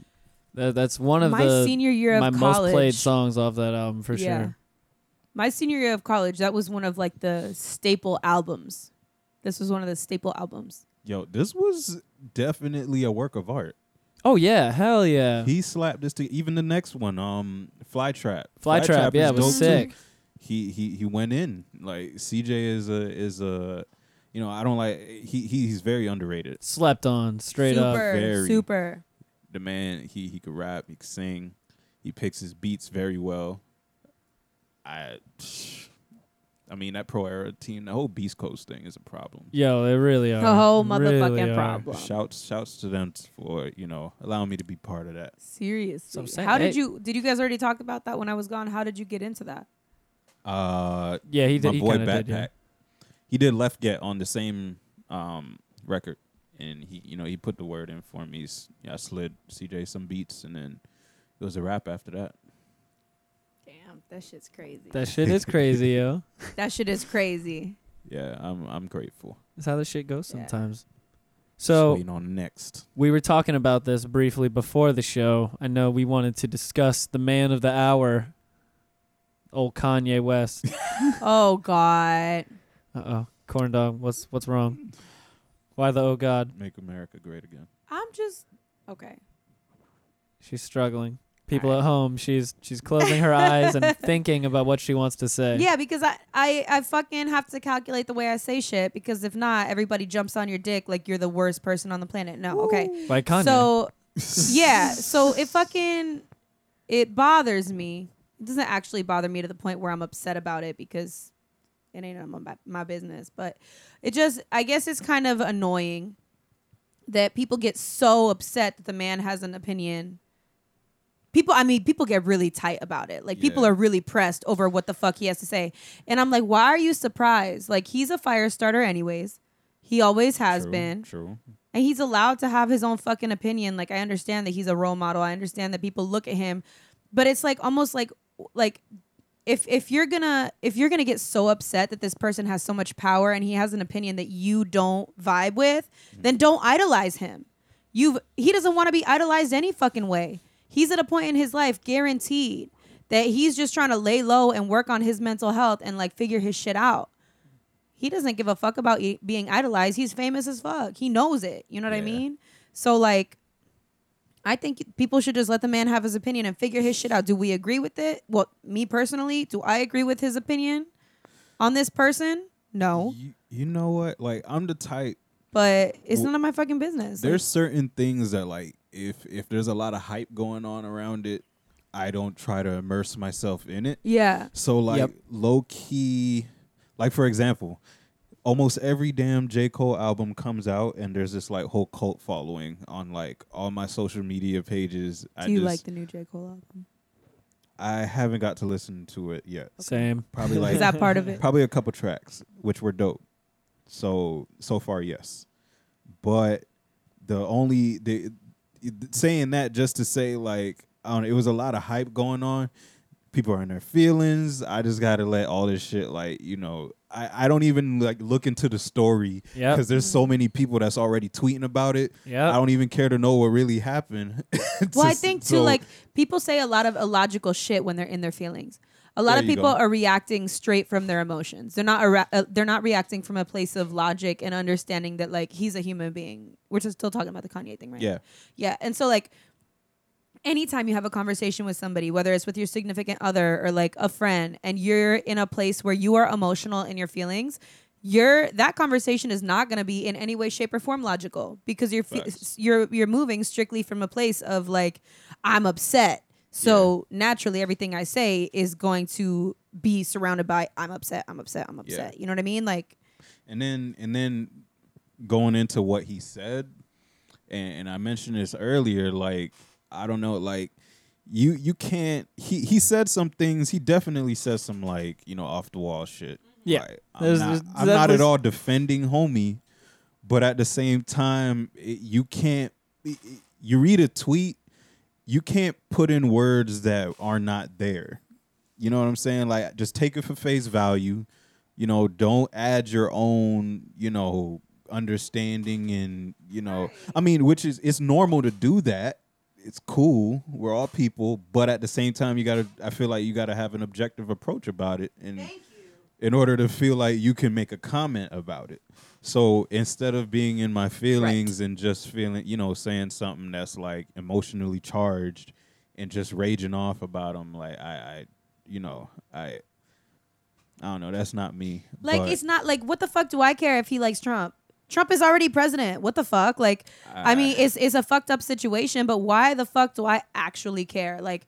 Speaker 4: that, that's one of
Speaker 3: my
Speaker 4: the
Speaker 3: senior year of
Speaker 4: my
Speaker 3: college.
Speaker 4: most played songs off that album for
Speaker 3: Yeah.
Speaker 4: sure.
Speaker 3: My senior year of college, that was one of like the staple albums. This was one of the staple albums.
Speaker 6: yo, this was definitely a work of art.
Speaker 4: Oh yeah, hell yeah.
Speaker 6: He slapped this to even the next one, um, Flytrap.
Speaker 4: Flytrap, yeah,
Speaker 6: is
Speaker 4: was
Speaker 6: dope, too.
Speaker 4: sick.
Speaker 6: He he he went in like CJ is a is a, you know, I don't like he he's very underrated.
Speaker 4: Slept on straight
Speaker 3: super,
Speaker 4: up.
Speaker 6: very.
Speaker 3: super.
Speaker 6: the man he he could rap, he could sing, he picks his beats very well. I, I mean that pro era team, the whole Beast Coast thing is a problem.
Speaker 4: Yo, they really are.
Speaker 3: The whole
Speaker 4: Really
Speaker 3: motherfucking
Speaker 4: are.
Speaker 3: problem.
Speaker 6: Shouts shouts to them for you know allowing me to be part of that.
Speaker 3: Seriously.
Speaker 4: I'm saying,
Speaker 3: How did
Speaker 4: hey.
Speaker 3: you did you guys already talk about that when I was gone? How did you get into that?
Speaker 6: Uh,
Speaker 4: Yeah, he did.
Speaker 6: my
Speaker 4: he
Speaker 6: boy
Speaker 4: kinda
Speaker 6: Backpack,
Speaker 4: Did, yeah.
Speaker 6: he did Left Get on the same um record, and he you know he put the word in for me. He's, I slid CJ some beats, and then it was a rap after that.
Speaker 3: Damn, that shit's crazy.
Speaker 4: That shit
Speaker 6: [laughs]
Speaker 4: is crazy, yo.
Speaker 3: that shit is crazy.
Speaker 6: Yeah, I'm I'm grateful.
Speaker 4: That's how this shit goes sometimes.
Speaker 6: Just
Speaker 4: So
Speaker 6: waiting on next.
Speaker 4: we were talking about this briefly before the show. I know we wanted to discuss the man of the hour, old Kanye
Speaker 6: [laughs]
Speaker 4: West.
Speaker 3: Oh God.
Speaker 4: uh oh, corn dog. What's what's wrong? Why the oh god?
Speaker 6: Make America great again.
Speaker 3: I'm just okay.
Speaker 4: She's struggling. People at home, she's she's closing
Speaker 6: [laughs]
Speaker 4: her eyes and thinking about what she wants to say.
Speaker 3: Yeah, because I, I I fucking have to calculate the way I say shit because if not, everybody jumps on your dick like you're the worst person on the planet. No, okay.
Speaker 4: Like Kanye.
Speaker 3: So
Speaker 6: [laughs]
Speaker 3: yeah, so it fucking it bothers me. It doesn't actually bother me to the point where I'm upset about it because it ain't none of my, my business. But it just I guess it's kind of annoying that people get so upset that the man has an opinion. People, I mean, people get really tight about it. Like people
Speaker 6: Yeah.
Speaker 3: are really pressed over what the fuck he has to say, and I'm like, why are you surprised? Like he's a fire starter, anyways. He always has
Speaker 6: True,
Speaker 3: been
Speaker 6: True.
Speaker 3: and he's allowed to have his own fucking opinion like i understand that he's a role model i understand that people look at him but it's like almost like like if if you're gonna if you're gonna get so upset that this person has so much power and he has an opinion that you don't vibe with then don't idolize him you've he doesn't want to be idolized any fucking way he's at a point in his life guaranteed that he's just trying to lay low and work on his mental health and like figure his shit out he doesn't give a fuck about e- being idolized. He's famous as fuck. He knows it. You know what I
Speaker 6: Yeah.
Speaker 3: mean? So like I think people should just let the man have his opinion and figure his shit out. Do we agree with it? Well, me personally, do I agree with his opinion on this person? No.
Speaker 6: You, you know what? Like I'm the type.
Speaker 3: But it's
Speaker 6: Well,
Speaker 3: none of my fucking business. Like,
Speaker 6: There's certain things that like if if there's a lot of hype going on around it, I don't try to immerse myself in it.
Speaker 3: yeah.
Speaker 6: So like
Speaker 4: Yep.
Speaker 6: low key, like for example, almost every damn J Cole album comes out, and there's this like whole cult following on like all my social media pages. I
Speaker 3: Do you
Speaker 6: just,
Speaker 3: like the new J. Cole album?
Speaker 6: I haven't got to listen to it yet.
Speaker 4: Same.
Speaker 6: Probably
Speaker 3: Is
Speaker 6: like
Speaker 3: that part of it?
Speaker 6: probably a couple tracks which were dope so so far yes but the only the saying that just to say like I don't know, it was a lot of hype going on people are in their feelings i just gotta let all this shit like you know i, I don't even like look into the story
Speaker 4: Yep.
Speaker 6: there's so many people that's already tweeting about it
Speaker 4: Yep.
Speaker 6: i don't even care to know what really happened [laughs]
Speaker 3: Well, I
Speaker 6: Just-
Speaker 3: think too,
Speaker 6: so-
Speaker 3: like people say a lot of illogical shit when they're in their feelings. A lot
Speaker 6: There
Speaker 3: of
Speaker 6: you
Speaker 3: people
Speaker 6: go.
Speaker 3: are reacting straight from their emotions. They're not arra- uh, they're not reacting from a place of logic and understanding that like he's a human being. We're just still talking about the Kanye thing, right?
Speaker 6: yeah
Speaker 3: Yeah. And so like anytime you have a conversation with somebody, whether it's with your significant other or like a friend, and you're in a place where you are emotional in your feelings, your that conversation is not going to be in any way, shape, or form logical because you're fe-
Speaker 6: Facts.
Speaker 3: you're you're moving strictly from a place of like I'm upset. So naturally, everything I say is going to be surrounded by I'm upset, I'm upset, I'm
Speaker 6: Yeah.
Speaker 3: upset. You know what I mean? Like,
Speaker 6: and then and then going into what he said and, and i mentioned this earlier like i don't know like you you can't he he said some things he definitely said some like you know off the wall shit
Speaker 4: Yeah.
Speaker 6: Like, i'm
Speaker 4: There's-
Speaker 6: not,
Speaker 4: there's-
Speaker 6: I'm
Speaker 4: that
Speaker 6: not
Speaker 4: was-
Speaker 6: at all defending homie but at the same time it, you can't it- it- you read a tweet you can't put in words that are not there you know what I'm saying? Like, just take it for face value. You know, don't add your own, you know, understanding and, you know, I mean, which is, it's normal to do that. It's cool. We're all people. But at the same time, you got to, I feel like you got to have an objective approach about it. And, in order to feel like you can make a comment about it. So instead of being in my feelings and just feeling, you know, saying something that's like emotionally charged and just raging off about them, like I, I you know, I, I don't know. That's not me.
Speaker 3: like
Speaker 6: but
Speaker 3: it's not like what the fuck do I care if he likes Trump? Trump is already president. What the fuck? Like,
Speaker 4: Uh,
Speaker 3: I mean, it's it's a fucked up situation, but why the fuck do I actually care? Like,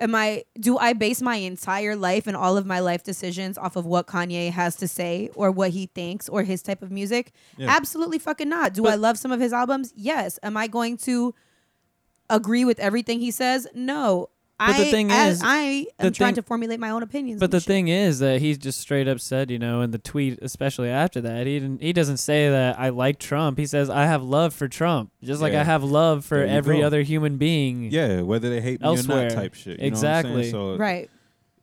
Speaker 3: am I do I base my entire life and all of my life decisions off of what Kanye has to say or what he thinks or his type of music?
Speaker 6: Yeah.
Speaker 3: Absolutely fucking not. Do I love some of his albums? Yes. Am I going to agree with everything he says? No.
Speaker 4: But the
Speaker 3: I,
Speaker 4: thing
Speaker 3: as
Speaker 4: is-
Speaker 3: I
Speaker 4: the
Speaker 3: am trying
Speaker 4: thing-
Speaker 3: to formulate my own opinions.
Speaker 4: But
Speaker 3: on
Speaker 4: the
Speaker 3: this shit.
Speaker 4: thing is that he just straight up said, you know, in the tweet, especially after that, he didn't. He doesn't say that I like Trump. He says I have love for Trump, just like
Speaker 6: Yeah.
Speaker 4: I have love for
Speaker 6: There you
Speaker 4: every
Speaker 6: go.
Speaker 4: other human being.
Speaker 6: yeah, whether they hate me or
Speaker 4: Elsewhere.
Speaker 6: not type shit. You Know what I'm
Speaker 4: Exactly.
Speaker 6: saying? So
Speaker 3: right.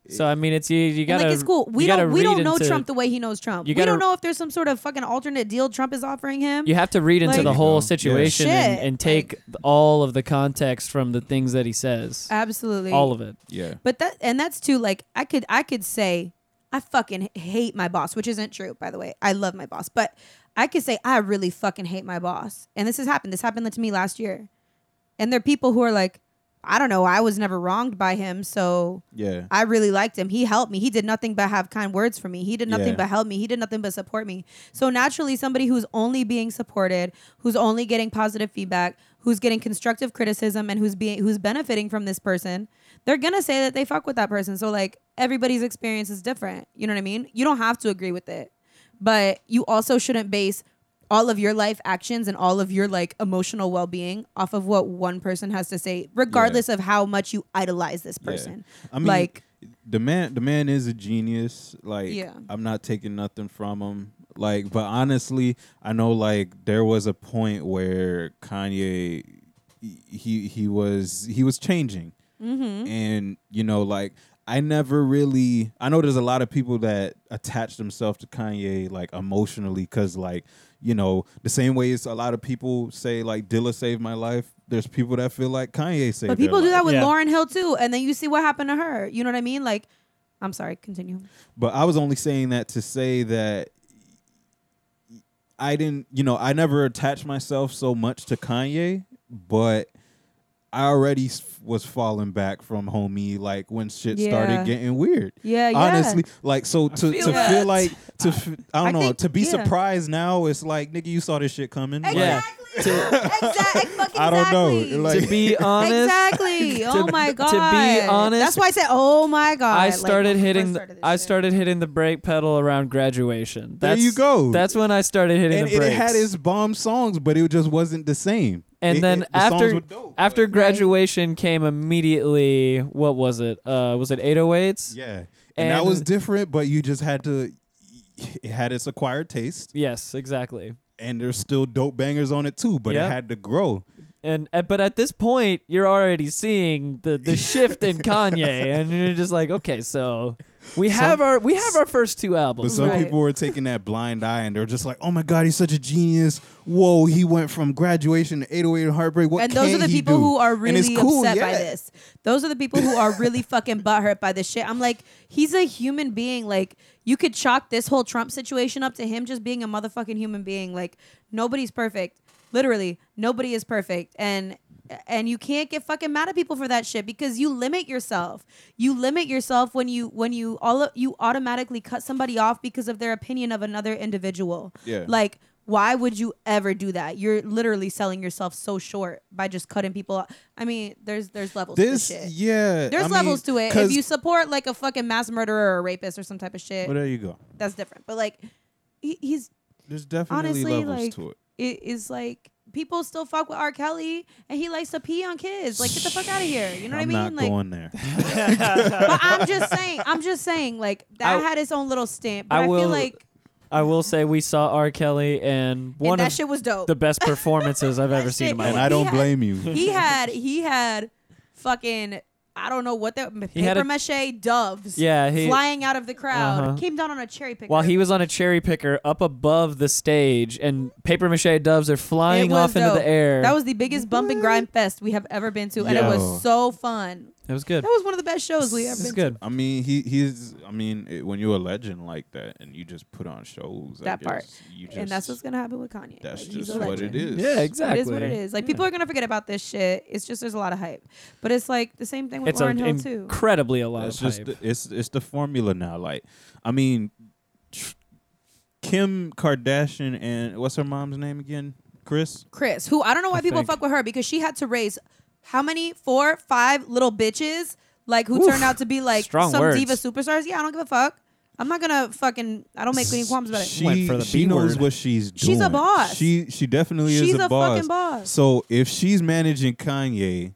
Speaker 4: So I mean, it's you. You
Speaker 3: And,
Speaker 4: gotta.
Speaker 3: like it's cool. We
Speaker 4: you gotta
Speaker 3: don't we don't
Speaker 4: read
Speaker 3: know
Speaker 4: into-
Speaker 3: Trump the way he knows Trump.
Speaker 4: you
Speaker 3: we
Speaker 4: gotta-
Speaker 3: don't know if there's some sort of fucking alternate deal Trump is offering him.
Speaker 4: You have to read into
Speaker 3: Like-
Speaker 4: the whole
Speaker 6: Yeah.
Speaker 4: situation and,
Speaker 3: Shit,
Speaker 4: and take th- all of the context from the things that he says.
Speaker 3: Absolutely.
Speaker 4: All of it.
Speaker 6: yeah,
Speaker 3: But that and that's too like I could I could say I fucking hate my boss, which isn't true by the way. I love my boss, but I could say I really fucking hate my boss. And this has happened. This happened to me last year. And there are people who are like, I don't know, I was never wronged by him, so
Speaker 6: yeah,
Speaker 3: I really liked him. He helped me. He did nothing but have kind words for me. He did nothing
Speaker 6: Yeah.
Speaker 3: but help me. He did nothing but support me. So naturally, somebody who's only being supported, who's only getting positive feedback, who's getting constructive criticism, and who's being who's benefiting from this person, they're gonna say that they fuck with that person. So like everybody's experience is different. You know what I mean? You don't have to agree with it, but you also shouldn't base all of your life actions and all of your like emotional well-being off of what one person has to say regardless of how much you idolize this
Speaker 6: Yeah.
Speaker 3: person
Speaker 6: I mean,
Speaker 3: like
Speaker 6: the man, the man is a genius. Like,
Speaker 3: Yeah.
Speaker 6: I'm not taking nothing from him. Like, but honestly, I know like there was a point where Kanye, he he was he was changing,
Speaker 3: Mm-hmm.
Speaker 6: and you know like. I never really. I know there's a lot of people that attach themselves to Kanye like emotionally, because like you know the same way as a lot of people say like Dilla saved my life. There's people that feel like Kanye saved.
Speaker 3: But people
Speaker 6: their
Speaker 3: do
Speaker 6: life.
Speaker 3: that with
Speaker 4: Yeah.
Speaker 3: Lauren Hill too, and then you see what happened to her. You know what I mean? Like, I'm sorry. Continue.
Speaker 6: But I was only saying that to say that I I didn't, you know, I never attached myself so much to Kanye, but I already s- was falling back from homie like when shit
Speaker 3: Yeah. Uh,
Speaker 6: started getting weird.
Speaker 3: Yeah, yeah.
Speaker 6: Honestly, like so to
Speaker 4: feel
Speaker 6: to
Speaker 4: that.
Speaker 6: feel like to f- I
Speaker 3: I
Speaker 6: don't know,
Speaker 3: think-
Speaker 6: to be
Speaker 3: yeah.
Speaker 6: surprised now it's like nigga you saw this shit coming. Like,
Speaker 4: Yeah.
Speaker 3: Exactly. exactly. Fucking
Speaker 6: [laughs] I don't know.
Speaker 3: exactly.
Speaker 6: [laughs] Like-
Speaker 4: to
Speaker 6: [laughs]
Speaker 4: be honest,
Speaker 3: exactly.
Speaker 4: [laughs]
Speaker 3: oh my
Speaker 4: to be
Speaker 3: god.
Speaker 4: honest,
Speaker 3: that's why I said, "Oh my god."
Speaker 4: I
Speaker 3: like,
Speaker 4: started
Speaker 3: when we
Speaker 4: hitting.
Speaker 3: first
Speaker 4: the-
Speaker 3: this
Speaker 4: I
Speaker 3: shit.
Speaker 4: started hitting the brake pedal around graduation.
Speaker 6: There
Speaker 4: That's,
Speaker 6: you go.
Speaker 4: That's when I started hitting
Speaker 6: and
Speaker 4: the
Speaker 6: it,
Speaker 4: brakes.
Speaker 6: had its bomb songs, but it just wasn't the same.
Speaker 4: and
Speaker 6: It-
Speaker 4: then
Speaker 6: it- the songs
Speaker 4: after
Speaker 6: were dope,
Speaker 4: after
Speaker 6: but-
Speaker 4: graduation came immediately. What was it? Uh, was it 808s?
Speaker 6: yeah, and, that was
Speaker 4: and-
Speaker 6: different, but you just had to. It had its acquired taste.
Speaker 4: Yes, exactly.
Speaker 6: and there's still dope bangers on it too, but
Speaker 4: Yeah.
Speaker 6: it had to grow.
Speaker 4: And uh, but at this point, you're already seeing the the shift in Kanye,
Speaker 6: [laughs]
Speaker 4: and you're just like, okay, so we have our we have our first two
Speaker 6: But
Speaker 4: albums.
Speaker 6: some
Speaker 3: Right.
Speaker 6: people were taking that blind eye and they're just like, "Oh my god, he's such a genius! Whoa, he went from graduation to 808 and heartbreak. What
Speaker 3: and those
Speaker 6: can
Speaker 3: are the
Speaker 6: he
Speaker 3: people
Speaker 6: do?"
Speaker 3: who are
Speaker 6: And it's
Speaker 3: really
Speaker 6: cool,
Speaker 3: upset by
Speaker 6: yeah.
Speaker 3: this. Those are the people who are
Speaker 6: [laughs]
Speaker 3: really fucking butthurt by this shit. I'm like, he's a human being. Like, you could chalk this whole Trump situation up to him just being a motherfucking human being. Like, nobody's perfect. Literally, nobody is perfect. And and you can't get fucking mad at people for that shit because you limit yourself. You limit yourself when you when you all you automatically cut somebody off because of their opinion of another individual.
Speaker 6: Yeah.
Speaker 3: Like like why would you ever do that you're literally selling yourself so short by just cutting people off. i mean there's there's levels
Speaker 6: This,
Speaker 3: to this shit
Speaker 6: yeah,
Speaker 3: there's
Speaker 6: I mean,
Speaker 3: levels to it
Speaker 6: 'cause-
Speaker 3: if you support like a fucking mass murderer or a rapist or some type of shit
Speaker 6: well, there you go.
Speaker 3: that's different but like he, he's
Speaker 6: There's definitely
Speaker 3: honestly
Speaker 6: levels
Speaker 3: like
Speaker 6: to it.
Speaker 3: it is like people still fuck with r kelly and he likes to pee on kids like get the fuck out of here you know what i
Speaker 6: I'm
Speaker 3: mean
Speaker 6: not
Speaker 3: like [laughs]
Speaker 6: going there.
Speaker 3: but i'm just
Speaker 6: [laughs]
Speaker 3: saying i'm just saying like that
Speaker 4: I-
Speaker 3: had its own little stamp but
Speaker 4: I
Speaker 3: i,
Speaker 4: will-
Speaker 3: feel like
Speaker 4: I will say we saw R. Kelly, and
Speaker 3: and
Speaker 4: one
Speaker 3: that
Speaker 4: of
Speaker 3: shit was dope
Speaker 4: the best performances I've ever seen in my
Speaker 3: shit-
Speaker 6: And
Speaker 4: life.
Speaker 6: I don't
Speaker 3: had-
Speaker 6: blame
Speaker 3: [laughs]
Speaker 4: [laughs]
Speaker 6: you.
Speaker 3: he had he had fucking I don't know what that paper
Speaker 4: had a-
Speaker 3: mache doves
Speaker 4: Yeah, he-
Speaker 3: flying out of the crowd
Speaker 4: Uh-huh.
Speaker 3: came down on a cherry picker
Speaker 4: While he was on a cherry picker up above the stage, and paper mache doves are
Speaker 3: It
Speaker 4: flying
Speaker 3: was
Speaker 4: off into
Speaker 3: dope.
Speaker 4: the air.
Speaker 3: That was the biggest bump and grind fest we have ever been to, and it
Speaker 6: Yo.
Speaker 3: was so fun.
Speaker 4: it was good.
Speaker 3: That was one of the best shows we ever
Speaker 4: It's
Speaker 3: been
Speaker 4: good.
Speaker 6: I mean, he he's. I mean, it, when you're a legend like that and you just put on shows, I
Speaker 3: That part.
Speaker 6: guess you
Speaker 3: to, and that's what's gonna happen with Kanye.
Speaker 6: that's
Speaker 3: Like, he's
Speaker 6: just
Speaker 3: a
Speaker 6: what
Speaker 3: legend.
Speaker 6: it is.
Speaker 4: Yeah, exactly.
Speaker 3: It is what it is. Like people are gonna forget about this shit. It's just there's a lot of hype, but it's like the same thing with
Speaker 4: It's
Speaker 3: Lauren
Speaker 4: a,
Speaker 3: Hill too.
Speaker 4: incredibly a lot
Speaker 6: It's
Speaker 4: of
Speaker 6: just
Speaker 4: uh, hype.
Speaker 6: the, it's it's the formula now. Like, I mean, tr- Kim Kardashian and what's her mom's name again? Chris.
Speaker 3: Chris, who I don't know why
Speaker 4: I
Speaker 3: people
Speaker 4: think.
Speaker 3: fuck with her because she had to raise how many four, five little bitches like who
Speaker 4: Oof.
Speaker 3: turned out to be like
Speaker 4: Strong
Speaker 3: some
Speaker 4: words.
Speaker 3: diva superstars. Yeah, I don't give a fuck. I'm not gonna fucking. I don't make any qualms about it.
Speaker 6: She,
Speaker 4: Went for the
Speaker 6: she
Speaker 4: B
Speaker 6: knows
Speaker 4: word.
Speaker 6: what she's doing.
Speaker 3: She's a boss.
Speaker 6: She she definitely
Speaker 3: She's
Speaker 6: is a,
Speaker 3: a
Speaker 6: boss.
Speaker 3: fucking boss.
Speaker 6: So if she's managing Kanye,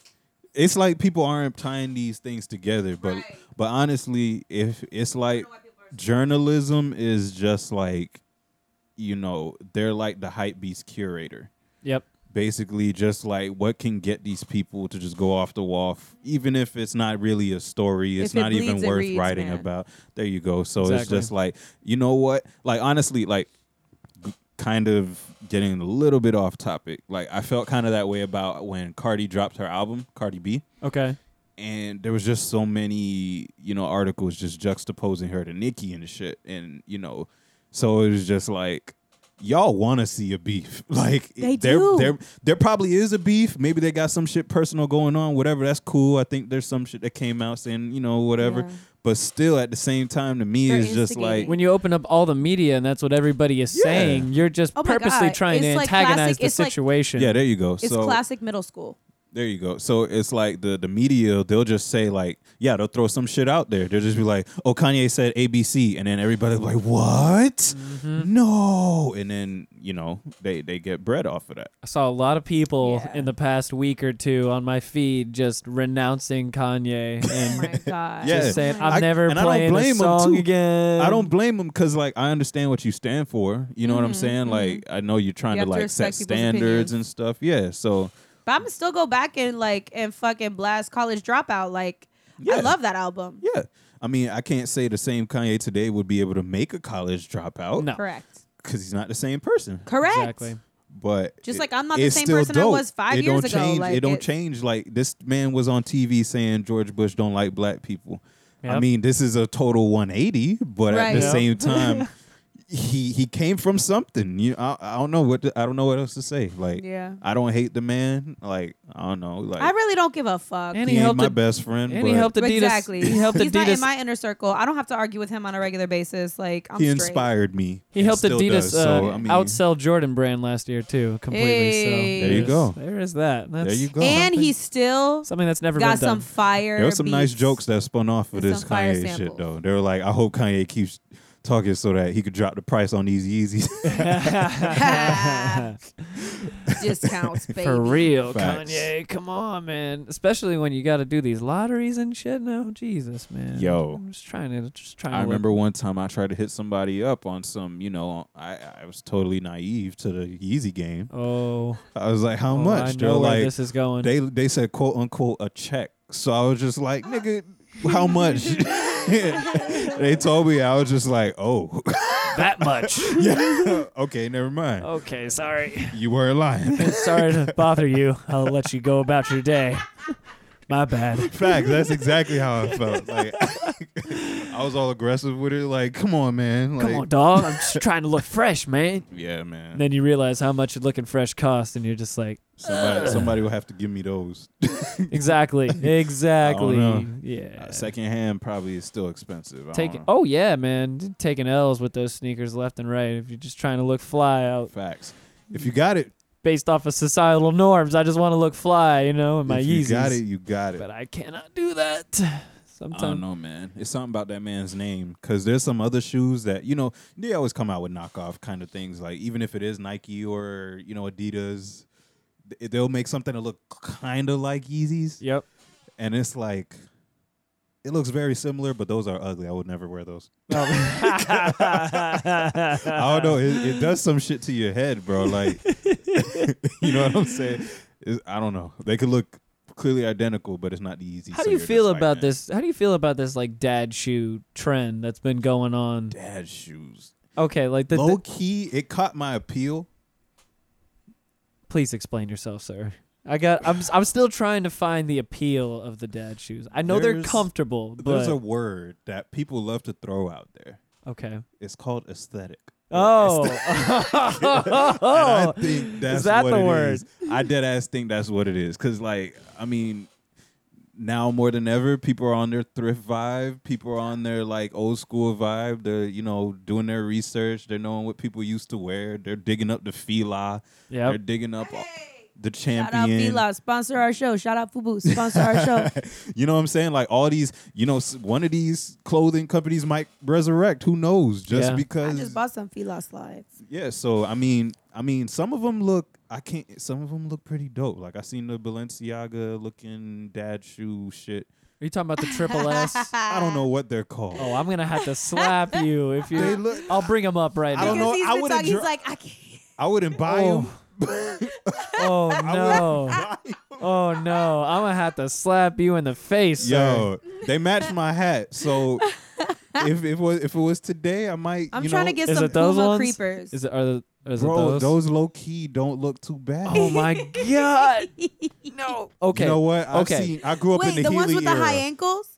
Speaker 6: it's like people aren't tying these things together. But
Speaker 3: Right.
Speaker 6: but honestly, if it's like
Speaker 3: why people are-
Speaker 6: journalism is just like, you know, they're like the hype beast curator.
Speaker 4: Yep.
Speaker 6: basically just like what can get these people to just go off the wall f- even if it's not really a story it's
Speaker 3: If it
Speaker 6: not even
Speaker 3: bleeds, it
Speaker 6: worth
Speaker 3: reads,
Speaker 6: writing
Speaker 3: man.
Speaker 6: about there you go so it's
Speaker 4: Exactly.
Speaker 6: just like you know what like honestly like g- kind of getting a little bit off topic like i felt kind of that way about when cardi dropped her album cardi b
Speaker 4: Okay.
Speaker 6: and there was just so many you know articles just juxtaposing her to Nikki and shit, and you know, so it was just like y'all want to see a beef, [laughs] like
Speaker 3: They
Speaker 6: there
Speaker 3: do.
Speaker 6: there there probably is a beef. Maybe they got some shit personal going on, whatever. That's cool. I think there's some shit that came out saying you know whatever,
Speaker 3: Yeah.
Speaker 6: but still at the same time to me
Speaker 3: They're
Speaker 6: it's just like
Speaker 3: instigating.
Speaker 4: When you open up all the media and that's what everybody is
Speaker 6: Yeah.
Speaker 4: saying, you're just
Speaker 3: Oh my
Speaker 4: purposely
Speaker 3: God.
Speaker 4: trying to
Speaker 3: It's like
Speaker 4: antagonize
Speaker 3: classic-
Speaker 4: the
Speaker 3: it's like-
Speaker 4: situation.
Speaker 6: yeah, there you go.
Speaker 3: It's
Speaker 6: so
Speaker 3: classic middle school.
Speaker 6: There you go. So it's like the the media, they'll just say like, yeah, they'll throw some shit out there. They'll just be like, oh, Kanye said ABC, and then everybody's like, what?
Speaker 4: Mm-hmm.
Speaker 6: No, and then you know they they get bread off of that.
Speaker 4: I saw a lot of people
Speaker 3: Yeah.
Speaker 4: in the past week or two on my feed just renouncing Kanye
Speaker 3: Oh
Speaker 4: and [laughs]
Speaker 3: my god.
Speaker 6: Yeah.
Speaker 4: just saying, I'm
Speaker 6: I-
Speaker 4: never
Speaker 6: and I don't
Speaker 4: playing
Speaker 6: blame
Speaker 4: this
Speaker 6: 'em,
Speaker 4: song
Speaker 6: too.
Speaker 4: again.
Speaker 6: I don't blame them because like I understand what you stand for. You know what I'm
Speaker 4: Mm-hmm,
Speaker 6: saying? Like I know you're trying
Speaker 3: You
Speaker 6: to
Speaker 3: have to
Speaker 6: like set
Speaker 3: respect people's
Speaker 6: standards
Speaker 3: opinions.
Speaker 6: and stuff. Yeah. So
Speaker 3: But I'm gonna still go back and like and fucking blast College Dropout. Like
Speaker 6: Yeah.
Speaker 3: I love that album.
Speaker 6: yeah, I mean I can't say the same Kanye today would be able to make a college dropout
Speaker 4: No.
Speaker 3: Correct.
Speaker 6: because he's not the same person.
Speaker 3: Correct.
Speaker 4: Exactly.
Speaker 6: but
Speaker 3: Just
Speaker 6: it-
Speaker 3: like I'm not the
Speaker 6: it's
Speaker 3: same
Speaker 6: still
Speaker 3: person I
Speaker 6: dope.
Speaker 3: was five
Speaker 6: it
Speaker 3: years
Speaker 6: don't
Speaker 3: ago,
Speaker 6: Change,
Speaker 3: like,
Speaker 6: it don't
Speaker 3: it-
Speaker 6: change. Like this man was on TV saying George Bush don't like black people. I
Speaker 4: Yep.
Speaker 6: mean, this is a total 180, but at
Speaker 3: Right.
Speaker 6: the
Speaker 3: [laughs]
Speaker 4: Yep.
Speaker 6: same time, he he came from something. You, I, I don't know what to- I don't know what else to say. Like,
Speaker 3: Yeah.
Speaker 6: I don't hate the man. Like, I don't know. Like,
Speaker 3: I really don't give a fuck.
Speaker 4: And
Speaker 6: he,
Speaker 4: he
Speaker 6: ain't
Speaker 4: helped
Speaker 6: my
Speaker 4: the-
Speaker 6: best friend.
Speaker 4: and he
Speaker 6: but
Speaker 4: helped Adidas.
Speaker 3: Exactly.
Speaker 4: He helped
Speaker 3: He's not
Speaker 4: Adidas.
Speaker 3: in my inner circle. I don't have to argue with him on a regular basis. Like I'm
Speaker 6: He
Speaker 3: straight.
Speaker 6: inspired me.
Speaker 4: He helped
Speaker 6: Still
Speaker 4: Adidas
Speaker 6: does, so,
Speaker 4: uh,
Speaker 6: I mean,
Speaker 4: outsell Jordan Brand last year too, completely.
Speaker 3: Hey.
Speaker 4: So
Speaker 3: There you
Speaker 4: there's-
Speaker 6: go.
Speaker 4: There is that. That's
Speaker 6: There you go.
Speaker 3: And
Speaker 4: Something-
Speaker 3: he still
Speaker 4: something that's never
Speaker 3: got
Speaker 4: been
Speaker 3: some
Speaker 4: done.
Speaker 3: fire.
Speaker 6: There were some nice
Speaker 3: beats.
Speaker 6: jokes [laughs] that spun off of
Speaker 3: There's
Speaker 6: this
Speaker 3: some fire
Speaker 6: Kanye shit,
Speaker 3: samples.
Speaker 6: though. They were like, I hope Kanye keeps talking so that he could drop the price on these Yeezys.
Speaker 3: Discounts, baby.
Speaker 4: For real,
Speaker 6: Facts.
Speaker 4: Kanye. Come on, man. Especially when you got to do these lotteries and shit now. Jesus, man.
Speaker 6: [laughs]
Speaker 4: [laughs]
Speaker 6: Yo.
Speaker 4: I'm just trying to just trying
Speaker 6: I
Speaker 4: to look-
Speaker 6: remember one time I tried to hit somebody up on some, you know, I, I was totally naive to the Yeezy game.
Speaker 4: Oh,
Speaker 6: I was like, how
Speaker 4: oh,
Speaker 6: much?
Speaker 4: I
Speaker 6: They're
Speaker 4: know where
Speaker 6: like,
Speaker 4: this is going.
Speaker 6: they they said quote unquote a check. So I was just like, nigga,
Speaker 4: [laughs]
Speaker 6: how much? [laughs] they told me I was just like, oh, [laughs]
Speaker 4: that much.
Speaker 6: okay, never mind.
Speaker 4: okay, sorry. [laughs]
Speaker 6: You were lying.
Speaker 4: sorry to bother you. I'll let you go about your day. My bad.
Speaker 6: Facts. That's exactly how I felt. Like [laughs] I was all aggressive with it. Like, come on, man. Like,
Speaker 4: Come on, dog. I'm just trying to look fresh, man.
Speaker 6: Yeah, man.
Speaker 4: And then you realize how much looking fresh costs, and you're just like,
Speaker 6: somebody, somebody will have to give me those. Uh, [laughs]
Speaker 4: exactly, exactly.
Speaker 6: know.
Speaker 4: Yeah.
Speaker 6: Uh, second hand probably is still expensive. I
Speaker 4: Taking
Speaker 6: don't know.
Speaker 4: oh yeah, man, taking L's with those sneakers left and right. If you're just trying to look fly out
Speaker 6: facts. If you got it,
Speaker 4: based off of societal norms, I just want to look fly, you know, in my
Speaker 6: if you
Speaker 4: Yeezys.
Speaker 6: got it, you got it.
Speaker 4: But I cannot do that. [sighs]
Speaker 6: I don't
Speaker 4: Sometimes
Speaker 6: know, man. It's something about that man's name because there's some other shoes that you know they always come out with knockoff kind of things. Like even if it is Nike or you know Adidas, th- they'll make something that look kind of like Yeezys,
Speaker 4: Yep.
Speaker 6: and it's like it looks very similar, but those are ugly. I would never wear [laughs] those. I don't know. It, it does some shit to your head, bro. Like [laughs] you know what I'm saying? It's- I don't know. They could look clearly identical, but it's not the Yeezys.
Speaker 4: How
Speaker 6: so
Speaker 4: do you
Speaker 6: you're
Speaker 4: feel
Speaker 6: just like,
Speaker 4: about
Speaker 6: "Man,
Speaker 4: this? How do you feel about this like dad shoe trend that's been going on?
Speaker 6: Dad shoes.
Speaker 4: Okay, like the,
Speaker 6: low
Speaker 4: the
Speaker 6: key, it caught my appeal.
Speaker 4: please explain yourself, sir. I got. I'm. s- I'm still trying to find the appeal of the dad shoes. I know they're
Speaker 6: There's-
Speaker 4: comfortable, but
Speaker 6: There's a word that people love to throw out there.
Speaker 4: okay.
Speaker 6: It's called aesthetic.
Speaker 4: Oh, [laughs]
Speaker 6: [laughs] And I think that's
Speaker 4: that
Speaker 6: what
Speaker 4: the
Speaker 6: it
Speaker 4: word?
Speaker 6: is. I dead ass think that's what it is. Cause like, I mean, now more than ever, people are on their thrift vibe. People are on their like old school vibe. They're you know doing their research. They're knowing what people used to wear. They're digging up the fila.
Speaker 4: Yep.
Speaker 6: They're digging up uh, the
Speaker 3: Shout out
Speaker 6: champion.
Speaker 3: Fila, sponsor our show. Shout out Fubu, sponsor our show.
Speaker 6: [laughs] You know what I'm saying? Like all these, you know, s- one of these clothing companies might resurrect. Who knows? Just
Speaker 4: Yeah.
Speaker 3: I
Speaker 6: because,
Speaker 3: just bought some Fila slides.
Speaker 6: yeah. So I mean, I mean, some of them look. I can't. Some of them look pretty dope. Like I seen the Balenciaga looking dad shoe shit.
Speaker 4: Are you talking about the triple
Speaker 3: [laughs]
Speaker 4: S?
Speaker 6: I don't know
Speaker 3: Uh.
Speaker 6: what they're called.
Speaker 4: Oh, I'm gonna have to slap you if you.
Speaker 6: They look-
Speaker 4: I'll bring them up right
Speaker 6: I
Speaker 4: now.
Speaker 6: don't know.
Speaker 3: Because he's
Speaker 6: I
Speaker 3: been
Speaker 6: would've
Speaker 3: talking, he's
Speaker 6: dro-
Speaker 3: like, I can't.
Speaker 6: I wouldn't buy
Speaker 4: Oh.
Speaker 6: them.
Speaker 4: Oh no! Oh no! I'm gonna have to slap you in the face, sir.
Speaker 3: [laughs]
Speaker 6: Yo, they match my hat. So if it was if it was today, I might.
Speaker 3: I'm
Speaker 6: you
Speaker 3: trying
Speaker 6: know,
Speaker 3: to get
Speaker 4: Is
Speaker 3: some
Speaker 4: it those
Speaker 3: Puma
Speaker 4: ones?
Speaker 3: creepers.
Speaker 4: Is it are the, is it
Speaker 6: Bro,
Speaker 4: those?
Speaker 6: those? low key don't look too bad.
Speaker 4: Oh
Speaker 3: [laughs]
Speaker 4: my god! No. Okay.
Speaker 6: You know what? I've
Speaker 4: okay.
Speaker 6: seen- I grew up
Speaker 3: Wait,
Speaker 6: in the,
Speaker 3: the, ones
Speaker 6: Heeley
Speaker 3: with the
Speaker 6: era.
Speaker 3: high ankles?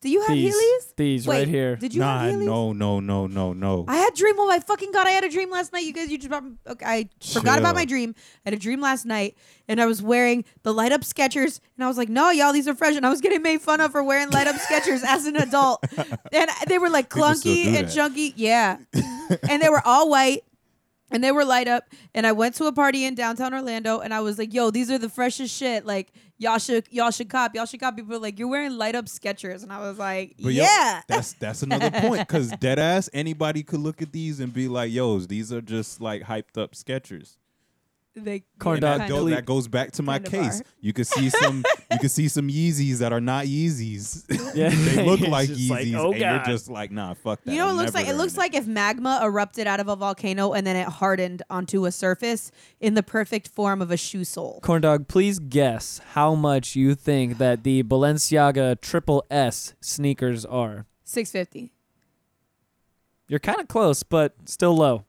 Speaker 3: Do you have
Speaker 4: These.
Speaker 3: Heelys?
Speaker 4: These
Speaker 3: Wait,
Speaker 4: right here.
Speaker 3: Did you
Speaker 6: nah,
Speaker 3: have Heelys?
Speaker 6: no, no, no, no, no.
Speaker 3: I had dream. Oh my fucking god! I had a dream last night. You guys, you just brought, okay, I forgot
Speaker 6: Chill.
Speaker 3: about my dream. I had a dream last night, and I was wearing the light up Skechers, and I was like, "No, y'all, these are fresh." And I was getting made fun of for wearing light up Skechers as an
Speaker 6: [laughs]
Speaker 3: adult, and they were like
Speaker 6: People still
Speaker 3: clunky
Speaker 6: do
Speaker 3: and
Speaker 6: that.
Speaker 3: chunky. Yeah, and they were all white. And they were light up, and I went to a party in downtown Orlando, and I was like, "Yo, these are the freshest shit! Like, y'all should, y'all should cop, y'all should cop." People were like, "You're wearing light up Skechers," and I was like,
Speaker 6: But yo,
Speaker 3: "Yeah,
Speaker 6: that's that's another point because dead ass anybody could look at these and be like, "Yo, these are just like hyped up Skechers."
Speaker 3: they
Speaker 4: Corn
Speaker 6: And
Speaker 4: dog.
Speaker 6: that,
Speaker 3: kinda-
Speaker 6: go- that goes back to my
Speaker 3: Kind of
Speaker 6: case.
Speaker 3: are.
Speaker 6: You could
Speaker 3: [laughs]
Speaker 6: see some you could see some Yeezys that are
Speaker 4: [laughs]
Speaker 6: not Yeezys. [laughs]
Speaker 4: Yeah.
Speaker 6: they look
Speaker 4: It's
Speaker 6: like
Speaker 4: just
Speaker 6: Yeezys,
Speaker 4: like, oh,
Speaker 6: and you're
Speaker 4: God.
Speaker 6: just like, "Nah, fuck that."
Speaker 3: You know what
Speaker 6: I'm
Speaker 3: it looks
Speaker 6: never
Speaker 3: like? It
Speaker 6: wearing
Speaker 3: looks like if magma erupted out of a volcano and then it hardened onto a surface in the perfect form of a shoe sole.
Speaker 4: Corn dog, please guess how much you think that the Balenciaga triple S sneakers are.
Speaker 3: 650.
Speaker 4: You're kind of close, but still low.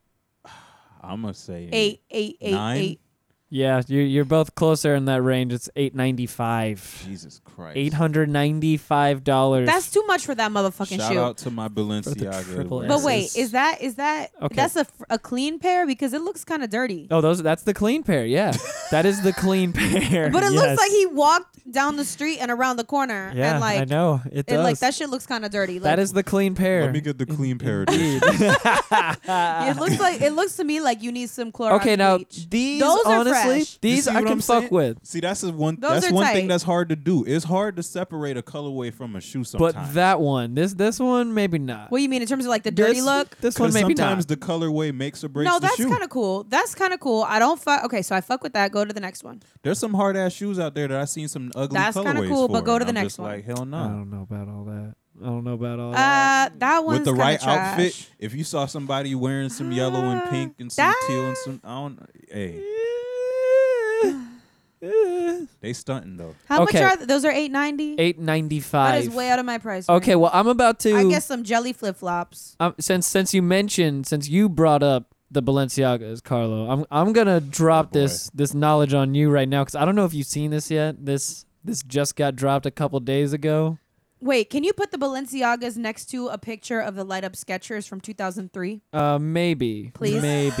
Speaker 6: I'm gonna say
Speaker 3: Eight, eight, eight,
Speaker 6: Nine?
Speaker 3: eight.
Speaker 4: Yeah, you're, you're both closer in that range. It's eight ninety five.
Speaker 6: Jesus Christ.
Speaker 4: Eight hundred ninety five dollars.
Speaker 3: That's too much for that motherfucking
Speaker 6: Shout
Speaker 3: shoe.
Speaker 6: out to my Balenciaga.
Speaker 4: triple
Speaker 6: wear.
Speaker 3: But
Speaker 4: Yes,
Speaker 3: wait,
Speaker 4: it's-
Speaker 3: is that is that
Speaker 4: Okay.
Speaker 3: that's a, f- a clean pair because it looks kind of dirty.
Speaker 4: oh, those. That's the clean pair. Yeah, that is
Speaker 3: [laughs]
Speaker 4: the clean pair.
Speaker 3: But it
Speaker 4: Yes.
Speaker 3: looks like he walked down the street and around the corner
Speaker 4: Yeah,
Speaker 3: and like
Speaker 4: I know it
Speaker 3: it
Speaker 4: does.
Speaker 3: like that shit looks kind of dirty. Like,
Speaker 4: that is the clean pair.
Speaker 6: Let me get the clean pair. edition.
Speaker 3: [laughs] it looks like it looks to me like you need some Clorox
Speaker 4: [laughs] okay, now
Speaker 3: bleach.
Speaker 4: these
Speaker 3: Those are
Speaker 4: honestly,
Speaker 3: fresh.
Speaker 6: You
Speaker 4: these
Speaker 6: see
Speaker 4: I
Speaker 6: what
Speaker 4: can
Speaker 6: I'm
Speaker 4: fuck
Speaker 6: saying?
Speaker 4: with.
Speaker 6: See, that's the one.
Speaker 3: Those
Speaker 6: that's
Speaker 3: are
Speaker 6: one
Speaker 3: tight.
Speaker 6: thing that's hard to do. It's hard to separate a colorway from a shoe sometimes.
Speaker 4: But that one, this this one, maybe not.
Speaker 3: what do you mean in terms of like the dirty
Speaker 4: this,
Speaker 3: look?
Speaker 4: This one,
Speaker 6: Because
Speaker 4: maybe
Speaker 6: sometimes
Speaker 4: not.
Speaker 6: the colorway makes or breaks
Speaker 3: No,
Speaker 6: the
Speaker 3: that's
Speaker 6: shoe.
Speaker 3: kind of cool. That's kind of cool. I don't fuck. Okay, so I fuck with that. Go to the next one.
Speaker 6: There's some hard ass shoes out there that I've seen some ugly
Speaker 3: That's
Speaker 6: colorways
Speaker 3: kinda cool,
Speaker 6: for,
Speaker 3: but go to
Speaker 6: and
Speaker 3: the
Speaker 6: I'm
Speaker 3: next
Speaker 6: just
Speaker 3: one.
Speaker 6: Like hell
Speaker 4: I
Speaker 6: no.
Speaker 4: don't know about all that. I don't know about all
Speaker 3: Uh,
Speaker 4: that.
Speaker 3: that one's
Speaker 6: Oh. With the
Speaker 3: kinda
Speaker 6: right
Speaker 3: trash. Ah,
Speaker 6: outfit, if you saw somebody wearing some yellow and pink and some
Speaker 3: that-
Speaker 6: teal and some, I don't. Hey,
Speaker 3: [sighs]
Speaker 6: they stunting though.
Speaker 3: How
Speaker 4: Okay.
Speaker 3: much are th- those? Are eight ninety.
Speaker 4: Eight ninety
Speaker 3: That
Speaker 4: five.
Speaker 3: is way out of my price. range.
Speaker 4: Okay, well, I'm about to.
Speaker 3: I guess some jelly flip flops.
Speaker 4: um, since since you mentioned since you brought up the Balenciagas, Carlo, I'm I'm gonna drop
Speaker 6: Oh, boy.
Speaker 4: this this knowledge on you right now because I don't know if you've seen this yet. This this just got dropped a couple days ago.
Speaker 3: Wait, can you put the Balenciagas next to a picture of the light up Skechers from 2003?
Speaker 4: Uh, maybe,
Speaker 3: Please.
Speaker 4: maybe,
Speaker 3: [laughs]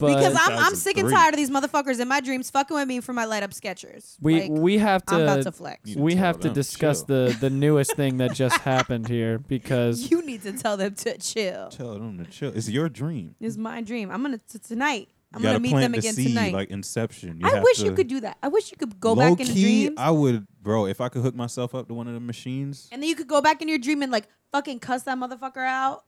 Speaker 4: but
Speaker 3: Because I'm, I'm sick and
Speaker 6: 2003.
Speaker 3: tired of these motherfuckers in my dreams fucking with me for my light up Skechers.
Speaker 4: we
Speaker 3: Like,
Speaker 4: we have
Speaker 3: I'm about
Speaker 4: to,
Speaker 3: to flex.
Speaker 6: You
Speaker 4: we
Speaker 6: can tell
Speaker 4: have to
Speaker 6: them,
Speaker 4: discuss
Speaker 6: chill.
Speaker 4: the
Speaker 6: [laughs]
Speaker 4: the newest thing that just happened here because
Speaker 3: You need to tell them to chill.
Speaker 6: Tell them to chill. It's your dream.
Speaker 3: It's my dream. I'm gonna t- tonight. I'm
Speaker 6: you gotta
Speaker 3: gonna meet
Speaker 6: plant
Speaker 3: them
Speaker 6: the
Speaker 3: again
Speaker 6: seed,
Speaker 3: tonight.
Speaker 6: like Inception.
Speaker 3: I
Speaker 6: have
Speaker 3: wish you
Speaker 6: to-
Speaker 3: could do that. I wish you could go
Speaker 6: Low
Speaker 3: back in
Speaker 6: key,
Speaker 3: your dreams,
Speaker 6: I would, bro. If I could hook myself up to one of the machines,
Speaker 3: and then you could go back in your dream and like fucking cuss that motherfucker out,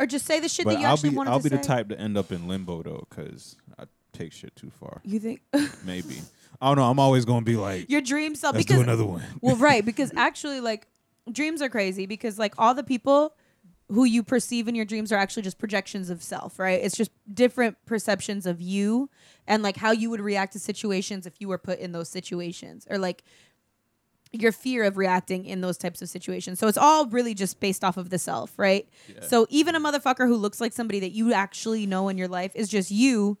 Speaker 3: or just say the shit
Speaker 6: but
Speaker 3: that you
Speaker 6: I'll
Speaker 3: actually
Speaker 6: be
Speaker 3: wanted
Speaker 6: I'll
Speaker 3: to
Speaker 6: be
Speaker 3: say.
Speaker 6: the type to end up in limbo though, because I take shit too far.
Speaker 3: You think
Speaker 6: Maybe I don't know. I'm always gonna be like,
Speaker 3: your dream self?
Speaker 6: let's
Speaker 3: because
Speaker 6: do another one.
Speaker 3: Well, right, because actually, like, dreams are crazy because, like, all the people who you perceive in your dreams are actually just projections of self, right? It's just different perceptions of you and, like, how you would react to situations if you were put in those situations or, like, your fear of reacting in those types of situations. So it's all really just based off of the self, right? So even a motherfucker who looks like somebody that you actually know in your life is just you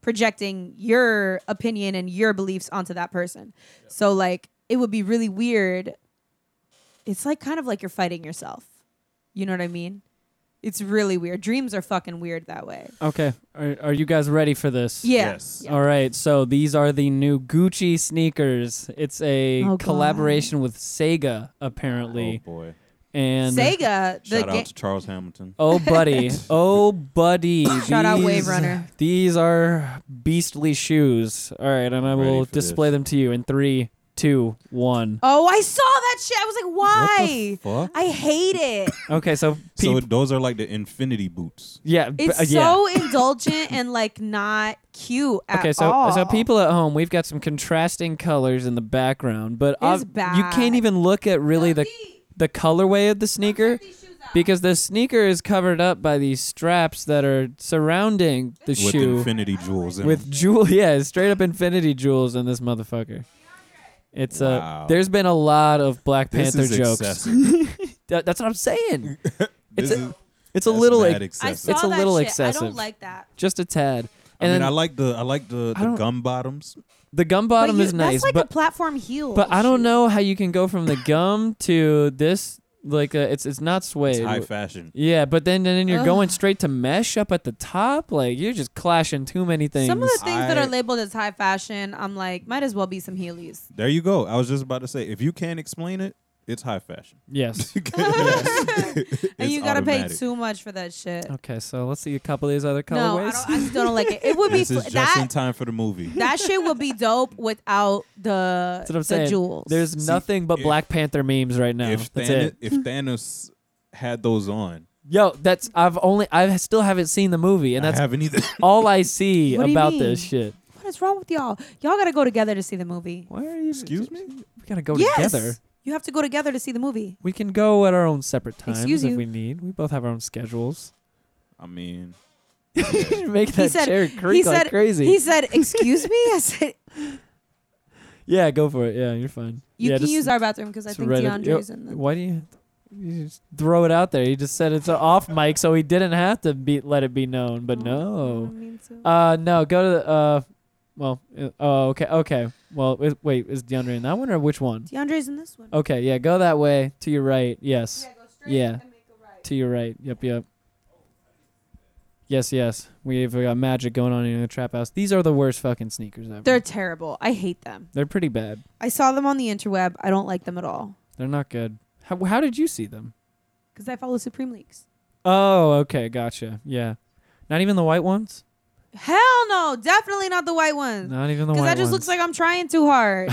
Speaker 3: projecting your opinion and your beliefs onto that person. So like it would be really weird. It's like kind of like you're fighting yourself. You know what I mean? It's really weird. Dreams are fucking weird that way.
Speaker 4: okay, are are you guys ready for this?
Speaker 3: Yeah.
Speaker 6: Yes.
Speaker 3: Yeah.
Speaker 4: All right, so these are the new Gucci sneakers. It's a
Speaker 3: Oh, God.
Speaker 4: collaboration with Sega, apparently,
Speaker 6: Oh boy!
Speaker 4: and
Speaker 3: Sega, the
Speaker 6: Shout
Speaker 3: game.
Speaker 6: out to Charles Hamilton.
Speaker 4: Oh buddy,
Speaker 3: [laughs]
Speaker 4: oh buddy.
Speaker 3: Shout out
Speaker 4: These-
Speaker 3: Wave Runner.
Speaker 4: These are beastly shoes. All right, and I
Speaker 6: Ready
Speaker 4: will
Speaker 6: for
Speaker 4: display
Speaker 6: this.
Speaker 4: them to you in three, two, one.
Speaker 3: oh, I saw that shit. I was like, why?
Speaker 6: What the fuck?
Speaker 3: I hate
Speaker 4: [coughs]
Speaker 3: it.
Speaker 4: Okay, so
Speaker 6: so
Speaker 4: peep-
Speaker 6: it- those are like the infinity boots.
Speaker 4: yeah, b-
Speaker 3: It's
Speaker 4: uh, yeah.
Speaker 3: so indulgent and like not cute at
Speaker 4: Okay, so
Speaker 3: all.
Speaker 4: so people at home, we've got some contrasting colors in the background, but
Speaker 3: It's
Speaker 4: ob- you
Speaker 3: bad.
Speaker 4: can't even look at really the the colorway of the sneaker because the sneaker is covered up by these straps that are surrounding the
Speaker 6: With
Speaker 4: shoe.
Speaker 6: infinity jewels in
Speaker 4: with jewel [laughs] yeah straight up infinity jewels in this motherfucker it's uh
Speaker 6: Wow.
Speaker 4: there's been a lot of black
Speaker 6: them. This
Speaker 4: panther
Speaker 6: is
Speaker 4: jokes
Speaker 6: excessive.
Speaker 4: That- that's what i'm saying
Speaker 6: [laughs] This
Speaker 4: a-
Speaker 6: is-
Speaker 4: it's a
Speaker 6: that's
Speaker 4: little
Speaker 6: mad
Speaker 4: like,
Speaker 3: I
Speaker 6: excessive.
Speaker 3: saw
Speaker 4: It's a
Speaker 3: that
Speaker 4: little
Speaker 3: shit. I
Speaker 4: excessive.
Speaker 3: don't like that.
Speaker 4: just a tad
Speaker 6: I
Speaker 4: and
Speaker 6: mean,
Speaker 4: then
Speaker 6: I like the I like the,
Speaker 4: I
Speaker 6: the
Speaker 4: don't-
Speaker 6: gum bottoms.
Speaker 4: the gum
Speaker 3: But
Speaker 4: bottom
Speaker 3: you-
Speaker 4: is nice
Speaker 3: That's like
Speaker 4: but
Speaker 3: a platform heel.
Speaker 4: but i don't
Speaker 3: shoe.
Speaker 4: know how you can go from the gum to this like uh, it's it's not
Speaker 6: It's
Speaker 4: suede
Speaker 6: high fashion.
Speaker 4: yeah but then then you're
Speaker 3: Ugh.
Speaker 4: going straight to mesh up at the top like you're just clashing too many things
Speaker 3: Some of the things that
Speaker 6: I-
Speaker 3: are labeled as high fashion, I'm like, might as well be some Heelys.
Speaker 6: There you go. I was just about to say, if you can't explain it, it's high fashion. [laughs]
Speaker 4: yes
Speaker 3: And
Speaker 6: It's
Speaker 3: you gotta pay
Speaker 6: automatic.
Speaker 3: too much for that shit.
Speaker 4: okay so let's see a couple of these other
Speaker 3: No, I,
Speaker 4: colorways
Speaker 3: don't, I just don't like it. It
Speaker 4: [laughs]
Speaker 3: would be
Speaker 6: This is
Speaker 3: fl-
Speaker 6: just
Speaker 3: that
Speaker 6: in time for the movie.
Speaker 3: that shit would be dope without the
Speaker 4: That's what I'm
Speaker 3: the
Speaker 4: saying.
Speaker 3: jewels.
Speaker 4: There's nothing but
Speaker 6: if-
Speaker 4: Black Panther memes right now.
Speaker 6: if
Speaker 4: that's
Speaker 6: Thanos,
Speaker 4: it.
Speaker 6: if Thanos had those on,
Speaker 4: Yo, that's I've only I still haven't seen the movie, and
Speaker 6: and
Speaker 4: that's
Speaker 6: I haven't either.
Speaker 4: all I see
Speaker 3: [laughs] What do you
Speaker 4: about
Speaker 3: mean?
Speaker 4: this shit.
Speaker 3: what is wrong with y'all? Y'all gotta go together to see the movie.
Speaker 4: Why are you?
Speaker 6: Excuse me.
Speaker 4: We gotta go
Speaker 3: yes,
Speaker 4: together.
Speaker 3: you have to go together to see the movie.
Speaker 4: We can go at our own separate times
Speaker 3: Excuse
Speaker 4: if
Speaker 3: you.
Speaker 4: we need. We both have our
Speaker 3: [laughs]
Speaker 4: own schedules.
Speaker 6: I mean,
Speaker 4: [laughs] Make that
Speaker 3: said-
Speaker 4: chair creak like
Speaker 3: said-
Speaker 4: crazy.
Speaker 3: He said, "Excuse me." I
Speaker 4: [laughs]
Speaker 3: said,
Speaker 4: yeah, go for it. Yeah, you're fine.
Speaker 3: "You
Speaker 4: yeah,
Speaker 3: can
Speaker 4: just-
Speaker 3: use our bathroom because I
Speaker 4: just
Speaker 3: think
Speaker 4: right up-
Speaker 3: DeAndre's
Speaker 4: yo,
Speaker 3: in the."
Speaker 4: Why do you? You just throw it out there. You just said it's off mic, so he didn't have to be let it be known.
Speaker 3: Oh, I
Speaker 4: But no.
Speaker 3: don't mean to.
Speaker 4: Uh, no, go to the, uh, Well, uh, oh, okay, okay. Well, i- wait, is DeAndre in that one or which one?
Speaker 3: DeAndre's in this one.
Speaker 4: Okay, yeah, go that way to your right. Yes, oh, yeah. to your right. Yep, yep. Yes, yes. We've got magic going on in the trap house. These are the worst fucking sneakers ever.
Speaker 3: They're terrible. I hate them.
Speaker 4: They're pretty bad.
Speaker 3: I saw them on the interweb. I don't like them at all
Speaker 4: They're not good. How, how did you see
Speaker 3: Uh,
Speaker 4: them?
Speaker 3: because I follow Supreme Leagues.
Speaker 4: Oh, okay, gotcha. Yeah, not even the white ones.
Speaker 3: Hell no, definitely not the white ones.
Speaker 4: Not even the
Speaker 3: Because
Speaker 4: white ones.
Speaker 3: Mm. that just looks like I'm trying too
Speaker 4: [laughs]
Speaker 3: hard.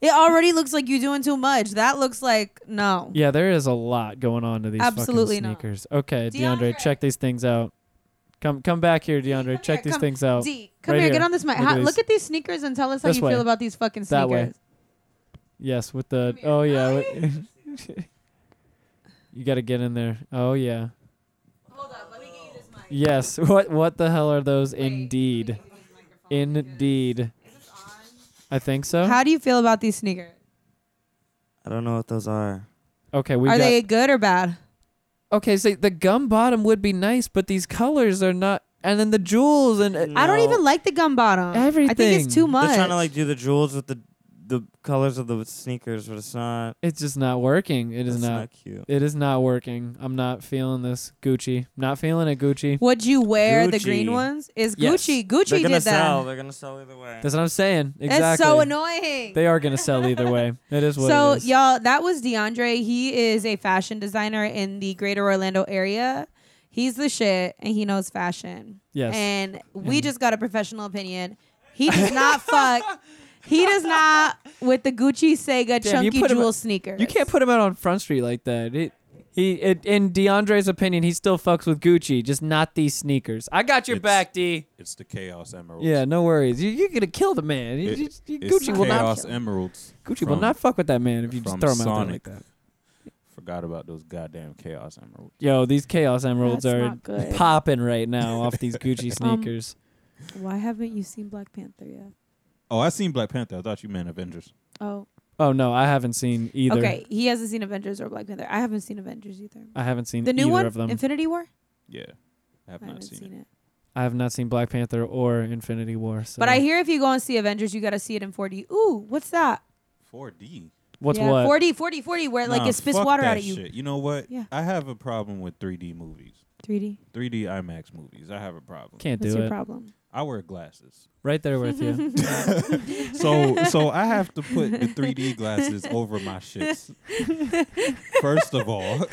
Speaker 3: it already looks like you doing too much. That looks like no.
Speaker 4: Yeah, there is a lot going on to these
Speaker 3: Absolutely
Speaker 4: fucking
Speaker 3: not.
Speaker 4: sneakers. Okay, DeAndre,
Speaker 3: DeAndre.
Speaker 4: check these things out. Come come back here, DeAndre.
Speaker 3: come
Speaker 4: check
Speaker 3: here,
Speaker 4: these
Speaker 3: come-
Speaker 4: things out.
Speaker 3: D, come
Speaker 4: Right
Speaker 3: here,
Speaker 4: here.
Speaker 3: get on this mic.
Speaker 4: Look
Speaker 3: How-
Speaker 4: at these.
Speaker 3: look at these sneakers and tell us how
Speaker 4: This
Speaker 3: you
Speaker 4: way.
Speaker 3: feel about these fucking
Speaker 4: That way.
Speaker 3: sneakers.
Speaker 4: yes, with the
Speaker 3: Come here.
Speaker 4: oh yeah. wi- [laughs] you got to get in there. Oh yeah.
Speaker 3: Hold up, let me get you this mic.
Speaker 4: Yes. [laughs] What what the hell are those? Indeed. Indeed. I think so.
Speaker 3: How do you feel about these sneakers?
Speaker 2: [laughs] I don't know what those are.
Speaker 4: Okay, we
Speaker 3: Are
Speaker 4: got.
Speaker 3: they good or bad?
Speaker 4: okay, so the gum bottom would be nice, but these colors are not. And then the jewels and uh,
Speaker 3: I don't
Speaker 2: No.
Speaker 3: even like the gum bottom. I think
Speaker 4: Everything.
Speaker 3: it's too much.
Speaker 2: They're trying to like do the jewels with the the colors of the sneakers, but it's not.
Speaker 4: it's just not working. It is
Speaker 2: it's
Speaker 4: not.
Speaker 2: cute.
Speaker 4: It is not working. I'm not feeling this Gucci. Not feeling it, Gucci.
Speaker 3: Would you wear the
Speaker 2: Gucci.
Speaker 3: green ones? Is
Speaker 4: Yes.
Speaker 3: Gucci? Gucci
Speaker 2: They're
Speaker 3: did
Speaker 2: gonna
Speaker 3: that.
Speaker 2: sell. They're gonna sell either way.
Speaker 4: That's what I'm saying. Exactly.
Speaker 3: That's so annoying.
Speaker 4: They are gonna sell either way. It is what
Speaker 3: so
Speaker 4: it is.
Speaker 3: y'all that was deandre he is a fashion designer in the greater orlando area he's the shit and he knows fashion
Speaker 4: Yes.
Speaker 3: and we just got a professional opinion he does not
Speaker 4: [laughs]
Speaker 3: fuck he does not with the gucci sega
Speaker 4: Damn, you
Speaker 3: chunky
Speaker 4: put him-
Speaker 3: jewel sneakers
Speaker 4: You can't put him out on Front Street like that. It, he, it, in DeAndre's opinion, he still fucks with Gucci, just not these sneakers. I got your
Speaker 6: It's-
Speaker 4: back, D.
Speaker 6: It's the Chaos Emeralds.
Speaker 4: Yeah, no worries. You, you're gonna kill the man. You-
Speaker 6: It-
Speaker 4: you- you-
Speaker 6: it's
Speaker 4: Gucci will not.
Speaker 6: Chaos Emeralds.
Speaker 4: Gucci will
Speaker 6: from-
Speaker 4: not fuck with that man if you just
Speaker 6: from
Speaker 4: throw him out there like
Speaker 6: Sonic.
Speaker 4: that.
Speaker 6: Forgot about those goddamn Chaos Emeralds.
Speaker 4: Yo, these Chaos Emeralds
Speaker 3: That's
Speaker 4: are
Speaker 3: not good. Um,
Speaker 4: popping right now off
Speaker 3: [laughs]
Speaker 4: these Gucci sneakers.
Speaker 3: why haven't you seen black panther yet
Speaker 6: Oh, I seen Black Panther. I thought you meant Avengers.
Speaker 3: oh
Speaker 4: oh no, I haven't seen either.
Speaker 3: okay he hasn't seen avengers or black panther i haven't seen avengers either
Speaker 4: I haven't seen
Speaker 3: the new
Speaker 4: either
Speaker 3: one
Speaker 4: of them.
Speaker 3: infinity war
Speaker 6: Yeah, I have
Speaker 3: i
Speaker 6: not
Speaker 3: haven't
Speaker 6: seen,
Speaker 3: seen
Speaker 6: it.
Speaker 3: it,
Speaker 4: I have not seen Black Panther or Infinity War. So.
Speaker 3: but i hear if you go and see avengers you got to see it in 4d ooh what's that
Speaker 6: 4D.
Speaker 4: what's
Speaker 3: yeah,
Speaker 4: what?
Speaker 3: 40, 40, 40, where it like
Speaker 6: Nah,
Speaker 3: it spits
Speaker 6: fuck
Speaker 3: water
Speaker 6: that
Speaker 3: out at you.
Speaker 6: shit. You know what?
Speaker 3: Yeah.
Speaker 6: I have a problem with 3D movies.
Speaker 3: 3D.
Speaker 6: 3D IMAX movies. I have a problem.
Speaker 4: Can't
Speaker 3: That's
Speaker 4: do
Speaker 3: your
Speaker 4: it.
Speaker 3: problem.
Speaker 6: I wear glasses.
Speaker 4: Right there with
Speaker 3: [laughs]
Speaker 4: you.
Speaker 6: So so I have to put the 3D glasses over my shits. First of all.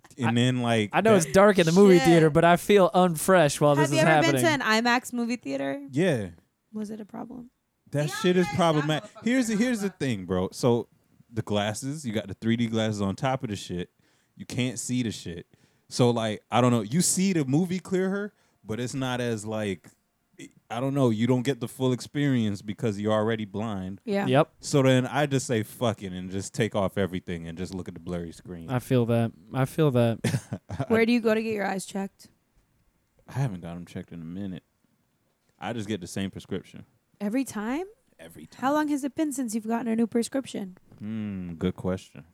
Speaker 6: [laughs] and then like
Speaker 4: I know
Speaker 6: that-
Speaker 4: it's dark in the movie
Speaker 3: Shit.
Speaker 4: theater, but I feel unfresh while
Speaker 3: Have
Speaker 4: Oh, this
Speaker 3: you
Speaker 4: is
Speaker 3: ever
Speaker 4: happening.
Speaker 3: been to an IMAX movie theater?
Speaker 6: Yeah.
Speaker 3: Was it a problem?
Speaker 6: That shit is problematic. Here's the here's the thing, bro. So the glasses, you got the 3D glasses on top of the shit. You can't see the shit. So like, I don't know. You see the movie clear her, but it's not as like I don't know, you don't get the full experience because you're already blind.
Speaker 3: Yeah.
Speaker 4: Yep,
Speaker 6: So then I just say fuck it and just take off everything and just look at the blurry screen.
Speaker 4: I
Speaker 6: I,
Speaker 4: feel that. I feel that.
Speaker 3: [laughs] Where do you go to get your eyes checked?
Speaker 6: haven't got them checked in a minute. I just get the same prescription
Speaker 3: Every time?
Speaker 6: every time.
Speaker 3: How long has it been since you've gotten a new prescription?
Speaker 6: Hmm, good question.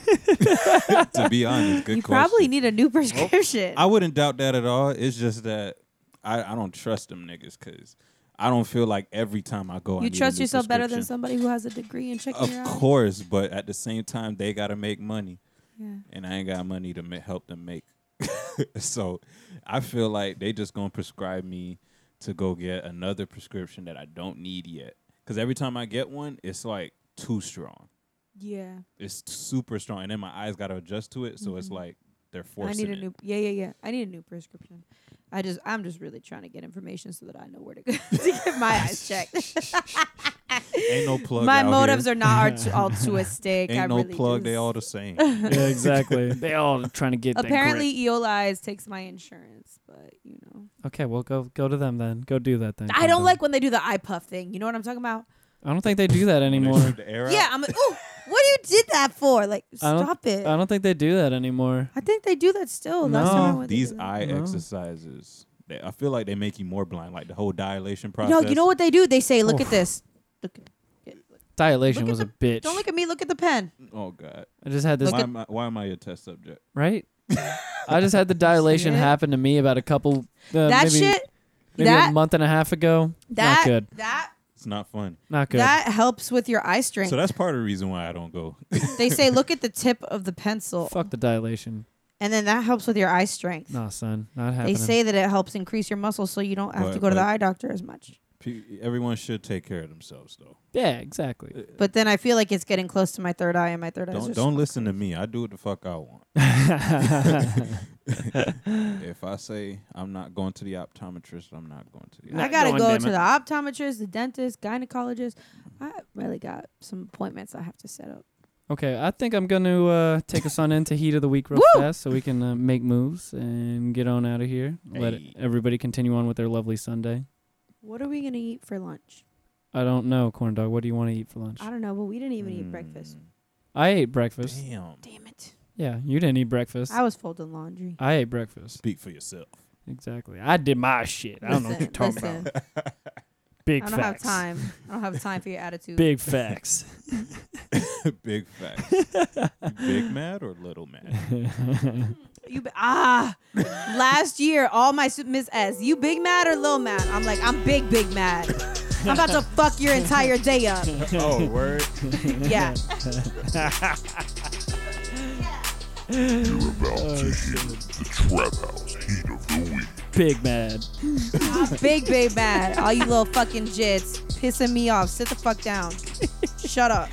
Speaker 6: [laughs] to be honest, good
Speaker 3: you
Speaker 6: question.
Speaker 3: probably need a new prescription.
Speaker 6: I wouldn't doubt that at all. It's just that I, I don't trust them niggas because I don't feel like every time I go, I
Speaker 3: you
Speaker 6: need a
Speaker 3: trust
Speaker 6: new
Speaker 3: yourself better than
Speaker 6: prescription.
Speaker 3: somebody who has a degree in checking your
Speaker 6: Of
Speaker 3: eyes?
Speaker 6: course, but at the same time, they gotta make money,
Speaker 3: Yeah.
Speaker 6: and I ain't got money to ma- help them make. [laughs] so I feel like they just gonna prescribe me to go get another prescription that I don't need yet. Because every time I get one, it's like too strong.
Speaker 3: Yeah.
Speaker 6: It's super strong, and then my eyes gotta adjust to it. So it's like they're
Speaker 3: Mm-hmm. I
Speaker 6: forcing
Speaker 3: need a
Speaker 6: it.
Speaker 3: new yeah, yeah, yeah. I need a new prescription. I just I'm just really trying to get information so that I know where to go [laughs] to get
Speaker 6: [laughs]
Speaker 3: my eyes checked. [laughs]
Speaker 6: Ain't no plug.
Speaker 3: my
Speaker 6: out here.
Speaker 3: motives are
Speaker 4: [laughs]
Speaker 3: not artu- altruistic.
Speaker 6: Ain't
Speaker 3: I
Speaker 6: no
Speaker 3: really
Speaker 6: plug.
Speaker 3: Just,
Speaker 6: They
Speaker 3: [laughs]
Speaker 6: all the same.
Speaker 4: yeah,
Speaker 6: [laughs]
Speaker 4: exactly. They all trying to get that
Speaker 3: Apparently,
Speaker 4: grip.
Speaker 3: Eolize takes my insurance, but you know,
Speaker 4: Okay, well go go to them then. Go do that then.
Speaker 3: I don't like when they do the eye puff thing. You know what I'm talking about?
Speaker 4: I don't think they do
Speaker 3: [laughs]
Speaker 4: that anymore.
Speaker 3: Yeah, I'm like, ooh, what you did that for? Like,
Speaker 4: [laughs] I don't-
Speaker 3: stop it.
Speaker 4: I
Speaker 3: I,
Speaker 4: don't think they do that anymore.
Speaker 3: think they do that still. Last
Speaker 4: No.
Speaker 3: time I went, they
Speaker 6: These
Speaker 3: did that.
Speaker 6: eye
Speaker 4: No.
Speaker 6: exercises, they, I feel like they make you more blind. Like the whole dilation process.
Speaker 3: No, you know what they do? They say, look
Speaker 4: Oof.
Speaker 3: at this. Look, at-
Speaker 4: Dilation
Speaker 3: Look at
Speaker 4: was
Speaker 3: the-
Speaker 4: a bitch.
Speaker 3: don't look at me. Look at the pen.
Speaker 4: Uh,
Speaker 6: Oh God.
Speaker 4: I just had this
Speaker 6: Why am, I, why am I a test subject?
Speaker 3: [laughs]
Speaker 4: right. I just had the dilation
Speaker 3: Shit.
Speaker 4: happen to me about a couple. Uh,
Speaker 3: that
Speaker 4: maybe
Speaker 3: shit
Speaker 4: maybe a
Speaker 3: That-
Speaker 4: month and a half ago.
Speaker 3: That
Speaker 4: Not good.
Speaker 3: that
Speaker 6: It's not fun.
Speaker 4: Not good.
Speaker 3: that helps with your eye strength.
Speaker 6: So that's part of the reason why I don't go.
Speaker 3: they
Speaker 4: [laughs]
Speaker 3: say look at the tip of the pencil,
Speaker 4: Fuck the dilation.
Speaker 3: and then that helps with your eye strength.
Speaker 4: Nah, son. Not
Speaker 3: they
Speaker 4: happening.
Speaker 3: say that it helps increase your muscles, so you don't have to
Speaker 6: But-
Speaker 3: go to the
Speaker 6: but-
Speaker 3: eye doctor as much.
Speaker 6: P- Everyone should take care of themselves, though.
Speaker 4: yeah,
Speaker 6: [laughs]
Speaker 4: exactly. [laughs]
Speaker 3: But then I feel like it's getting close to my third eye, and my third eye. is
Speaker 6: Don't
Speaker 3: just-
Speaker 6: don't listen to me. I do what the fuck I
Speaker 3: [laughs]
Speaker 6: want. [laughs] if I say I'm not going to the optometrist, I'm not going to the.
Speaker 4: Nah.
Speaker 3: I
Speaker 4: not
Speaker 3: gotta
Speaker 4: going,
Speaker 3: go
Speaker 4: damn
Speaker 3: to
Speaker 4: it.
Speaker 3: the optometrist, the dentist, gynecologist. I really got some appointments I have to set up.
Speaker 4: Okay, I think I'm going to uh, take us on into heat of the week real
Speaker 3: Woo!
Speaker 4: fast so we can uh, make moves and get on out of here. Let
Speaker 6: Hey.
Speaker 4: everybody continue on with their lovely Sunday.
Speaker 3: What are we gonna eat for lunch?
Speaker 4: I don't know, corn dog. What do you want to eat for lunch?
Speaker 3: I don't know, but we didn't even eat breakfast.
Speaker 4: I ate breakfast.
Speaker 6: Mm, Damn.
Speaker 4: Hmm.
Speaker 3: Damn it!
Speaker 4: Yeah, you didn't eat breakfast.
Speaker 3: I was folding laundry.
Speaker 4: I ate breakfast.
Speaker 6: Speak for yourself. [laughs]
Speaker 4: Exactly. I did my shit. I don't know what you're
Speaker 3: Listen,
Speaker 4: talking
Speaker 3: listen.
Speaker 4: about. Big
Speaker 3: I
Speaker 4: facts.
Speaker 3: don't have time. I don't have time for your attitude.
Speaker 4: Big facts.
Speaker 6: Big
Speaker 3: [laughs]
Speaker 6: facts. You Big mad or little mad?
Speaker 3: You be- ah. last year, all my stu- Miss S, you big mad or little mad? I'm like, I'm big, big mad. I'm about to fuck your entire day up.
Speaker 6: oh, word.
Speaker 3: Yeah.
Speaker 4: Big mad.
Speaker 3: big, big mad. All you little fucking jits pissing me off. Sit the fuck down. Shut up.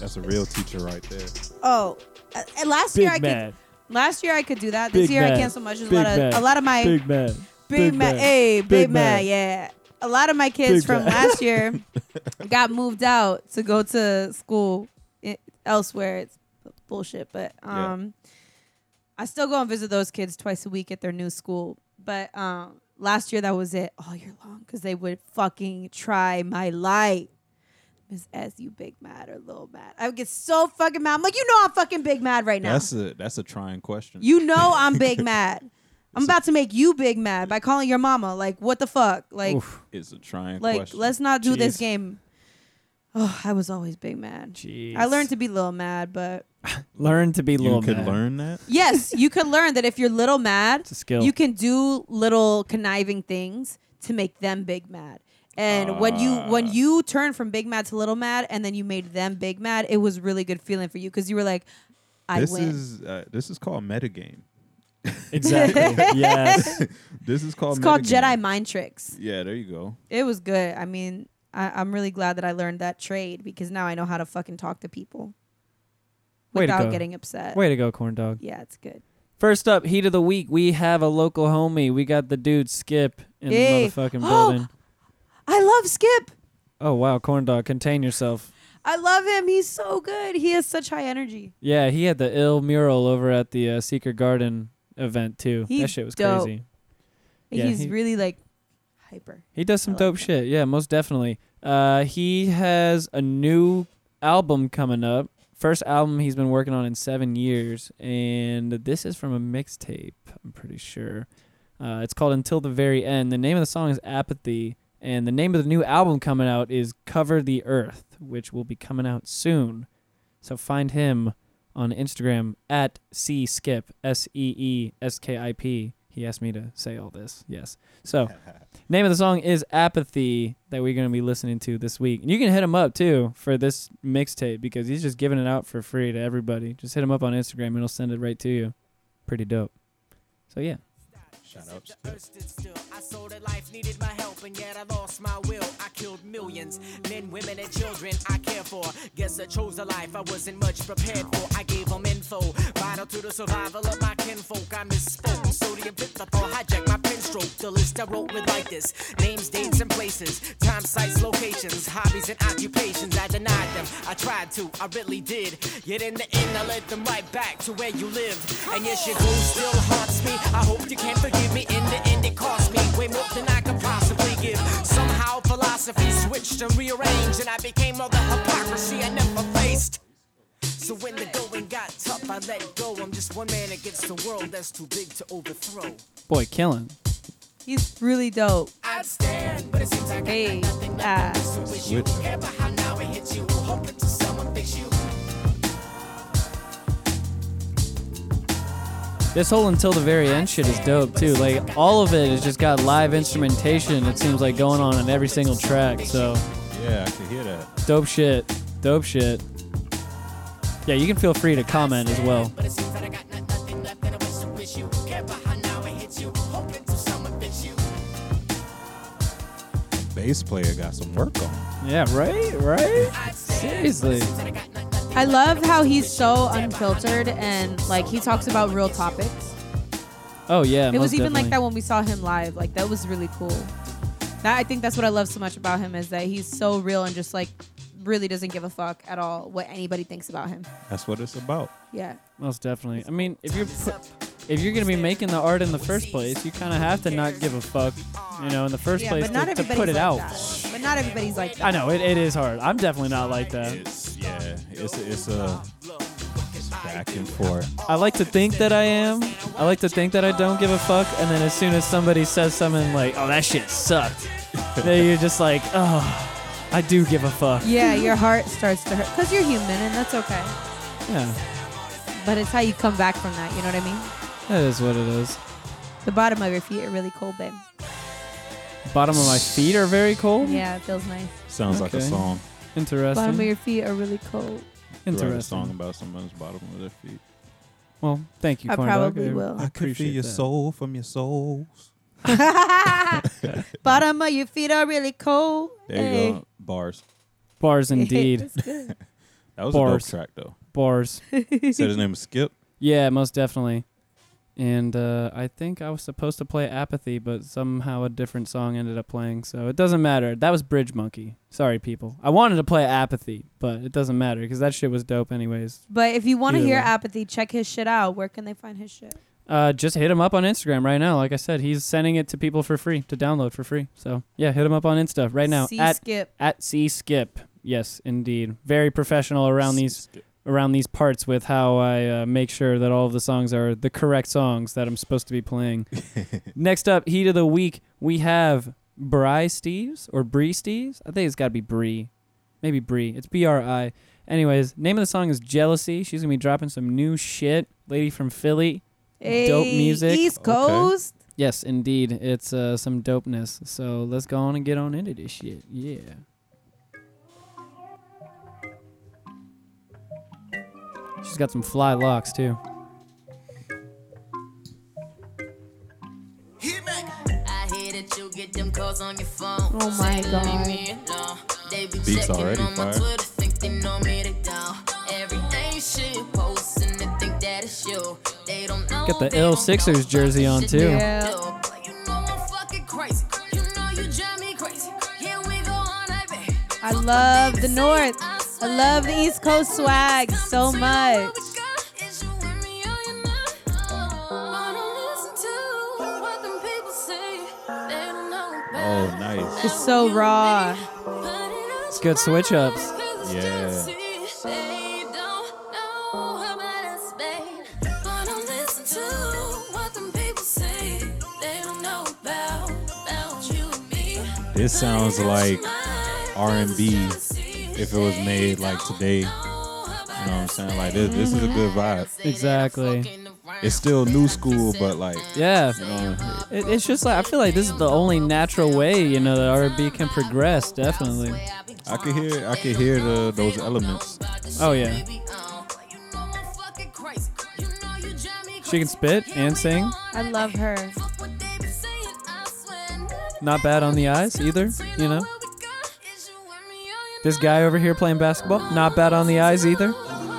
Speaker 6: That's a real teacher right there.
Speaker 3: Oh, uh, and last year I
Speaker 4: Big
Speaker 3: could.
Speaker 4: mad.
Speaker 3: Last year I could do that. This
Speaker 4: Big
Speaker 3: year I
Speaker 4: mad.
Speaker 3: can't so much. There's a
Speaker 4: Big
Speaker 3: lot of
Speaker 4: mad.
Speaker 3: a lot of my
Speaker 4: Big mad.
Speaker 3: Big, man, Hey, big, man,
Speaker 4: mad.
Speaker 3: yeah. A lot of my kids
Speaker 4: Big
Speaker 3: from
Speaker 4: man.
Speaker 3: last year got moved out to go to school i- elsewhere. It's bullshit, but
Speaker 6: Yeah.
Speaker 3: um, I still go and visit those kids twice a week at their new school. But um, last year that was it all year long because they would fucking try my light. Miss S, you big mad or little mad? I would get so fucking mad. I'm like, you know, I'm fucking big mad right now.
Speaker 6: That's a that's a trying question.
Speaker 3: You know I'm big mad. I'm about to make you big mad by calling your mama. Like what the fuck? Like
Speaker 6: it's a trying
Speaker 3: like
Speaker 6: question.
Speaker 3: let's not do this
Speaker 6: Jeez.
Speaker 3: game. Oh, I was always big mad.
Speaker 4: Jeez.
Speaker 3: I learned to be little mad, but
Speaker 4: learn to be
Speaker 6: You
Speaker 4: little
Speaker 6: could
Speaker 4: mad.
Speaker 6: learn that.
Speaker 3: yes, you could learn that if you're little mad,
Speaker 4: It's a skill.
Speaker 3: you can do little conniving things to make them big mad. And when you when
Speaker 6: Ah.
Speaker 3: you turn from big mad to little mad, and then you made them big mad, it was really good feeling for you because you were like, I
Speaker 6: this
Speaker 3: win.
Speaker 6: is uh, this is called metagame.
Speaker 3: [laughs]
Speaker 4: exactly.
Speaker 2: [laughs]
Speaker 4: yes.
Speaker 6: This is called.
Speaker 3: it's called
Speaker 6: metagame.
Speaker 3: Jedi mind tricks.
Speaker 6: Yeah, there you go.
Speaker 3: it was good. I mean, I, I'm really glad that I learned that trade because now I know how to fucking talk to people
Speaker 4: Way to
Speaker 3: without
Speaker 4: go.
Speaker 3: getting upset.
Speaker 4: Way to go, corn dog.
Speaker 3: Yeah, it's good.
Speaker 4: First up, heat of the week. We have a local homie. We got the dude Skip in
Speaker 3: Hey.
Speaker 4: the [gasps] motherfucking
Speaker 3: Oh.
Speaker 4: building.
Speaker 3: I love Skip.
Speaker 4: Oh wow, corn dog, contain yourself.
Speaker 3: I love him. He's so good. He has such high energy.
Speaker 4: Yeah, he had the ill mural over at the uh, Secret Garden event too.
Speaker 3: He's
Speaker 4: that shit was
Speaker 3: dope.
Speaker 4: crazy. Yeah,
Speaker 3: He's
Speaker 4: he-
Speaker 3: really like hyper.
Speaker 4: He does some
Speaker 3: I like
Speaker 4: dope
Speaker 3: that.
Speaker 4: shit. Yeah, most definitely. Uh, he has a new album coming up. First album he's been working on in seven years, and this is from a mixtape. I'm pretty sure. Uh, it's called Until the Very End. The name of the song is Apathy, and the name of the new album coming out is Cover the Earth, which will be coming out soon. So find him on Instagram at C Skip S E E S K I P. He asked me to say all this. Yes. So Name of the song is Apathy that we're going to be listening to this week. And you can hit him up too for this mixtape because he's just giving it out for free to everybody. Just hit him up on Instagram and he'll send it right to you. Pretty dope. So yeah.
Speaker 6: Shout
Speaker 7: As if
Speaker 6: out.
Speaker 7: the earth stood still. I saw that life needed my help, and yet I lost my will. I killed millions, men, women, and children I care for. Guess I chose a life I wasn't much prepared for. I gave them info, vital to the survival of my kinfolk. I misspoke. Sodium pitfall hijacked my pen stroke. The list I wrote with like this names, dates, and places, time, sites, locations, hobbies, and occupations. I denied them, I tried to, I really did. Yet in the end, I led them right back to where you live. And yes, your goal still haunts me. I hope you can forgive me. In the end, it cost me way more than I could possibly give. Somehow, philosophy switched and rearranged, and I became all the hypocrisy I never faced. So when the going got tough, I let go. I'm just one man against the world that's too big to overthrow.
Speaker 4: Boy, killing.
Speaker 3: He's really dope.
Speaker 7: I'd stand, but it seems like I
Speaker 3: Hey,
Speaker 7: got nothing
Speaker 3: ah.
Speaker 7: left to do. So wish you
Speaker 6: Switch.
Speaker 7: care about how now it hits you. Hoping to someone fix you.
Speaker 4: This whole until the very end shit is dope too. Like all of it has just got live instrumentation. It seems like going on in every single track. So
Speaker 6: Yeah, I can hear that.
Speaker 4: dope shit, dope shit. Yeah, you can feel free to comment as well.
Speaker 7: But it seems that I got no- nothing left and I wish to wish you. Care about how now it hits you. Hoping to someone fix you.
Speaker 6: Bass player got some work on.
Speaker 4: Yeah, right, right. Seriously,
Speaker 3: I love how he's so unfiltered and like he talks about real topics.
Speaker 4: oh yeah.
Speaker 3: It was even like that when we saw him live. Like that was really cool. That I think that's what I love so much about him is that he's so real and just like really doesn't give a fuck at all what anybody thinks about him.
Speaker 6: That's what it's about.
Speaker 3: Yeah.
Speaker 4: Most definitely. I mean, if you're pu- if you're gonna be making the art in the first place, you kind of have to not give a fuck, you know, in the first
Speaker 3: yeah,
Speaker 4: place
Speaker 3: but not
Speaker 4: to, to
Speaker 3: everybody's
Speaker 4: put it
Speaker 3: like
Speaker 4: out.
Speaker 3: That. But not everybody's like that.
Speaker 4: I know it, it is hard. I'm definitely not like that.
Speaker 6: It's yeah, it's it's a it's back and forth.
Speaker 4: I like to think that I am. I like to think that I don't give a fuck, and then as soon as somebody says something like, "Oh, that shit sucked," then you're just like, "Oh, I do give a fuck."
Speaker 3: Yeah, your heart starts to hurt because you're human and that's okay.
Speaker 4: Yeah,
Speaker 3: But it's how you come back from that. You know what I mean?
Speaker 4: that is what it is.
Speaker 3: The bottom of your feet are really cold, babe.
Speaker 4: Bottom of my feet are very cold.
Speaker 3: Yeah, it feels nice.
Speaker 6: Sounds like
Speaker 4: Okay.
Speaker 6: a
Speaker 3: Bottom
Speaker 6: song.
Speaker 3: of
Speaker 4: Interesting.
Speaker 3: your feet are really cold.
Speaker 6: Write a song
Speaker 4: Interesting.
Speaker 6: about someone's bottom of their feet.
Speaker 4: Well, thank you.
Speaker 3: I
Speaker 4: Corn Dog.
Speaker 3: probably
Speaker 4: [laughs]
Speaker 3: will. [laughs]
Speaker 4: I could feel your
Speaker 6: soul from your souls.
Speaker 3: Bottom of your feet are really cold.
Speaker 6: There you
Speaker 3: Hey.
Speaker 6: go. Bars.
Speaker 3: [laughs]
Speaker 4: Bars indeed.
Speaker 3: That's good.
Speaker 6: That was
Speaker 4: Bars.
Speaker 6: a dope track though.
Speaker 4: Bars.
Speaker 6: He said his name was Skip.
Speaker 4: Yeah, most definitely. And uh, I think I was supposed to play Apathy, but somehow a different song ended up playing. So it doesn't matter. That was Bridge Monkey. Sorry, people. I wanted to play Apathy, but it doesn't matter because that shit was dope, anyways.
Speaker 3: But if you want to
Speaker 4: Either
Speaker 3: hear
Speaker 4: way.
Speaker 3: apathy, check his shit out. Where can they find his shit?
Speaker 4: Uh, just hit him up on Instagram right now. Like I said, he's sending it to people for free to download for free. So yeah, hit him up on Insta right now
Speaker 3: See
Speaker 4: at
Speaker 3: Skip.
Speaker 4: at C Skip. Yes, indeed. Very professional around these around these parts with how I uh, make sure that all of the songs are the correct songs that I'm supposed to be playing. Next up, heat of the week, we have Bry Steves or Bree Steves. I think it's got to be Bree, maybe Bree. It's B R I. Anyways, name of the song is Jealousy. She's gonna be dropping some new shit. Lady from Philly. Dope
Speaker 3: Hey,
Speaker 4: music.
Speaker 3: East
Speaker 6: Okay.
Speaker 3: Coast.
Speaker 4: Yes, indeed, it's uh, some dopeness. So let's go on and get on into this shit. Yeah. She's got some fly locks too.
Speaker 8: I hear that you get them calls on your phone.
Speaker 3: Oh my
Speaker 8: Say,
Speaker 3: God.
Speaker 8: "Leave me alone." They be
Speaker 6: Beats
Speaker 8: checking
Speaker 6: already
Speaker 8: on my
Speaker 6: fire.
Speaker 8: Twitter, think they know me to down. Everything she posts and they think that it's you. They don't know.
Speaker 4: Got the
Speaker 8: they don't
Speaker 4: L Sixers
Speaker 8: know
Speaker 4: jersey on,
Speaker 8: shit
Speaker 4: too.
Speaker 8: they
Speaker 3: Yeah.
Speaker 8: do. But You know I'm fucking crazy. You know you drive me crazy. Here we go on, baby.
Speaker 3: I love the North. I love the East Coast swag so much.
Speaker 6: Oh,
Speaker 8: Oh,
Speaker 6: nice.
Speaker 3: It's so raw.
Speaker 8: It's
Speaker 4: good switch ups.
Speaker 6: Yeah. This sounds like R&B if it was made like today. You know what I'm saying? Like this, this is a good vibe.
Speaker 4: Exactly.
Speaker 6: It's still new school, but like
Speaker 4: Yeah.
Speaker 6: you know,
Speaker 4: It, it's just like I feel like this is the only natural way you know that R&B can progress. Definitely.
Speaker 6: I could hear, I could hear the those elements.
Speaker 4: Oh yeah. She can spit and sing.
Speaker 3: I love her.
Speaker 4: Not bad on the eyes either. You know. This guy over here playing basketball. Not bad on the eyes either.
Speaker 7: oh,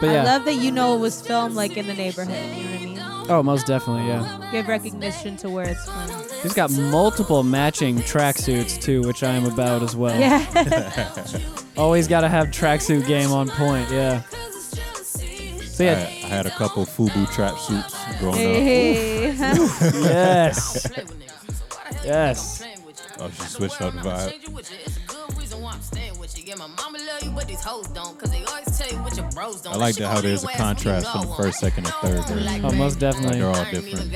Speaker 4: But yeah.
Speaker 3: I love that you know it was filmed like in the neighborhood. You know what I mean?
Speaker 4: oh, most definitely. Yeah.
Speaker 3: Give recognition to where it's
Speaker 4: [laughs]
Speaker 3: from.
Speaker 4: He's got multiple matching tracksuits too, which I am about as well.
Speaker 3: Yeah.
Speaker 4: Always got to have tracksuit game on point. Yeah. So
Speaker 6: I, I
Speaker 4: yeah.
Speaker 6: had a couple FUBU trap suits growing
Speaker 3: [laughs]
Speaker 6: up.
Speaker 3: hey.
Speaker 7: [laughs]
Speaker 4: yes. Yes.
Speaker 6: Oh, she switched up the vibe.
Speaker 8: I
Speaker 6: I like that how there's a contrast from first, second, and third. verse.
Speaker 4: Oh, most definitely.
Speaker 6: They're all different.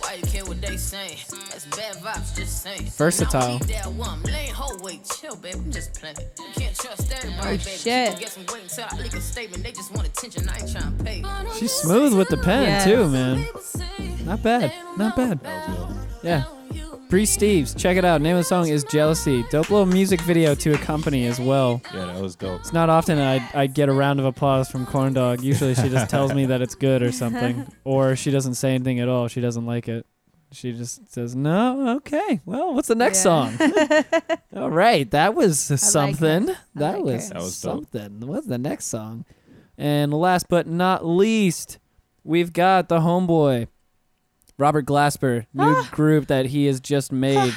Speaker 8: Why you care what they saying. That's bad vibes, just saying.
Speaker 4: Versatile.
Speaker 8: Now keep that one lane, whole way, chill, baby, I'm just playing. You can't trust everybody, baby.
Speaker 3: shit.
Speaker 8: People guessing, waiting till I leak a statement. They just want attention, I ain't trying to pay.
Speaker 4: She's smooth with the pen
Speaker 3: Yes.
Speaker 4: too, man. Not bad. Not bad. Yeah. Bree Steves, check it out. Name of the song is Jealousy. Dope little music video to accompany as well.
Speaker 6: Yeah, that was dope.
Speaker 4: It's not often I I get a round of applause from Corn Dog. Usually she just tells me that it's good or something, or she doesn't say anything at all. She doesn't like it. She just says, "No, okay. Well, what's the
Speaker 3: [laughs]
Speaker 4: next
Speaker 3: Yeah.
Speaker 4: song?" all right, that was something. that,
Speaker 3: like
Speaker 4: was
Speaker 3: her.
Speaker 6: That was dope.
Speaker 4: something. What's the next song? And last but not least, we've got the homeboy, Robert Glasper, new
Speaker 3: Ah.
Speaker 4: group that he
Speaker 3: [sighs]
Speaker 4: has just made.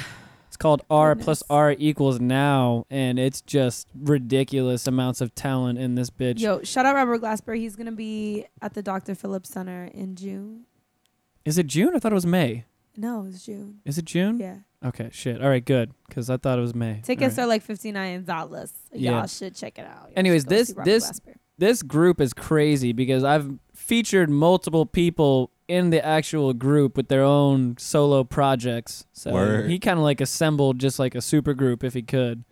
Speaker 4: It's called R plus R equals now, and it's just ridiculous amounts of talent in this bitch.
Speaker 3: Yo, shout out Robert Glasper. He's gonna be at the Dr. Phillips Center in June.
Speaker 4: Is it June? I thought it was May.
Speaker 3: No, it's June.
Speaker 4: Is it June?
Speaker 3: Yeah.
Speaker 4: Okay, shit. All right, good, because I thought it was May.
Speaker 3: Tickets
Speaker 4: All right.
Speaker 3: are like fifty nine dollars. Y'all
Speaker 4: Yeah.
Speaker 3: should check it out. Y'all
Speaker 4: Anyways,
Speaker 3: should go
Speaker 4: this-
Speaker 3: see Robert
Speaker 4: this-
Speaker 3: Glasper. Oh
Speaker 4: This group is crazy because I've featured multiple people in the actual group with their own solo projects. So
Speaker 6: Word.
Speaker 4: he kind of like assembled just like a super group if he could.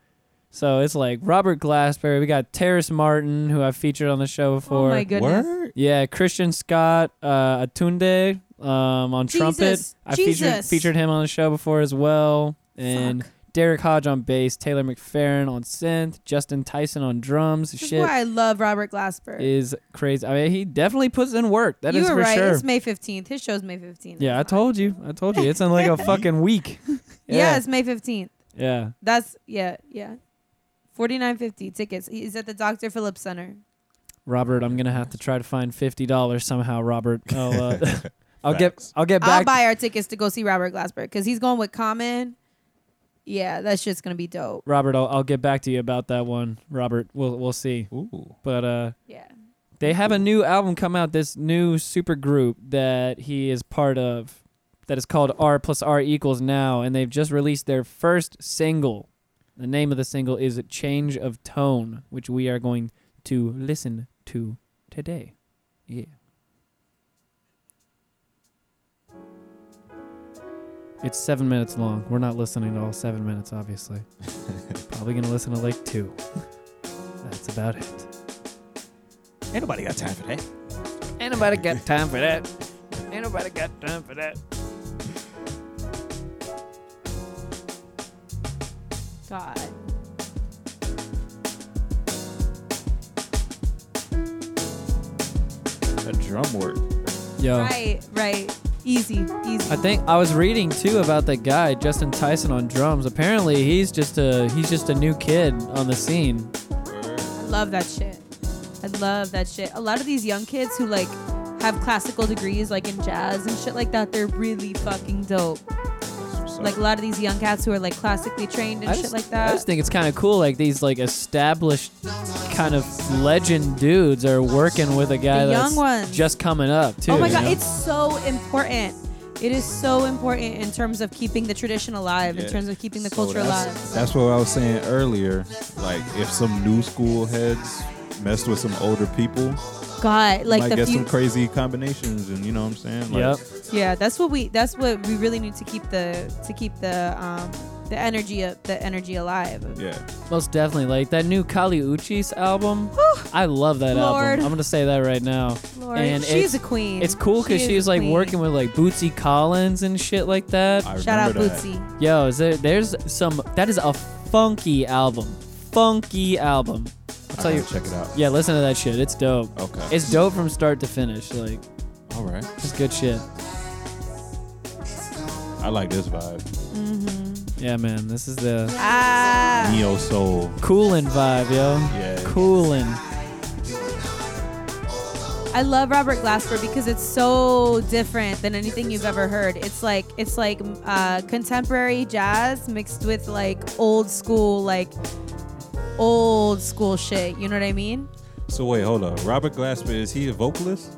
Speaker 4: So it's like Robert Glasper. We got Terrace Martin, who I've featured on the show before.
Speaker 3: Oh my goodness.
Speaker 6: Word?
Speaker 4: Yeah, Christian Scott uh, Atunde um, on trumpet.
Speaker 3: Jesus.
Speaker 4: I featured
Speaker 3: Jesus.
Speaker 4: featured him on the show before as well, and
Speaker 3: Fuck.
Speaker 4: Derek Hodge on bass, Taylor McFerrin on synth, Justin Tyson on drums.
Speaker 3: This is
Speaker 4: Shit
Speaker 3: why I love Robert Glasper.
Speaker 4: is crazy. I mean, he definitely puts in work. That is
Speaker 3: you were
Speaker 4: for
Speaker 3: right.
Speaker 4: sure.
Speaker 3: It's May fifteenth. His show's May fifteenth.
Speaker 4: yeah, I told you. I told you. It's
Speaker 3: [laughs]
Speaker 4: in like a fucking week.
Speaker 3: Yeah, it's May fifteenth.
Speaker 4: Yeah.
Speaker 3: That's yeah, yeah. Forty nine fifty tickets. He's at the Dr. Phillips Center.
Speaker 4: Robert, I'm gonna have to try to find fifty dollars somehow. Robert, I'll, uh, [laughs] I'll get
Speaker 6: Facts.
Speaker 4: I'll get
Speaker 3: I'll
Speaker 4: back.
Speaker 3: buy our tickets to go see Robert Glasper because he's going with Common. Yeah, that shit's gonna be dope.
Speaker 4: Robert, I'll, I'll get back to you about that one. Robert, we'll we'll see.
Speaker 6: Ooh.
Speaker 4: But uh,
Speaker 3: Yeah.
Speaker 4: they have a new album come out. This new super group that he is part of, that is called R plus R equals now, and they've just released their first single. The name of the single is "Change of Tone," which we are going to listen to today. Yeah. It's seven minutes long. We're not listening to all seven minutes, obviously. Probably gonna listen to like two. That's about it.
Speaker 6: Ain't nobody got time for that.
Speaker 4: Ain't nobody [laughs] got time for that. Ain't nobody got time for that.
Speaker 3: God.
Speaker 6: A drum work.
Speaker 4: Yo.
Speaker 3: Right, right. Easy, easy.
Speaker 4: I think I was reading too about that guy Justin Tyson on drums. Apparently, he's just a he's just a new kid on the scene.
Speaker 3: I love that shit. I love that shit. A lot of these young kids who like have classical degrees like in jazz and shit like that, they're really fucking dope. Like a lot of these young cats who are like classically trained and
Speaker 4: I
Speaker 3: shit
Speaker 4: just,
Speaker 3: like
Speaker 4: I
Speaker 3: that.
Speaker 4: just think it's kind of cool. Like these like established kind of legend dudes are working with a guy
Speaker 3: The young
Speaker 4: that's
Speaker 3: ones.
Speaker 4: just coming up too.
Speaker 3: oh my
Speaker 4: you
Speaker 3: god,
Speaker 4: know?
Speaker 3: it's so important. It is so important in terms of keeping the tradition alive, in
Speaker 6: Yeah.
Speaker 3: terms of keeping the
Speaker 6: So
Speaker 3: culture
Speaker 6: that's-
Speaker 3: alive.
Speaker 6: That's what I was saying earlier. Like, if some new school heads messed with some older people,
Speaker 3: God, like
Speaker 6: might
Speaker 3: the
Speaker 6: get
Speaker 3: few,
Speaker 6: some crazy combinations, and you know what I'm saying?
Speaker 4: Yep.
Speaker 6: Like,
Speaker 3: yeah, that's what we that's what we really need to keep the to keep the um the energy up the energy alive.
Speaker 6: Yeah.
Speaker 4: Most definitely, like that new Kali Uchis album. I love that
Speaker 3: Lord.
Speaker 4: album. I'm gonna say that right now.
Speaker 3: Lord,
Speaker 4: And
Speaker 3: she's
Speaker 4: it's-
Speaker 3: a queen.
Speaker 4: It's cool because
Speaker 3: She is
Speaker 4: she's
Speaker 3: a
Speaker 4: like
Speaker 3: queen.
Speaker 4: working with like Bootsy Collins and shit like that.
Speaker 6: I
Speaker 3: Shout out
Speaker 6: remember that.
Speaker 3: Bootsy.
Speaker 4: Yo, is there, there's some that is a funky album, funky album. I'll
Speaker 6: I
Speaker 4: tell you.
Speaker 6: gotta check it out.
Speaker 4: Yeah, listen to that shit. It's dope.
Speaker 6: Okay.
Speaker 4: It's dope from start to finish. Like,
Speaker 6: All right.
Speaker 4: it's good shit.
Speaker 6: I like this vibe.
Speaker 4: Yeah, man. This is the
Speaker 3: Ah,
Speaker 6: Neo soul.
Speaker 4: coolin' vibe, yo.
Speaker 6: Yeah.
Speaker 4: Coolin'.
Speaker 3: I love Robert Glasper because it's so different than anything you've ever heard. It's like it's like uh, contemporary jazz mixed with like old school like old school shit. You know what I mean?
Speaker 6: So wait, hold up. Robert Glasper is he a vocalist?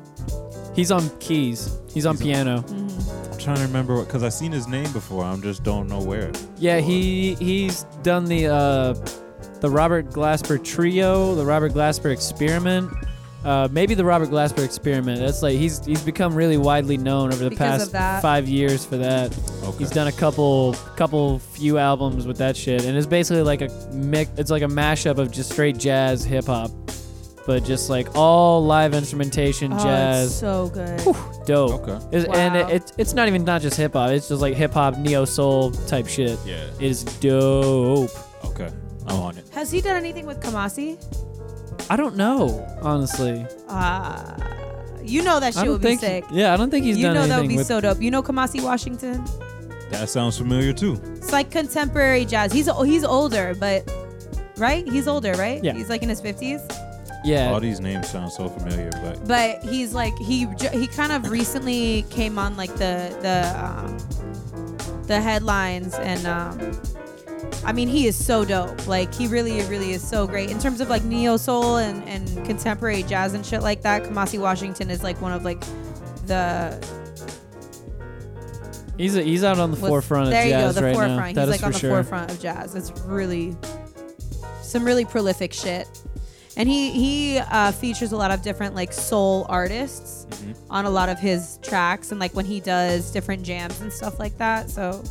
Speaker 4: He's on keys. He's on piano.
Speaker 6: I'm trying to remember because I seen his name before. I just don't know where.
Speaker 4: Yeah, he he's done the uh, the Robert Glasper trio, the Robert Glasper experiment. Uh, maybe the Robert Glasper experiment. That's like he's he's become really widely known over the
Speaker 3: Because of
Speaker 4: past
Speaker 3: that.
Speaker 4: five years for that.
Speaker 6: Okay.
Speaker 4: He's done a couple couple few albums with that shit, and it's basically like a mix. It's like a mashup of just straight jazz, hip hop, but just like all live instrumentation,
Speaker 3: Oh, it's
Speaker 4: jazz,
Speaker 3: so good.
Speaker 4: dope.
Speaker 6: Okay.
Speaker 4: It's- And
Speaker 3: Wow.
Speaker 4: it, it's it's not even not just hip hop. It's just like hip hop, neo soul type shit.
Speaker 6: Yeah.
Speaker 4: Is dope.
Speaker 6: Okay. I'm on it.
Speaker 3: Has he done anything with Kamasi?
Speaker 4: I don't know, honestly.
Speaker 3: Ah, you know that
Speaker 4: I
Speaker 3: shit
Speaker 4: don't
Speaker 3: would be
Speaker 4: think.
Speaker 3: sick.
Speaker 4: Yeah, I don't think he's
Speaker 3: you
Speaker 4: done
Speaker 3: know that would
Speaker 4: anything
Speaker 3: be
Speaker 4: with
Speaker 3: so dope. You know Kamasi Washington?
Speaker 6: That sounds familiar too.
Speaker 3: It's like contemporary jazz. He's he's older, but right? He's older, right?
Speaker 4: Yeah.
Speaker 3: He's like in his fifties,
Speaker 4: yeah.
Speaker 6: All these names sound so familiar, but
Speaker 3: but he's like he ju- he kind of recently came on like the the um, the headlines and. Um, I mean, he is so dope. Like, he really, really is so great. In terms of like neo soul and, and contemporary jazz and shit like that, Kamasi Washington is like one of like the
Speaker 4: He's he's out on the
Speaker 3: was-
Speaker 4: forefront of
Speaker 3: there you go,
Speaker 4: jazz
Speaker 3: the
Speaker 4: right
Speaker 3: forefront.
Speaker 4: now.
Speaker 3: He's
Speaker 4: That is
Speaker 3: like
Speaker 4: for
Speaker 3: on the
Speaker 4: sure.
Speaker 3: forefront of jazz. It's really some really prolific shit. And he he uh, features a lot of different like soul artists
Speaker 4: Mm-hmm.
Speaker 3: on a lot of his tracks, and like when he does different jams and stuff like that. So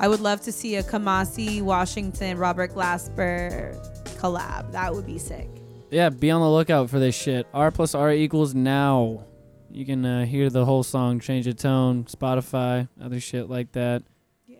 Speaker 3: I would love to see a Kamasi Washington Robert Glasper collab. That would be sick.
Speaker 4: Yeah, be on the lookout for this shit. R plus R equals now. You can uh, hear the whole song, change the tone, Spotify, other shit like that,
Speaker 3: Yeah.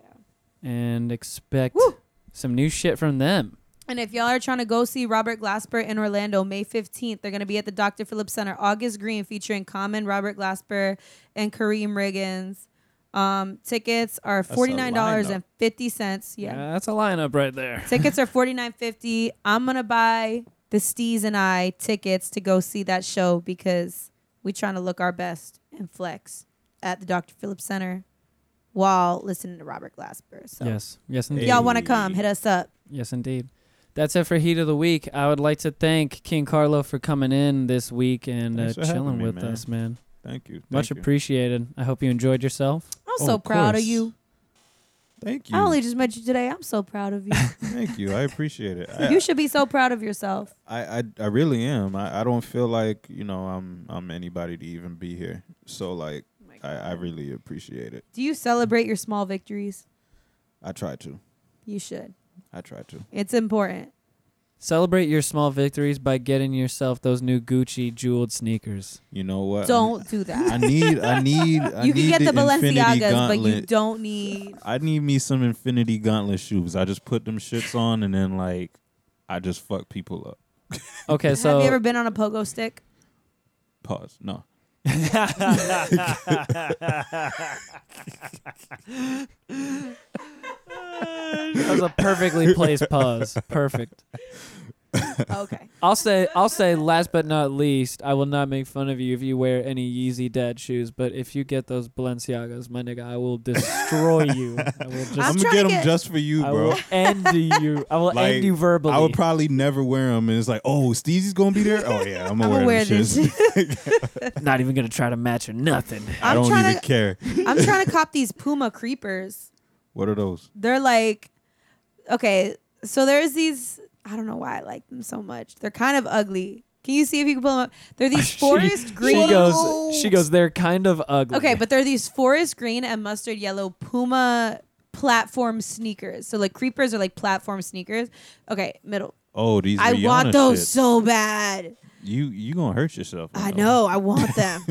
Speaker 4: and expect
Speaker 3: Woo!
Speaker 4: some new shit from them.
Speaker 3: And if y'all are trying to go see Robert Glasper in Orlando May 15th, they're going to be at the Dr. Phillips Center, August Green, featuring Common, Robert Glasper, and Kareem Riggins. Um, tickets are
Speaker 6: a
Speaker 3: $49.50. Yeah.
Speaker 4: Yeah, that's a lineup right there.
Speaker 3: tickets are $49.50. I'm going to buy the Steez and I tickets to go see that show because we trying to look our best and flex at the Dr. Phillips Center while listening to Robert Glasper. So
Speaker 4: Yes, yes, indeed.
Speaker 6: Hey.
Speaker 3: y'all want to come, hit us up.
Speaker 4: Yes, indeed. That's it for Heat of the Week. I would like to thank King Carlo for coming in this week and uh,
Speaker 6: Thanks for having
Speaker 4: chilling
Speaker 6: me,
Speaker 4: with
Speaker 6: man.
Speaker 4: us, man.
Speaker 6: thank you.
Speaker 4: Much
Speaker 6: thank you.
Speaker 4: appreciated. I hope you enjoyed yourself.
Speaker 3: I'm
Speaker 6: Oh,
Speaker 3: so
Speaker 6: of
Speaker 3: proud of
Speaker 6: course.
Speaker 3: you.
Speaker 6: Thank you.
Speaker 3: I only just met you today. I'm so proud of you.
Speaker 6: [laughs] thank you. I
Speaker 3: [laughs]
Speaker 6: appreciate it. I,
Speaker 3: you should be so proud of yourself.
Speaker 6: I, I, I really am. I, I don't feel like you know I'm I'm anybody to even be here. So like
Speaker 3: Oh
Speaker 6: I, I really appreciate it.
Speaker 3: Do you celebrate your small victories?
Speaker 6: I try to.
Speaker 3: You should.
Speaker 6: I try to.
Speaker 3: It's important.
Speaker 4: Celebrate your small victories by getting yourself those new Gucci jeweled sneakers.
Speaker 6: You know what?
Speaker 3: Don't do
Speaker 6: I
Speaker 3: that.
Speaker 6: need.
Speaker 3: [laughs]
Speaker 6: I need. I
Speaker 3: you can
Speaker 6: need
Speaker 3: get the,
Speaker 6: Infinity
Speaker 3: Balenciagas, but
Speaker 6: Gauntlet.
Speaker 3: you don't
Speaker 6: [laughs]
Speaker 3: need.
Speaker 6: I need me some Infinity Gauntlet shoes. I just put them shits on and then like I just fuck people up.
Speaker 4: Okay,
Speaker 3: Have
Speaker 4: so
Speaker 3: you ever been on a pogo stick?
Speaker 6: [laughs] Pause. No.
Speaker 4: that was a perfectly
Speaker 6: [laughs]
Speaker 4: placed pause. Perfect.
Speaker 3: Okay.
Speaker 4: I'll say I'll say last but not least, I will not make fun of you if you wear any Yeezy dad shoes, but if you get those Balenciagas, my nigga, I will destroy you. I will just
Speaker 6: I'm
Speaker 3: I'm
Speaker 6: gonna
Speaker 3: trying to
Speaker 6: get them
Speaker 3: get-
Speaker 6: just for you,
Speaker 4: I
Speaker 6: bro. [laughs]
Speaker 4: will end you. I will
Speaker 6: Like,
Speaker 4: end you verbally.
Speaker 6: I would probably never wear them. And it's like, oh, Steezy's gonna be there. Oh yeah, I'm gonna
Speaker 3: I'm
Speaker 6: wear,
Speaker 3: aware of
Speaker 6: them
Speaker 3: this.
Speaker 6: shits.
Speaker 4: not even gonna try to match or nothing.
Speaker 3: [laughs]
Speaker 6: I
Speaker 3: I'm
Speaker 6: don't
Speaker 3: trying
Speaker 6: even
Speaker 3: to.
Speaker 6: care.
Speaker 3: I'm trying to cop these Puma creepers.
Speaker 6: What are those?
Speaker 3: They're like, okay. So there's these. I don't know why I like them so much. They're kind of ugly. Can you see if you can pull them up? They're
Speaker 6: [laughs]
Speaker 3: these forest green.
Speaker 4: She goes. She goes. They're kind of ugly.
Speaker 3: Okay, but they're these forest green and mustard yellow Puma platform sneakers. So like creepers are like platform sneakers. Okay, middle.
Speaker 6: Oh, these.
Speaker 3: I
Speaker 6: Rihanna
Speaker 3: want those
Speaker 6: shits.
Speaker 3: so bad.
Speaker 6: You you gonna hurt yourself? with
Speaker 3: I
Speaker 6: those.
Speaker 3: know. I want
Speaker 6: [laughs]
Speaker 3: them.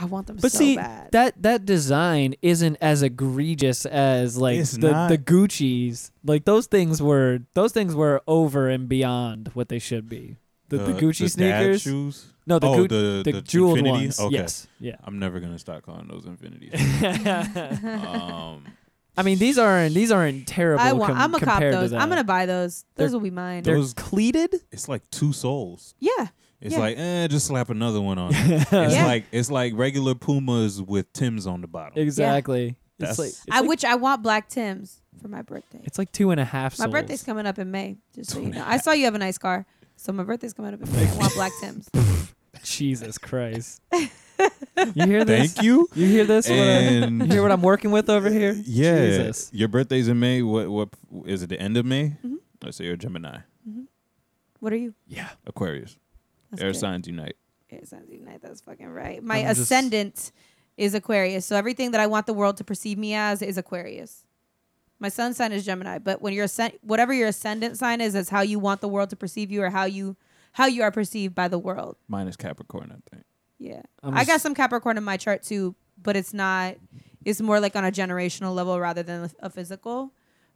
Speaker 3: I want them
Speaker 4: But
Speaker 3: so
Speaker 4: see
Speaker 3: bad.
Speaker 4: that that design isn't as egregious as like
Speaker 6: It's
Speaker 4: the,
Speaker 6: not.
Speaker 4: the Gucci's. Like those things were those things were over and beyond what they should be. The, the Gucci
Speaker 6: dad
Speaker 4: sneakers.
Speaker 6: shoes.
Speaker 4: No, the
Speaker 6: Uh, oh,
Speaker 4: Gucci
Speaker 6: the,
Speaker 4: the, jeweled
Speaker 6: Infinity?
Speaker 4: ones.
Speaker 6: Okay.
Speaker 4: Yes. Yeah.
Speaker 6: I'm never gonna stop calling
Speaker 4: [laughs]
Speaker 6: those infinities. um,
Speaker 4: I mean, these aren't these aren't terrible.
Speaker 3: I want.
Speaker 4: com-
Speaker 3: I'm gonna cop
Speaker 4: compared to
Speaker 3: those.
Speaker 4: that.
Speaker 3: I'm gonna buy those. Those
Speaker 4: They're-
Speaker 3: will be mine.
Speaker 4: They're
Speaker 6: Those- [laughs]
Speaker 4: cleated.
Speaker 6: it's like two souls.
Speaker 3: Yeah.
Speaker 6: It's
Speaker 3: Yeah.
Speaker 6: like, eh, just slap another
Speaker 4: [laughs]
Speaker 6: one on. it. It's
Speaker 3: Yeah.
Speaker 6: like it's like regular Pumas with Tim's on the bottom.
Speaker 4: Exactly. It's
Speaker 6: That's-
Speaker 4: like it's
Speaker 3: I
Speaker 4: like,
Speaker 3: which I want black Tims for my birthday.
Speaker 4: it's like two and a half.
Speaker 3: My
Speaker 4: soles.
Speaker 3: birthday's coming up in May. Just so you know, I saw you have a nice car, so my birthday's coming up in May. I want
Speaker 4: [laughs]
Speaker 3: black Tims. [laughs]
Speaker 4: Jesus Christ. you hear this?
Speaker 6: Thank you.
Speaker 4: You hear this? What I-
Speaker 6: [laughs]
Speaker 4: [laughs]
Speaker 6: And-
Speaker 4: you hear what I'm working with over here?
Speaker 6: Yeah.
Speaker 4: Jesus.
Speaker 6: Your birthday's in May. What what is it the end of May?
Speaker 3: Mm-hmm.
Speaker 6: Let's say you're a Gemini.
Speaker 3: What are you?
Speaker 6: Yeah. Aquarius.
Speaker 3: That's
Speaker 6: Air
Speaker 3: good.
Speaker 6: signs unite.
Speaker 3: Air signs unite. That's fucking right. My
Speaker 4: I'm just-
Speaker 3: ascendant is Aquarius. So everything that I want the world to perceive me as is Aquarius. My sun sign is Gemini, but when your ascend- whatever your ascendant sign is, is how you want the world to perceive you or how you how you are perceived by the world.
Speaker 6: Mine is Capricorn, I think.
Speaker 3: Yeah.
Speaker 4: I'm
Speaker 3: I got
Speaker 4: just-
Speaker 3: some Capricorn in my chart too, but it's not it's more like on a generational level rather than a physical.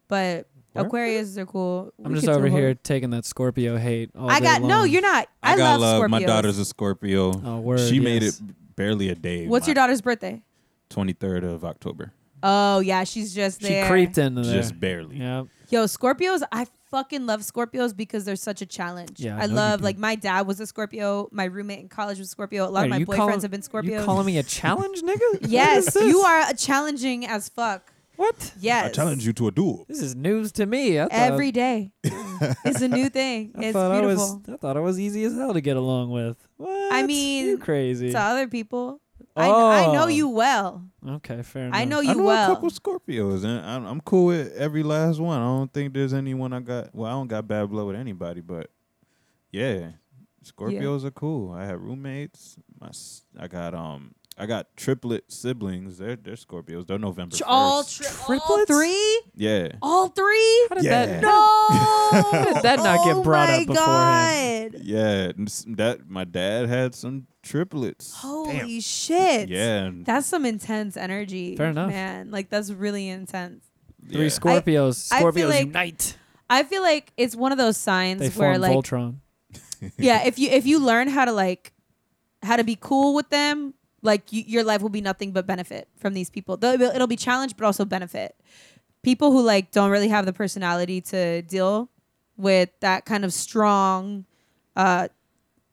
Speaker 3: But
Speaker 4: Word.
Speaker 3: Aquarius are cool.
Speaker 4: I'm
Speaker 3: We
Speaker 4: just
Speaker 3: could do
Speaker 4: over
Speaker 3: a whole-
Speaker 4: here taking that Scorpio hate. All
Speaker 3: I
Speaker 4: day
Speaker 3: got no,
Speaker 4: long.
Speaker 3: you're not. I,
Speaker 6: got
Speaker 3: love Scorpios.
Speaker 6: My daughter's a Scorpio.
Speaker 4: Oh, word,
Speaker 6: she made it
Speaker 4: yes.
Speaker 6: barely a day.
Speaker 3: What's your daughter's birthday?
Speaker 6: Twenty third of October.
Speaker 3: Oh yeah, she's just
Speaker 4: She
Speaker 3: there.
Speaker 4: creeped into there.
Speaker 6: Just barely.
Speaker 4: Yeah.
Speaker 3: Yo, Scorpios, I fucking love Scorpios because they're such a challenge.
Speaker 4: Yeah, I
Speaker 3: I
Speaker 4: know you
Speaker 3: love
Speaker 4: do.
Speaker 3: like my dad was a Scorpio, my roommate in college was Scorpio, a lot
Speaker 4: Wait,
Speaker 3: of my
Speaker 4: you
Speaker 3: boyfriends
Speaker 4: call-
Speaker 3: have been
Speaker 4: You
Speaker 3: Scorpios.
Speaker 4: calling me a challenge, nigga? What
Speaker 3: [laughs]
Speaker 4: is [laughs]
Speaker 3: yes,
Speaker 4: this?
Speaker 3: you are a challenging as fuck.
Speaker 4: What?
Speaker 3: Yes.
Speaker 6: you to a duel.
Speaker 4: This is news to me. I thought,
Speaker 3: Every
Speaker 6: [laughs]
Speaker 3: day. it's a new thing.
Speaker 4: I
Speaker 3: it's
Speaker 4: thought I was.
Speaker 3: beautiful.
Speaker 4: I thought I was easy as hell to get along with. What?
Speaker 3: mean,
Speaker 4: you crazy.
Speaker 3: To other people. I, I know
Speaker 4: Oh.
Speaker 3: you well.
Speaker 4: Okay, fair enough.
Speaker 3: I know
Speaker 6: I
Speaker 3: Oh, you
Speaker 6: know a
Speaker 3: well.
Speaker 6: couple Scorpios, and I'm, I'm cool with every last one. I don't think there's anyone I got. Well, I don't got bad blood with anybody, but yeah, Scorpios are cool. I had roommates. My s- I got um I got triplet siblings. They're they're Scorpios. They're November
Speaker 3: Tr- all,
Speaker 6: first.
Speaker 3: tr- all
Speaker 4: Triplets?
Speaker 3: three?
Speaker 6: yeah,
Speaker 3: All three?
Speaker 4: How did [laughs]
Speaker 6: Yeah.
Speaker 4: that?
Speaker 3: No. How
Speaker 4: did that not get brought up beforehand?
Speaker 3: God.
Speaker 6: yeah. and s- That my dad had some triplets.
Speaker 3: Holy shit.
Speaker 6: Yeah, and
Speaker 3: That's some intense energy.
Speaker 4: Fair enough.
Speaker 3: Man, like that's really intense.
Speaker 6: yeah.
Speaker 4: Three Scorpios.
Speaker 3: I feel
Speaker 4: Scorpios
Speaker 3: like-
Speaker 4: unite.
Speaker 3: I feel like it's one of those signs
Speaker 4: They
Speaker 3: where
Speaker 4: form
Speaker 3: like
Speaker 4: Voltron.
Speaker 3: yeah, if you if you learn how to like how to be cool with them, like you, your life will be nothing but benefit from these people. Though it'll, it'll be challenge but also benefit. People who like don't really have the personality to deal with that kind of strong uh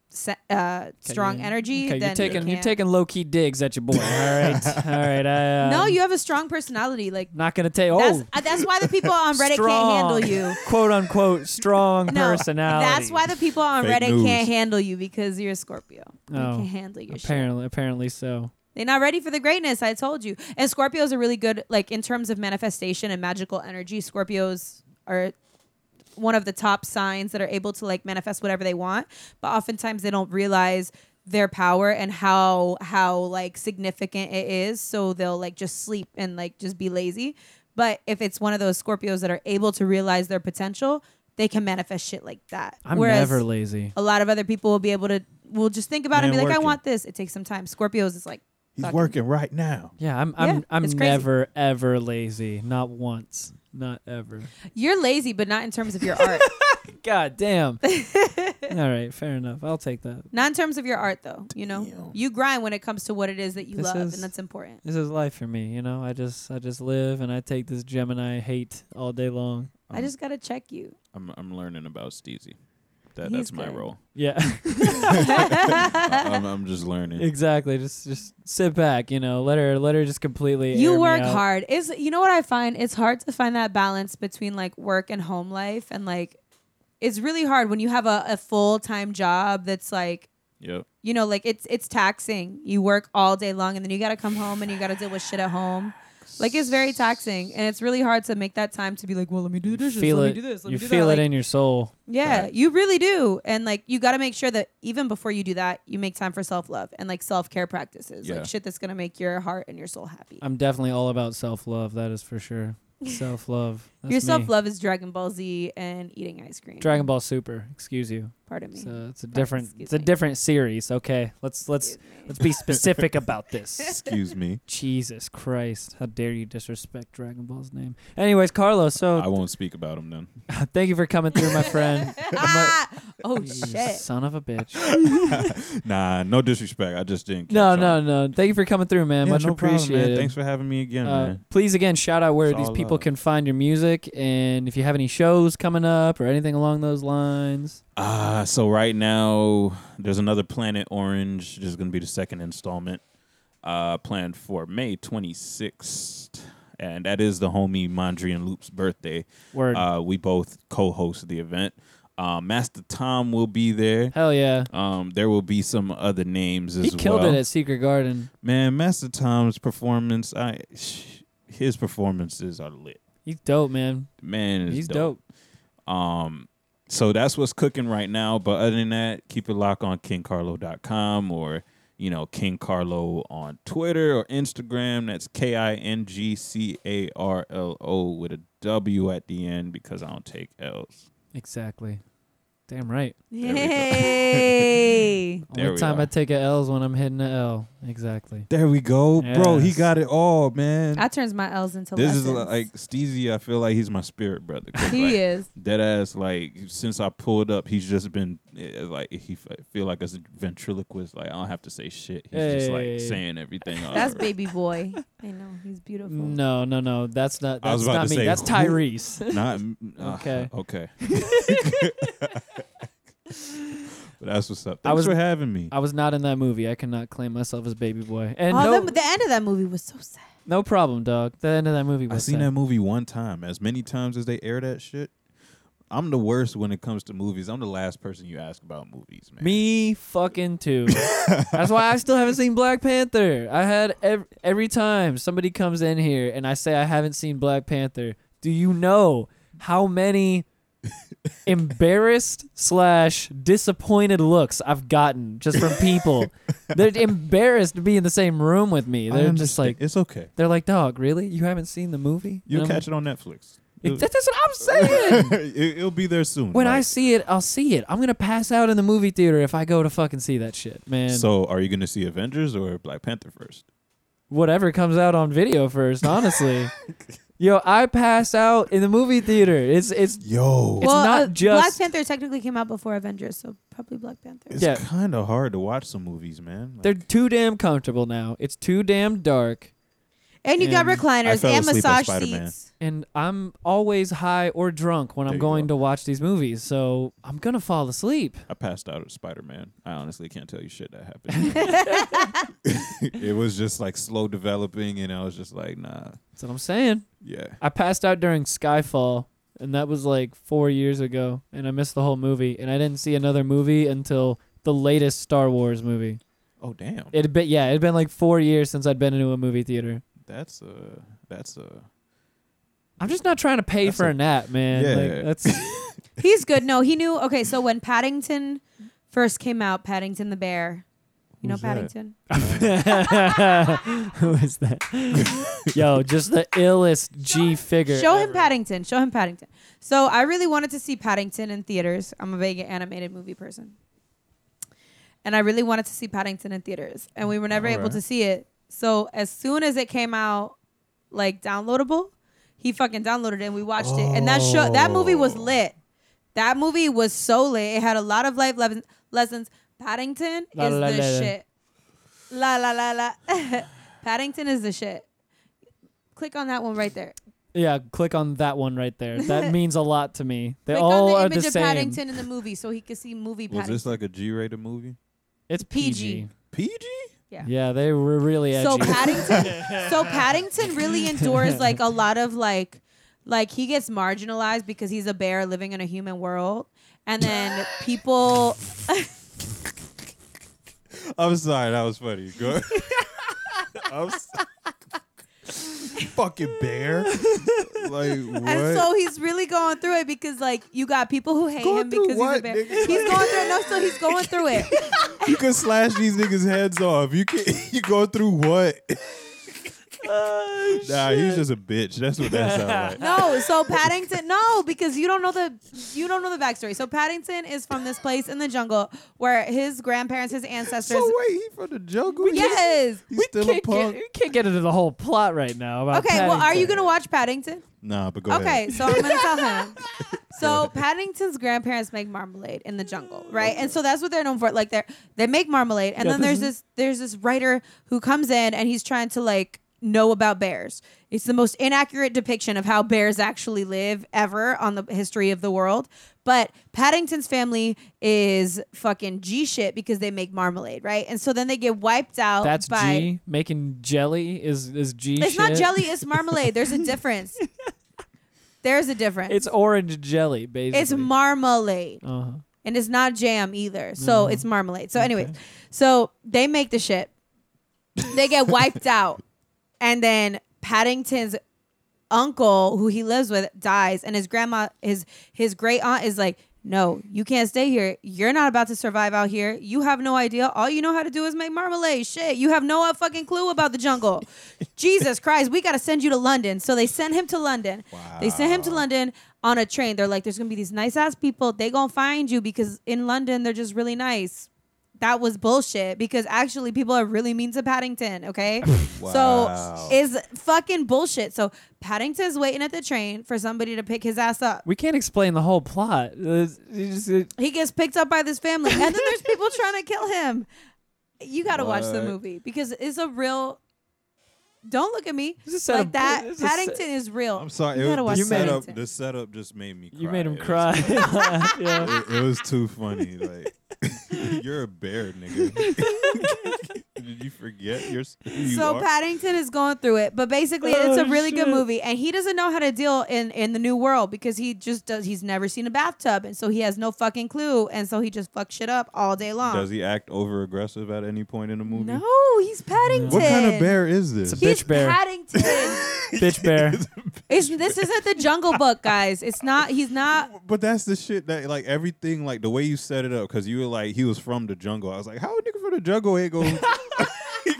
Speaker 3: se- uh strong
Speaker 4: you-
Speaker 3: energy
Speaker 4: Okay,
Speaker 3: then
Speaker 4: you're
Speaker 3: you
Speaker 4: taking you are
Speaker 3: can't.
Speaker 4: taking low key digs at your boy.
Speaker 3: [laughs]
Speaker 4: All right, all right. I, uh,
Speaker 3: No, you have a strong personality like
Speaker 4: not gonna take. Oh,
Speaker 3: That's uh, that's why the people on Reddit can't handle
Speaker 4: strong, [laughs]
Speaker 3: you.
Speaker 4: Quote unquote strong
Speaker 3: No,
Speaker 4: personality.
Speaker 3: That's why the people on
Speaker 6: Fake
Speaker 3: Reddit
Speaker 6: news.
Speaker 3: can't handle you because you're a Scorpio. They
Speaker 4: Oh,
Speaker 3: can't handle your shit.
Speaker 4: apparently apparently so.
Speaker 3: They're not ready for the greatness. I told you. And Scorpios are really good, like in terms of manifestation and magical energy. Scorpios are one of the top signs that are able to like manifest whatever they want, but oftentimes they don't realize their power and how how like significant it is. So they'll like just sleep and like just be lazy. But if it's one of those Scorpios that are able to realize their potential, they can manifest shit like that.
Speaker 4: I'm
Speaker 3: Whereas
Speaker 4: never lazy.
Speaker 3: a lot of other people will be able to will just think about it and
Speaker 6: Man
Speaker 3: be like, I
Speaker 6: working.
Speaker 3: want this. It takes some time. Scorpios is like
Speaker 6: He's
Speaker 3: fucking-
Speaker 6: working right now.
Speaker 4: Yeah, I'm I'm
Speaker 3: Yeah,
Speaker 4: I'm
Speaker 3: it's crazy.
Speaker 4: never ever lazy. Not once. Not ever.
Speaker 3: You're lazy, but not in terms of your
Speaker 6: [laughs]
Speaker 3: art.
Speaker 4: God
Speaker 3: [laughs]
Speaker 4: damn. all right, fair enough. I'll take that.
Speaker 3: not in terms of your art, though. You know, you grind when it comes to what it is that you
Speaker 4: This
Speaker 3: love,
Speaker 4: is-
Speaker 3: and that's important.
Speaker 4: This is life for me, you know. I just I just live and I take this Gemini hate all day long.
Speaker 6: Um,
Speaker 3: I just gotta check you.
Speaker 6: I'm I'm learning about Steezy. That
Speaker 3: He's
Speaker 6: that's my
Speaker 3: good. [laughs]
Speaker 6: role.
Speaker 4: Yeah,
Speaker 6: I- I'm, I'm just learning.
Speaker 4: exactly. Just just sit back, you know. Let her let her just completely. air
Speaker 3: you
Speaker 4: me
Speaker 3: work
Speaker 4: out.
Speaker 3: hard. Is you know what I find? It's hard to find that balance between like work and home life, and like it's really hard when you have a, a full time job that's like [laughs]
Speaker 6: Yep.
Speaker 3: you know like it's it's taxing you work all day long and then you gotta come home and you gotta deal with shit at home like it's very taxing and it's really hard to make that time to be like well let me do the dishes
Speaker 4: Feel
Speaker 3: let
Speaker 4: it.
Speaker 3: me do this let
Speaker 4: you
Speaker 3: me do
Speaker 4: feel
Speaker 3: that.
Speaker 4: it
Speaker 3: Like,
Speaker 4: in your soul.
Speaker 3: yeah you really do and like you gotta make sure that even before you do that you make time for self-love and like self-care practices
Speaker 6: Yeah.
Speaker 3: like shit that's gonna make your heart and your soul happy
Speaker 4: I'm definitely all about self love. That is
Speaker 3: [laughs]
Speaker 4: for sure. Self love.
Speaker 3: your self-love is dragon ball z and eating ice cream
Speaker 4: Dragon Ball Super. Excuse you.
Speaker 3: pardon me
Speaker 4: It's a, it's a different.
Speaker 3: excuse
Speaker 4: It's a
Speaker 3: me.
Speaker 4: different series. Okay, let's let's
Speaker 3: Excuse me.
Speaker 4: let's
Speaker 3: [laughs]
Speaker 4: be specific about this.
Speaker 6: Excuse me.
Speaker 4: Jesus Christ! How dare you disrespect Dragon Ball's name? Anyways, Carlos.
Speaker 6: I
Speaker 4: So
Speaker 6: won't speak about him then.
Speaker 4: thank you for coming through, my friend.
Speaker 3: ah! [laughs] oh
Speaker 4: [laughs] You
Speaker 3: shit
Speaker 4: Son of a bitch.
Speaker 6: Nah, no disrespect. I just didn't.
Speaker 4: No,
Speaker 6: catch
Speaker 4: no,
Speaker 6: on.
Speaker 4: no. Thank you for coming through, man.
Speaker 6: Yeah,
Speaker 4: Much
Speaker 6: no problem, man.
Speaker 4: appreciated.
Speaker 6: Thanks for having me again,
Speaker 4: Uh,
Speaker 6: man.
Speaker 4: please again shout out where
Speaker 6: It's
Speaker 4: these
Speaker 6: all
Speaker 4: people
Speaker 6: love.
Speaker 4: can find your music and if you have any shows coming up or anything along those lines
Speaker 6: Uh, so right now there's another Planet Orange. This is gonna be the second installment. Uh, planned for May 26th, and that is the homie Mondrian Loop's birthday.
Speaker 4: word
Speaker 6: Uh, we both co-host the event. Uh, Master Tom will be there.
Speaker 4: hell yeah
Speaker 6: Um, there will be some other names as
Speaker 4: he killed
Speaker 6: well.
Speaker 4: it at secret garden
Speaker 6: Man, Master Tom's performance, I his performances are lit.
Speaker 4: he's dope man
Speaker 6: Man, is
Speaker 4: he's
Speaker 6: dope.
Speaker 4: dope,
Speaker 6: Um, So that's what's cooking right now. But other than that, keep it locked on kingcarlo.com or, you know, King Carlo on Twitter or Instagram. That's K I N G C A R L O with a W at the end because I don't take L's.
Speaker 4: Exactly. Damn right.
Speaker 6: we go.
Speaker 4: [laughs]
Speaker 3: Yay.
Speaker 6: There
Speaker 4: Only
Speaker 6: we
Speaker 4: time I
Speaker 6: are.
Speaker 4: take a L is when I'm hitting a L. Exactly.
Speaker 6: There we go. Bro, he
Speaker 4: Yes.
Speaker 6: got it all, man.
Speaker 3: I turns my L's into
Speaker 6: this
Speaker 3: lessons.
Speaker 6: is like Steezy, I feel like he's my spirit brother. 'cause,
Speaker 3: he
Speaker 6: like,
Speaker 3: is.
Speaker 6: Dead ass, like since I pulled up, he's just been eh, like he f- feel like a s- ventriloquist. Like I don't have to say shit. He's just
Speaker 4: Hey.
Speaker 6: like saying everything. [laughs]
Speaker 3: That's
Speaker 6: already.
Speaker 3: baby boy. [laughs] I know he's beautiful.
Speaker 4: No, no, no. That's not.
Speaker 6: I
Speaker 4: That's
Speaker 6: was about
Speaker 4: not
Speaker 6: to
Speaker 4: me.
Speaker 6: say,
Speaker 4: that's
Speaker 6: who-
Speaker 4: Tyrese.
Speaker 6: Not
Speaker 4: [laughs]
Speaker 6: uh,
Speaker 4: Okay.
Speaker 6: okay.
Speaker 4: [laughs]
Speaker 6: Okay. [laughs] but that's what's up. Thanks
Speaker 4: I was-
Speaker 6: for having me.
Speaker 4: I was not in that movie. I cannot claim myself as baby boy.
Speaker 3: Oh,
Speaker 4: And no,
Speaker 3: the, the end of that movie was so sad.
Speaker 4: no problem, dog. The end of that movie
Speaker 6: I
Speaker 4: was.
Speaker 6: seen
Speaker 4: sad.
Speaker 6: that movie one time. As many times as they air that shit, I'm the worst when it comes to movies. I'm the last person you ask about movies, man.
Speaker 4: Me fucking too. That's why
Speaker 6: [laughs]
Speaker 4: I still haven't seen Black Panther. I had every, every time somebody comes in here and I say I haven't seen Black Panther. Do you know how
Speaker 6: [laughs]
Speaker 4: many embarrassed slash disappointed looks I've gotten just from
Speaker 6: [laughs]
Speaker 4: people? They're embarrassed to be in the same room with me.
Speaker 6: I
Speaker 4: They're just
Speaker 6: understand.
Speaker 4: like
Speaker 6: it's okay.
Speaker 4: they're like, dog, really? You haven't seen the movie?
Speaker 6: You'll
Speaker 4: And I'm
Speaker 6: catch it
Speaker 4: [laughs]
Speaker 6: on Netflix. [laughs]
Speaker 4: like, "That- that's what I'm saying.
Speaker 6: it, will be there soon.
Speaker 4: when I
Speaker 6: Like,
Speaker 4: see it, I'll see it. I'm gonna pass out in the movie theater if I go to fucking see that shit, man.
Speaker 6: so, are you going to see Avengers or Black Panther first?
Speaker 4: whatever comes out on video first,
Speaker 6: [laughs]
Speaker 4: honestly. Yo, I pass out in the movie theater. It's it's
Speaker 6: Yo,
Speaker 4: It's
Speaker 3: well,
Speaker 4: not
Speaker 3: uh,
Speaker 4: just-
Speaker 3: Black Panther technically came out before Avengers, so probably Black Panther.
Speaker 6: it's
Speaker 4: yeah.
Speaker 6: kind of hard to watch some movies, man. Like,
Speaker 4: they're too damn comfortable now. It's too damn dark.
Speaker 3: And you got
Speaker 4: And
Speaker 6: I
Speaker 3: recliners
Speaker 6: fell
Speaker 3: and
Speaker 6: asleep on
Speaker 3: massage
Speaker 6: Spider-Man.
Speaker 3: seats.
Speaker 4: And I'm always high or drunk when
Speaker 6: There
Speaker 4: I'm
Speaker 6: you
Speaker 4: going to
Speaker 6: go.
Speaker 4: watch these movies, so I'm gonna fall asleep.
Speaker 6: I passed out at Spider Man. I honestly can't tell you shit that
Speaker 4: [laughs]
Speaker 6: happened. [laughs] it was just like slow developing, and I was just like, nah,
Speaker 4: That's what I'm saying.
Speaker 6: yeah.
Speaker 4: I passed out during Skyfall, and that was like four years ago, and I missed the whole movie, and I didn't see another movie until the latest Star Wars movie.
Speaker 6: Oh damn,
Speaker 4: It had been yeah, it had been like four years since I'd been into a movie theater.
Speaker 6: that's a that's a
Speaker 4: I'm just not trying to pay
Speaker 6: That's
Speaker 4: for a,
Speaker 6: a-
Speaker 4: nap, man. Like,
Speaker 6: Yeah.
Speaker 4: that's [laughs]
Speaker 3: He's good. No, he knew. Okay, so when Paddington first came out, Paddington the bear. You know
Speaker 6: Who's that?
Speaker 3: Paddington?
Speaker 4: who is that?
Speaker 6: [laughs]
Speaker 4: Yo, just the illest G figure.
Speaker 3: Show
Speaker 4: ever.
Speaker 3: him Paddington. Show him Paddington. So I really wanted to see Paddington in theaters. I'm a big animated movie person. And I really wanted to see Paddington in theaters. And we were never able
Speaker 6: Alright.
Speaker 3: to see it. So as soon as it came out, like downloadable, he fucking downloaded it and we watched it. And that show that movie
Speaker 4: Oh.
Speaker 3: was lit. That movie was so lit. It had a lot of life lev- lessons. Paddington
Speaker 4: La,
Speaker 3: is
Speaker 4: la,
Speaker 3: the
Speaker 4: la, la.
Speaker 3: shit. La la la la. [laughs] Paddington is the shit. Click on that one right there.
Speaker 4: Yeah, click on that one
Speaker 3: [laughs]
Speaker 4: right there. That means a lot to me. They
Speaker 3: Click
Speaker 4: all
Speaker 3: on the
Speaker 4: are
Speaker 3: image
Speaker 4: the
Speaker 3: of
Speaker 4: same.
Speaker 3: Paddington in the movie so he could see movie
Speaker 6: was
Speaker 3: Paddington.
Speaker 6: this like a G-rated movie?
Speaker 4: It's PG.
Speaker 3: PG.
Speaker 6: PG?
Speaker 3: Yeah.
Speaker 4: Yeah, they were really [laughs] edgy.
Speaker 3: so
Speaker 4: [laughs]
Speaker 3: Paddington so Paddington really endures like a lot of like like he gets marginalized because he's a bear living in a human world and then people
Speaker 6: I'm sorry, that was funny. Go. [laughs] I'm s- [laughs] fucking
Speaker 4: [laughs]
Speaker 6: bear. like what?
Speaker 3: and so he's really going through it because like you got people who hate
Speaker 6: Going
Speaker 3: him
Speaker 6: through
Speaker 3: because he's a
Speaker 6: what,
Speaker 3: bear.
Speaker 6: nigga?
Speaker 3: He's going through it. No, so he's going through
Speaker 6: [laughs]
Speaker 3: it.
Speaker 6: you can slash these niggas' heads off. You can [laughs] you go through what? nah, he's just a bitch. That's what that
Speaker 3: [laughs]
Speaker 6: sounds like.
Speaker 3: No, so Paddington. No, because you don't know the you don't know the backstory. So Paddington is from this place in the jungle where his grandparents, his ancestors.
Speaker 6: So wait, he from the jungle?
Speaker 3: yes.
Speaker 6: [laughs] He's still a
Speaker 4: can't get,
Speaker 6: punk.
Speaker 4: we can't get into the whole plot right now. About
Speaker 3: Okay. Well, are you
Speaker 4: Paddington.
Speaker 3: gonna watch Paddington?
Speaker 6: Nah, but go
Speaker 3: Okay,
Speaker 6: ahead.
Speaker 3: so I'm gonna tell
Speaker 4: [laughs]
Speaker 3: him. So Paddington's grandparents make marmalade in the jungle, right? And so that's what they're known for. Like they are they make marmalade, and
Speaker 4: Yeah,
Speaker 3: then
Speaker 4: this
Speaker 3: there's
Speaker 4: is-
Speaker 3: this there's this writer who comes in and he's trying to like know about bears. It's the most inaccurate depiction of how bears actually live ever on the history of the world. But Paddington's family is fucking G shit because they make marmalade, right? And so then they get wiped out.
Speaker 4: That's
Speaker 3: by,
Speaker 4: G. Making jelly is is G.
Speaker 3: It's not
Speaker 4: shit.
Speaker 3: jelly. [laughs] It's marmalade. There's a difference. There's a difference.
Speaker 4: [laughs] It's orange jelly, basically.
Speaker 3: It's marmalade.
Speaker 4: uh-huh.
Speaker 3: And it's not jam either. So it's marmalade. So anyways, so they make the shit. They get wiped out. And then Paddington's uncle, who he lives with, dies. And his grandma, his his great aunt is like, no, you can't stay here. You're not about to survive out here. You have no idea. All you know how to do is make marmalade. Shit, you have no uh, fucking clue about the jungle. Jesus Christ, we got to send you to London. So they sent him to London. They sent him to London on a train. They're like, there's going to be these nice ass people. They going to find you because in London, they're just really nice. That was bullshit because actually people are really mean to Paddington,
Speaker 4: [laughs]
Speaker 3: okay? So it's fucking bullshit. So Paddington's waiting at the train for somebody to pick his ass up.
Speaker 4: We can't explain the whole plot. Uh, you just- uh,
Speaker 3: He gets picked up by this family, and then there's
Speaker 4: [laughs]
Speaker 3: people trying to kill him. You got to watch the movie because it's a real. Don't look at me
Speaker 4: This is set
Speaker 3: like
Speaker 4: up-
Speaker 3: that.
Speaker 4: this is set-
Speaker 3: Paddington is real.
Speaker 6: [laughs] I'm sorry.
Speaker 3: You
Speaker 6: it,
Speaker 3: gotta
Speaker 6: was-
Speaker 3: watch
Speaker 6: the
Speaker 4: You made him-
Speaker 6: setup.
Speaker 3: Paddington.
Speaker 6: The setup just made me. cry.
Speaker 4: you made him
Speaker 6: It was-
Speaker 4: cry. [laughs] yeah.
Speaker 6: It, it was too funny. Like [laughs] you're a bear, nigga. [laughs] Did you forget your? Who you
Speaker 3: so
Speaker 6: are? Oh,
Speaker 3: Paddington is going through it, but basically it's a really good movie, and he doesn't know how to deal in in the new world because he just does. He's never seen a bathtub, and so he has no fucking clue, and so he just fucks shit up all day long.
Speaker 6: Does he act over aggressive at any point in the movie?
Speaker 3: No, he's Paddington.
Speaker 6: What kind of bear is
Speaker 4: It's
Speaker 6: this?
Speaker 4: a
Speaker 3: He's
Speaker 4: bitch bear.
Speaker 3: Paddington.
Speaker 4: bitch
Speaker 3: [laughs]
Speaker 4: bear.
Speaker 3: It's this isn't the Jungle Book, guys. It's not. He's not.
Speaker 6: But that's the shit that like everything like the way you set it up because you were like he was from the jungle. I was like, how a nigga from the jungle
Speaker 3: [laughs]
Speaker 6: ain't go?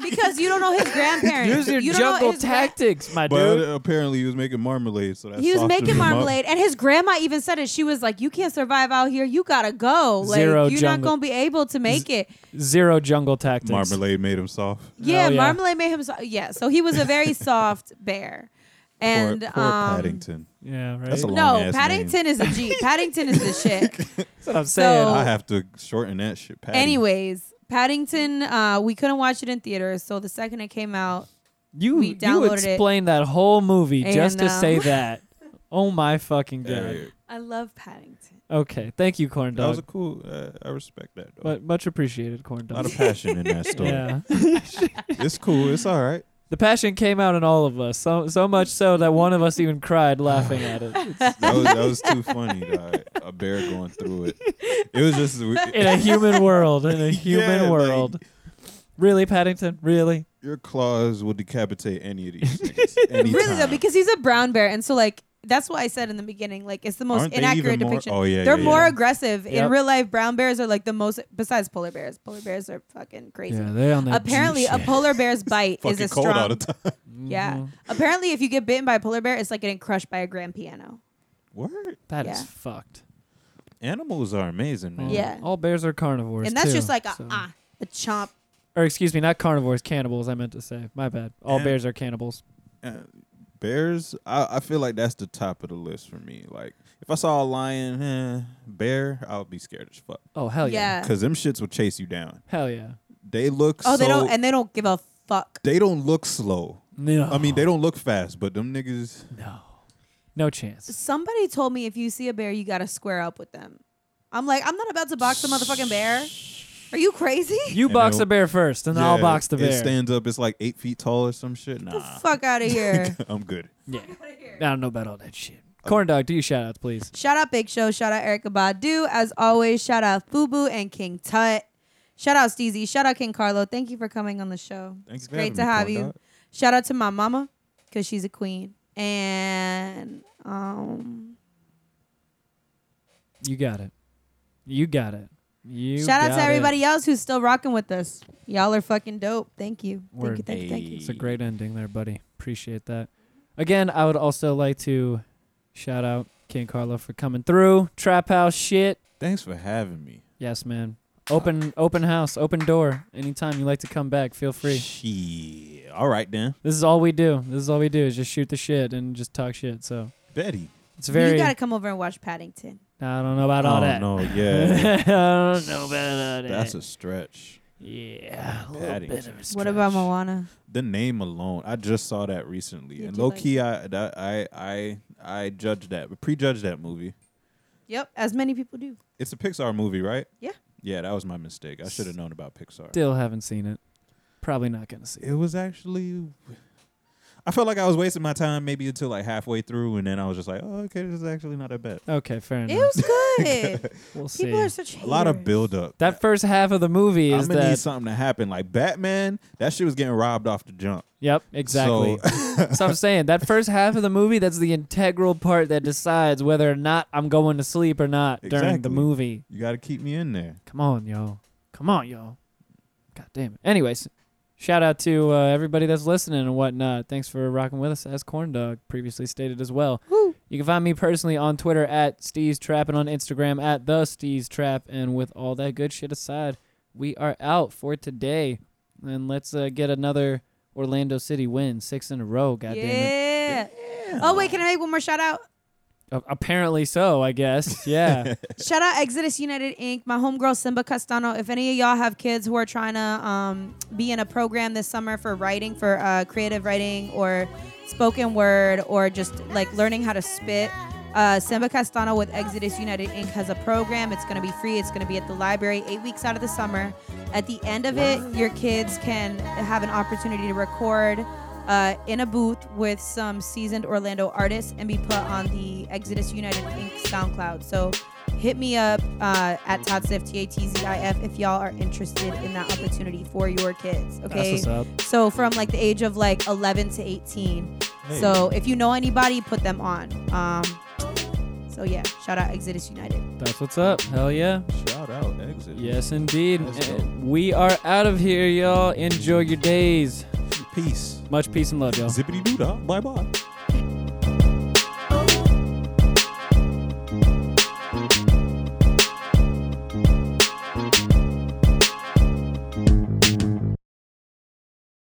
Speaker 3: Because you don't know his grandparents.
Speaker 4: Use your
Speaker 3: you don't know
Speaker 4: jungle
Speaker 3: his gra-
Speaker 4: tactics, my
Speaker 6: but uh,
Speaker 4: dude.
Speaker 6: apparently he was making marmalade. So that's
Speaker 3: he was
Speaker 6: softened
Speaker 3: making
Speaker 6: him up.
Speaker 3: marmalade, and his grandma even said it. She was like, "You can't survive out here. You gotta go. Like,
Speaker 4: Zero
Speaker 3: you're not
Speaker 4: jungle-
Speaker 3: gonna be able to make it."
Speaker 4: Zero jungle tactics.
Speaker 6: Marmalade made him soft.
Speaker 3: Yeah,
Speaker 4: yeah.
Speaker 3: marmalade made him. So- yeah, so he was a very
Speaker 6: [laughs]
Speaker 3: soft bear, and
Speaker 6: poor, poor
Speaker 3: um,
Speaker 6: Paddington.
Speaker 4: Yeah, right.
Speaker 6: That's a long
Speaker 3: No,
Speaker 6: ass
Speaker 3: Paddington is a
Speaker 6: [laughs]
Speaker 3: G. Paddington is the shit.
Speaker 4: That's what I'm saying.
Speaker 3: So-
Speaker 6: I have to shorten that shit. Patty.
Speaker 3: Anyways, Paddington. Uh, we couldn't watch it in theaters, so the second it came out,
Speaker 4: you
Speaker 3: we
Speaker 4: you
Speaker 3: downloaded it.
Speaker 4: explained that whole movie just to
Speaker 3: And, [laughs]
Speaker 4: say
Speaker 3: um,
Speaker 4: that. Oh my fucking god.
Speaker 6: Hey,
Speaker 3: I love Paddington.
Speaker 4: Okay, thank you, corn
Speaker 6: that was a
Speaker 4: dog.
Speaker 6: cool. Uh, I respect that. Though.
Speaker 4: But much appreciated, corn
Speaker 6: a lot
Speaker 4: dog.
Speaker 6: of passion in that story.
Speaker 4: Yeah.
Speaker 6: [laughs] It's cool. It's all right.
Speaker 4: The passion came out in all of us, so so much so that one of us even cried laughing at
Speaker 6: [laughs]
Speaker 4: it.
Speaker 6: That was, that was too funny. dog. A bear going through it. It was just.
Speaker 4: In
Speaker 6: [laughs]
Speaker 4: a human world, in a human
Speaker 6: like-
Speaker 4: world. really, Paddington? Really?
Speaker 6: Your claws will decapitate any
Speaker 3: [laughs]
Speaker 6: of these things. Any
Speaker 3: really though
Speaker 6: time.
Speaker 3: because he's a brown bear and so like that's why i said in the beginning like it's the most
Speaker 6: Aren't they even
Speaker 3: inaccurate
Speaker 6: more-
Speaker 3: depiction
Speaker 6: oh, yeah,
Speaker 3: they're
Speaker 6: yeah,
Speaker 3: more
Speaker 6: yeah.
Speaker 3: aggressive in
Speaker 4: Yep.
Speaker 3: real life brown bears are like the most besides polar bears polar bears are fucking crazy
Speaker 4: Yeah, they on that.
Speaker 3: apparently a polar
Speaker 6: [laughs]
Speaker 3: bear's bite is
Speaker 6: fucking
Speaker 3: a
Speaker 6: cold
Speaker 3: strong
Speaker 6: all the time.
Speaker 3: yeah apparently if you get bitten by a polar bear it's like getting crushed by a grand piano
Speaker 6: Word.
Speaker 4: That is
Speaker 3: Yeah.
Speaker 4: fucked.
Speaker 6: Animals are amazing, man.
Speaker 3: Yeah.
Speaker 4: All bears are carnivores.
Speaker 3: and that's
Speaker 4: too,
Speaker 3: just like a
Speaker 4: so-
Speaker 3: ah a chomp
Speaker 4: Or excuse me, not carnivores, cannibals. I meant to say. My bad. All
Speaker 6: Yeah.
Speaker 4: bears are cannibals.
Speaker 6: Uh, Bears, I, I feel like that's the top of the list for me. Like, if I saw a lion, eh, bear, I would be scared as fuck.
Speaker 4: Oh hell yeah.
Speaker 3: yeah,
Speaker 6: Because them shits will chase you down.
Speaker 4: Hell yeah.
Speaker 6: They look
Speaker 3: oh
Speaker 6: so.
Speaker 3: they don't and they don't give a fuck
Speaker 6: they don't look slow.
Speaker 4: No.
Speaker 6: I mean, they don't look fast, but them niggas.
Speaker 4: No. No chance.
Speaker 3: somebody told me if you see a bear you gotta square up with them i'm like i'm not about to box a motherfucking bear are you crazy
Speaker 4: You
Speaker 6: And
Speaker 4: box
Speaker 6: they'll-
Speaker 4: the bear first, and I'll
Speaker 6: Yeah,
Speaker 4: box the bear.
Speaker 6: It stands up. It's like eight feet tall or some shit. Nah,
Speaker 3: fuck out of here.
Speaker 6: [laughs] I'm good.
Speaker 4: yeah. I don't know about all that shit. Corn dog, do you shout outs, please?
Speaker 3: shout out Big Show. Shout out Erica Badu. As always, shout out Fubu and King Tut. Shout out Steezy. Shout out King Carlo. Thank you for coming on the show.
Speaker 6: Thanks
Speaker 3: it's
Speaker 6: for
Speaker 3: great
Speaker 6: having
Speaker 3: to
Speaker 6: me,
Speaker 3: have
Speaker 6: Corn
Speaker 3: you.
Speaker 6: Dog.
Speaker 3: Shout out to my mama because she's a queen. And um,
Speaker 4: You got it. You got it. You
Speaker 3: shout out
Speaker 4: got
Speaker 3: to
Speaker 4: it.
Speaker 3: everybody else who's still rocking with us. Y'all are fucking dope. Thank you.
Speaker 4: Word.
Speaker 3: Thank you. Thank you. Thank you.
Speaker 4: It's a great ending there, buddy. Appreciate that. Again, I would also like to shout out King Carlo for coming through. Trap house shit.
Speaker 6: Thanks for having me.
Speaker 4: Yes, man. Open open house, open door. Anytime you like to come back, feel free.
Speaker 6: Shit. All right then,
Speaker 4: This is all we do. This is all we do is just shoot the shit and just talk shit. So [laughs]
Speaker 6: Betty.
Speaker 4: it's very.
Speaker 3: You gotta come over and watch Paddington.
Speaker 4: I don't know about all
Speaker 6: oh
Speaker 4: that. [laughs]
Speaker 6: no, yeah,
Speaker 4: I don't know about all that.
Speaker 6: that's a stretch.
Speaker 4: yeah. A little
Speaker 6: Paddington.
Speaker 4: bit of a
Speaker 3: What about
Speaker 4: stretch.
Speaker 3: Moana?
Speaker 6: the name alone i just saw that recently
Speaker 3: You
Speaker 6: and
Speaker 3: do
Speaker 6: low
Speaker 3: like-
Speaker 6: key I, that, I i i judged that prejudged that movie
Speaker 3: Yep, as many people do.
Speaker 6: it's a pixar movie right
Speaker 3: Yeah.
Speaker 6: yeah that was my mistake i should have known about pixar
Speaker 4: Still haven't seen it. Probably not gonna see it.
Speaker 6: it was actually
Speaker 9: I felt like I was wasting my time maybe until like halfway through, and then I was just like, oh, okay, this is actually not that bad.
Speaker 4: Okay, fair
Speaker 3: It
Speaker 4: enough.
Speaker 3: was
Speaker 4: [laughs]
Speaker 3: good.
Speaker 4: we'll see.
Speaker 3: People are such haters.
Speaker 9: A lot of build up.
Speaker 4: that first half of the movie
Speaker 9: I'm
Speaker 4: is
Speaker 9: gonna need
Speaker 4: that.
Speaker 9: something to happen. Like Batman, that shit was getting robbed off the jump.
Speaker 4: Yep, exactly. [laughs] so I'm saying that first half of the movie, that's the integral part that decides whether or not I'm going to sleep or not during the
Speaker 9: Exactly.
Speaker 4: movie.
Speaker 9: You got to keep me in there.
Speaker 4: Come on, yo. Come on, yo. God damn it. Anyways, shout out to uh, everybody that's listening and whatnot. Thanks for rocking with us, as Corn Dog previously stated as well. You can find me personally on Twitter at Steez Trap and on Instagram at The Steez Trap. And with all that good shit aside, we are out for today. And let's uh, get another Orlando City win, six in a row. God damn it.
Speaker 3: yeah. Oh wait, can I make one more shout out?
Speaker 4: A- apparently so, I guess. Yeah.
Speaker 3: [laughs] Shout out Exodus United Inc. My homegirl Simba Castano. If any of y'all have kids who are trying to um, be in a program this summer for writing, for uh, creative writing or spoken word or just like learning how to spit, uh, Simba Castano with Exodus United Inc. has a program. It's going to be free. It's going to be at the library eight weeks out of the summer. At the end of it, your kids can have an opportunity to record uh, in a booth with some seasoned Orlando artists and be put on the Exodus United Inc. SoundCloud. So hit me up uh, at Todd Sif, T A T Z I F, if y'all are interested in that opportunity for your kids.
Speaker 4: That's
Speaker 3: Okay.
Speaker 4: what's up.
Speaker 3: So from like the age of like 11 to 18.
Speaker 9: Hey.
Speaker 3: So if you know anybody, put them on. Um, so yeah, shout out Exodus United.
Speaker 4: That's what's up. Hell yeah.
Speaker 9: Shout out, exit.
Speaker 4: Yes, indeed.
Speaker 9: Let's
Speaker 4: Uh,
Speaker 9: go.
Speaker 4: We are out of here, y'all. Enjoy your days.
Speaker 9: Peace.
Speaker 4: Much peace and love, y'all.
Speaker 9: Zippity doo dah. Bye bye.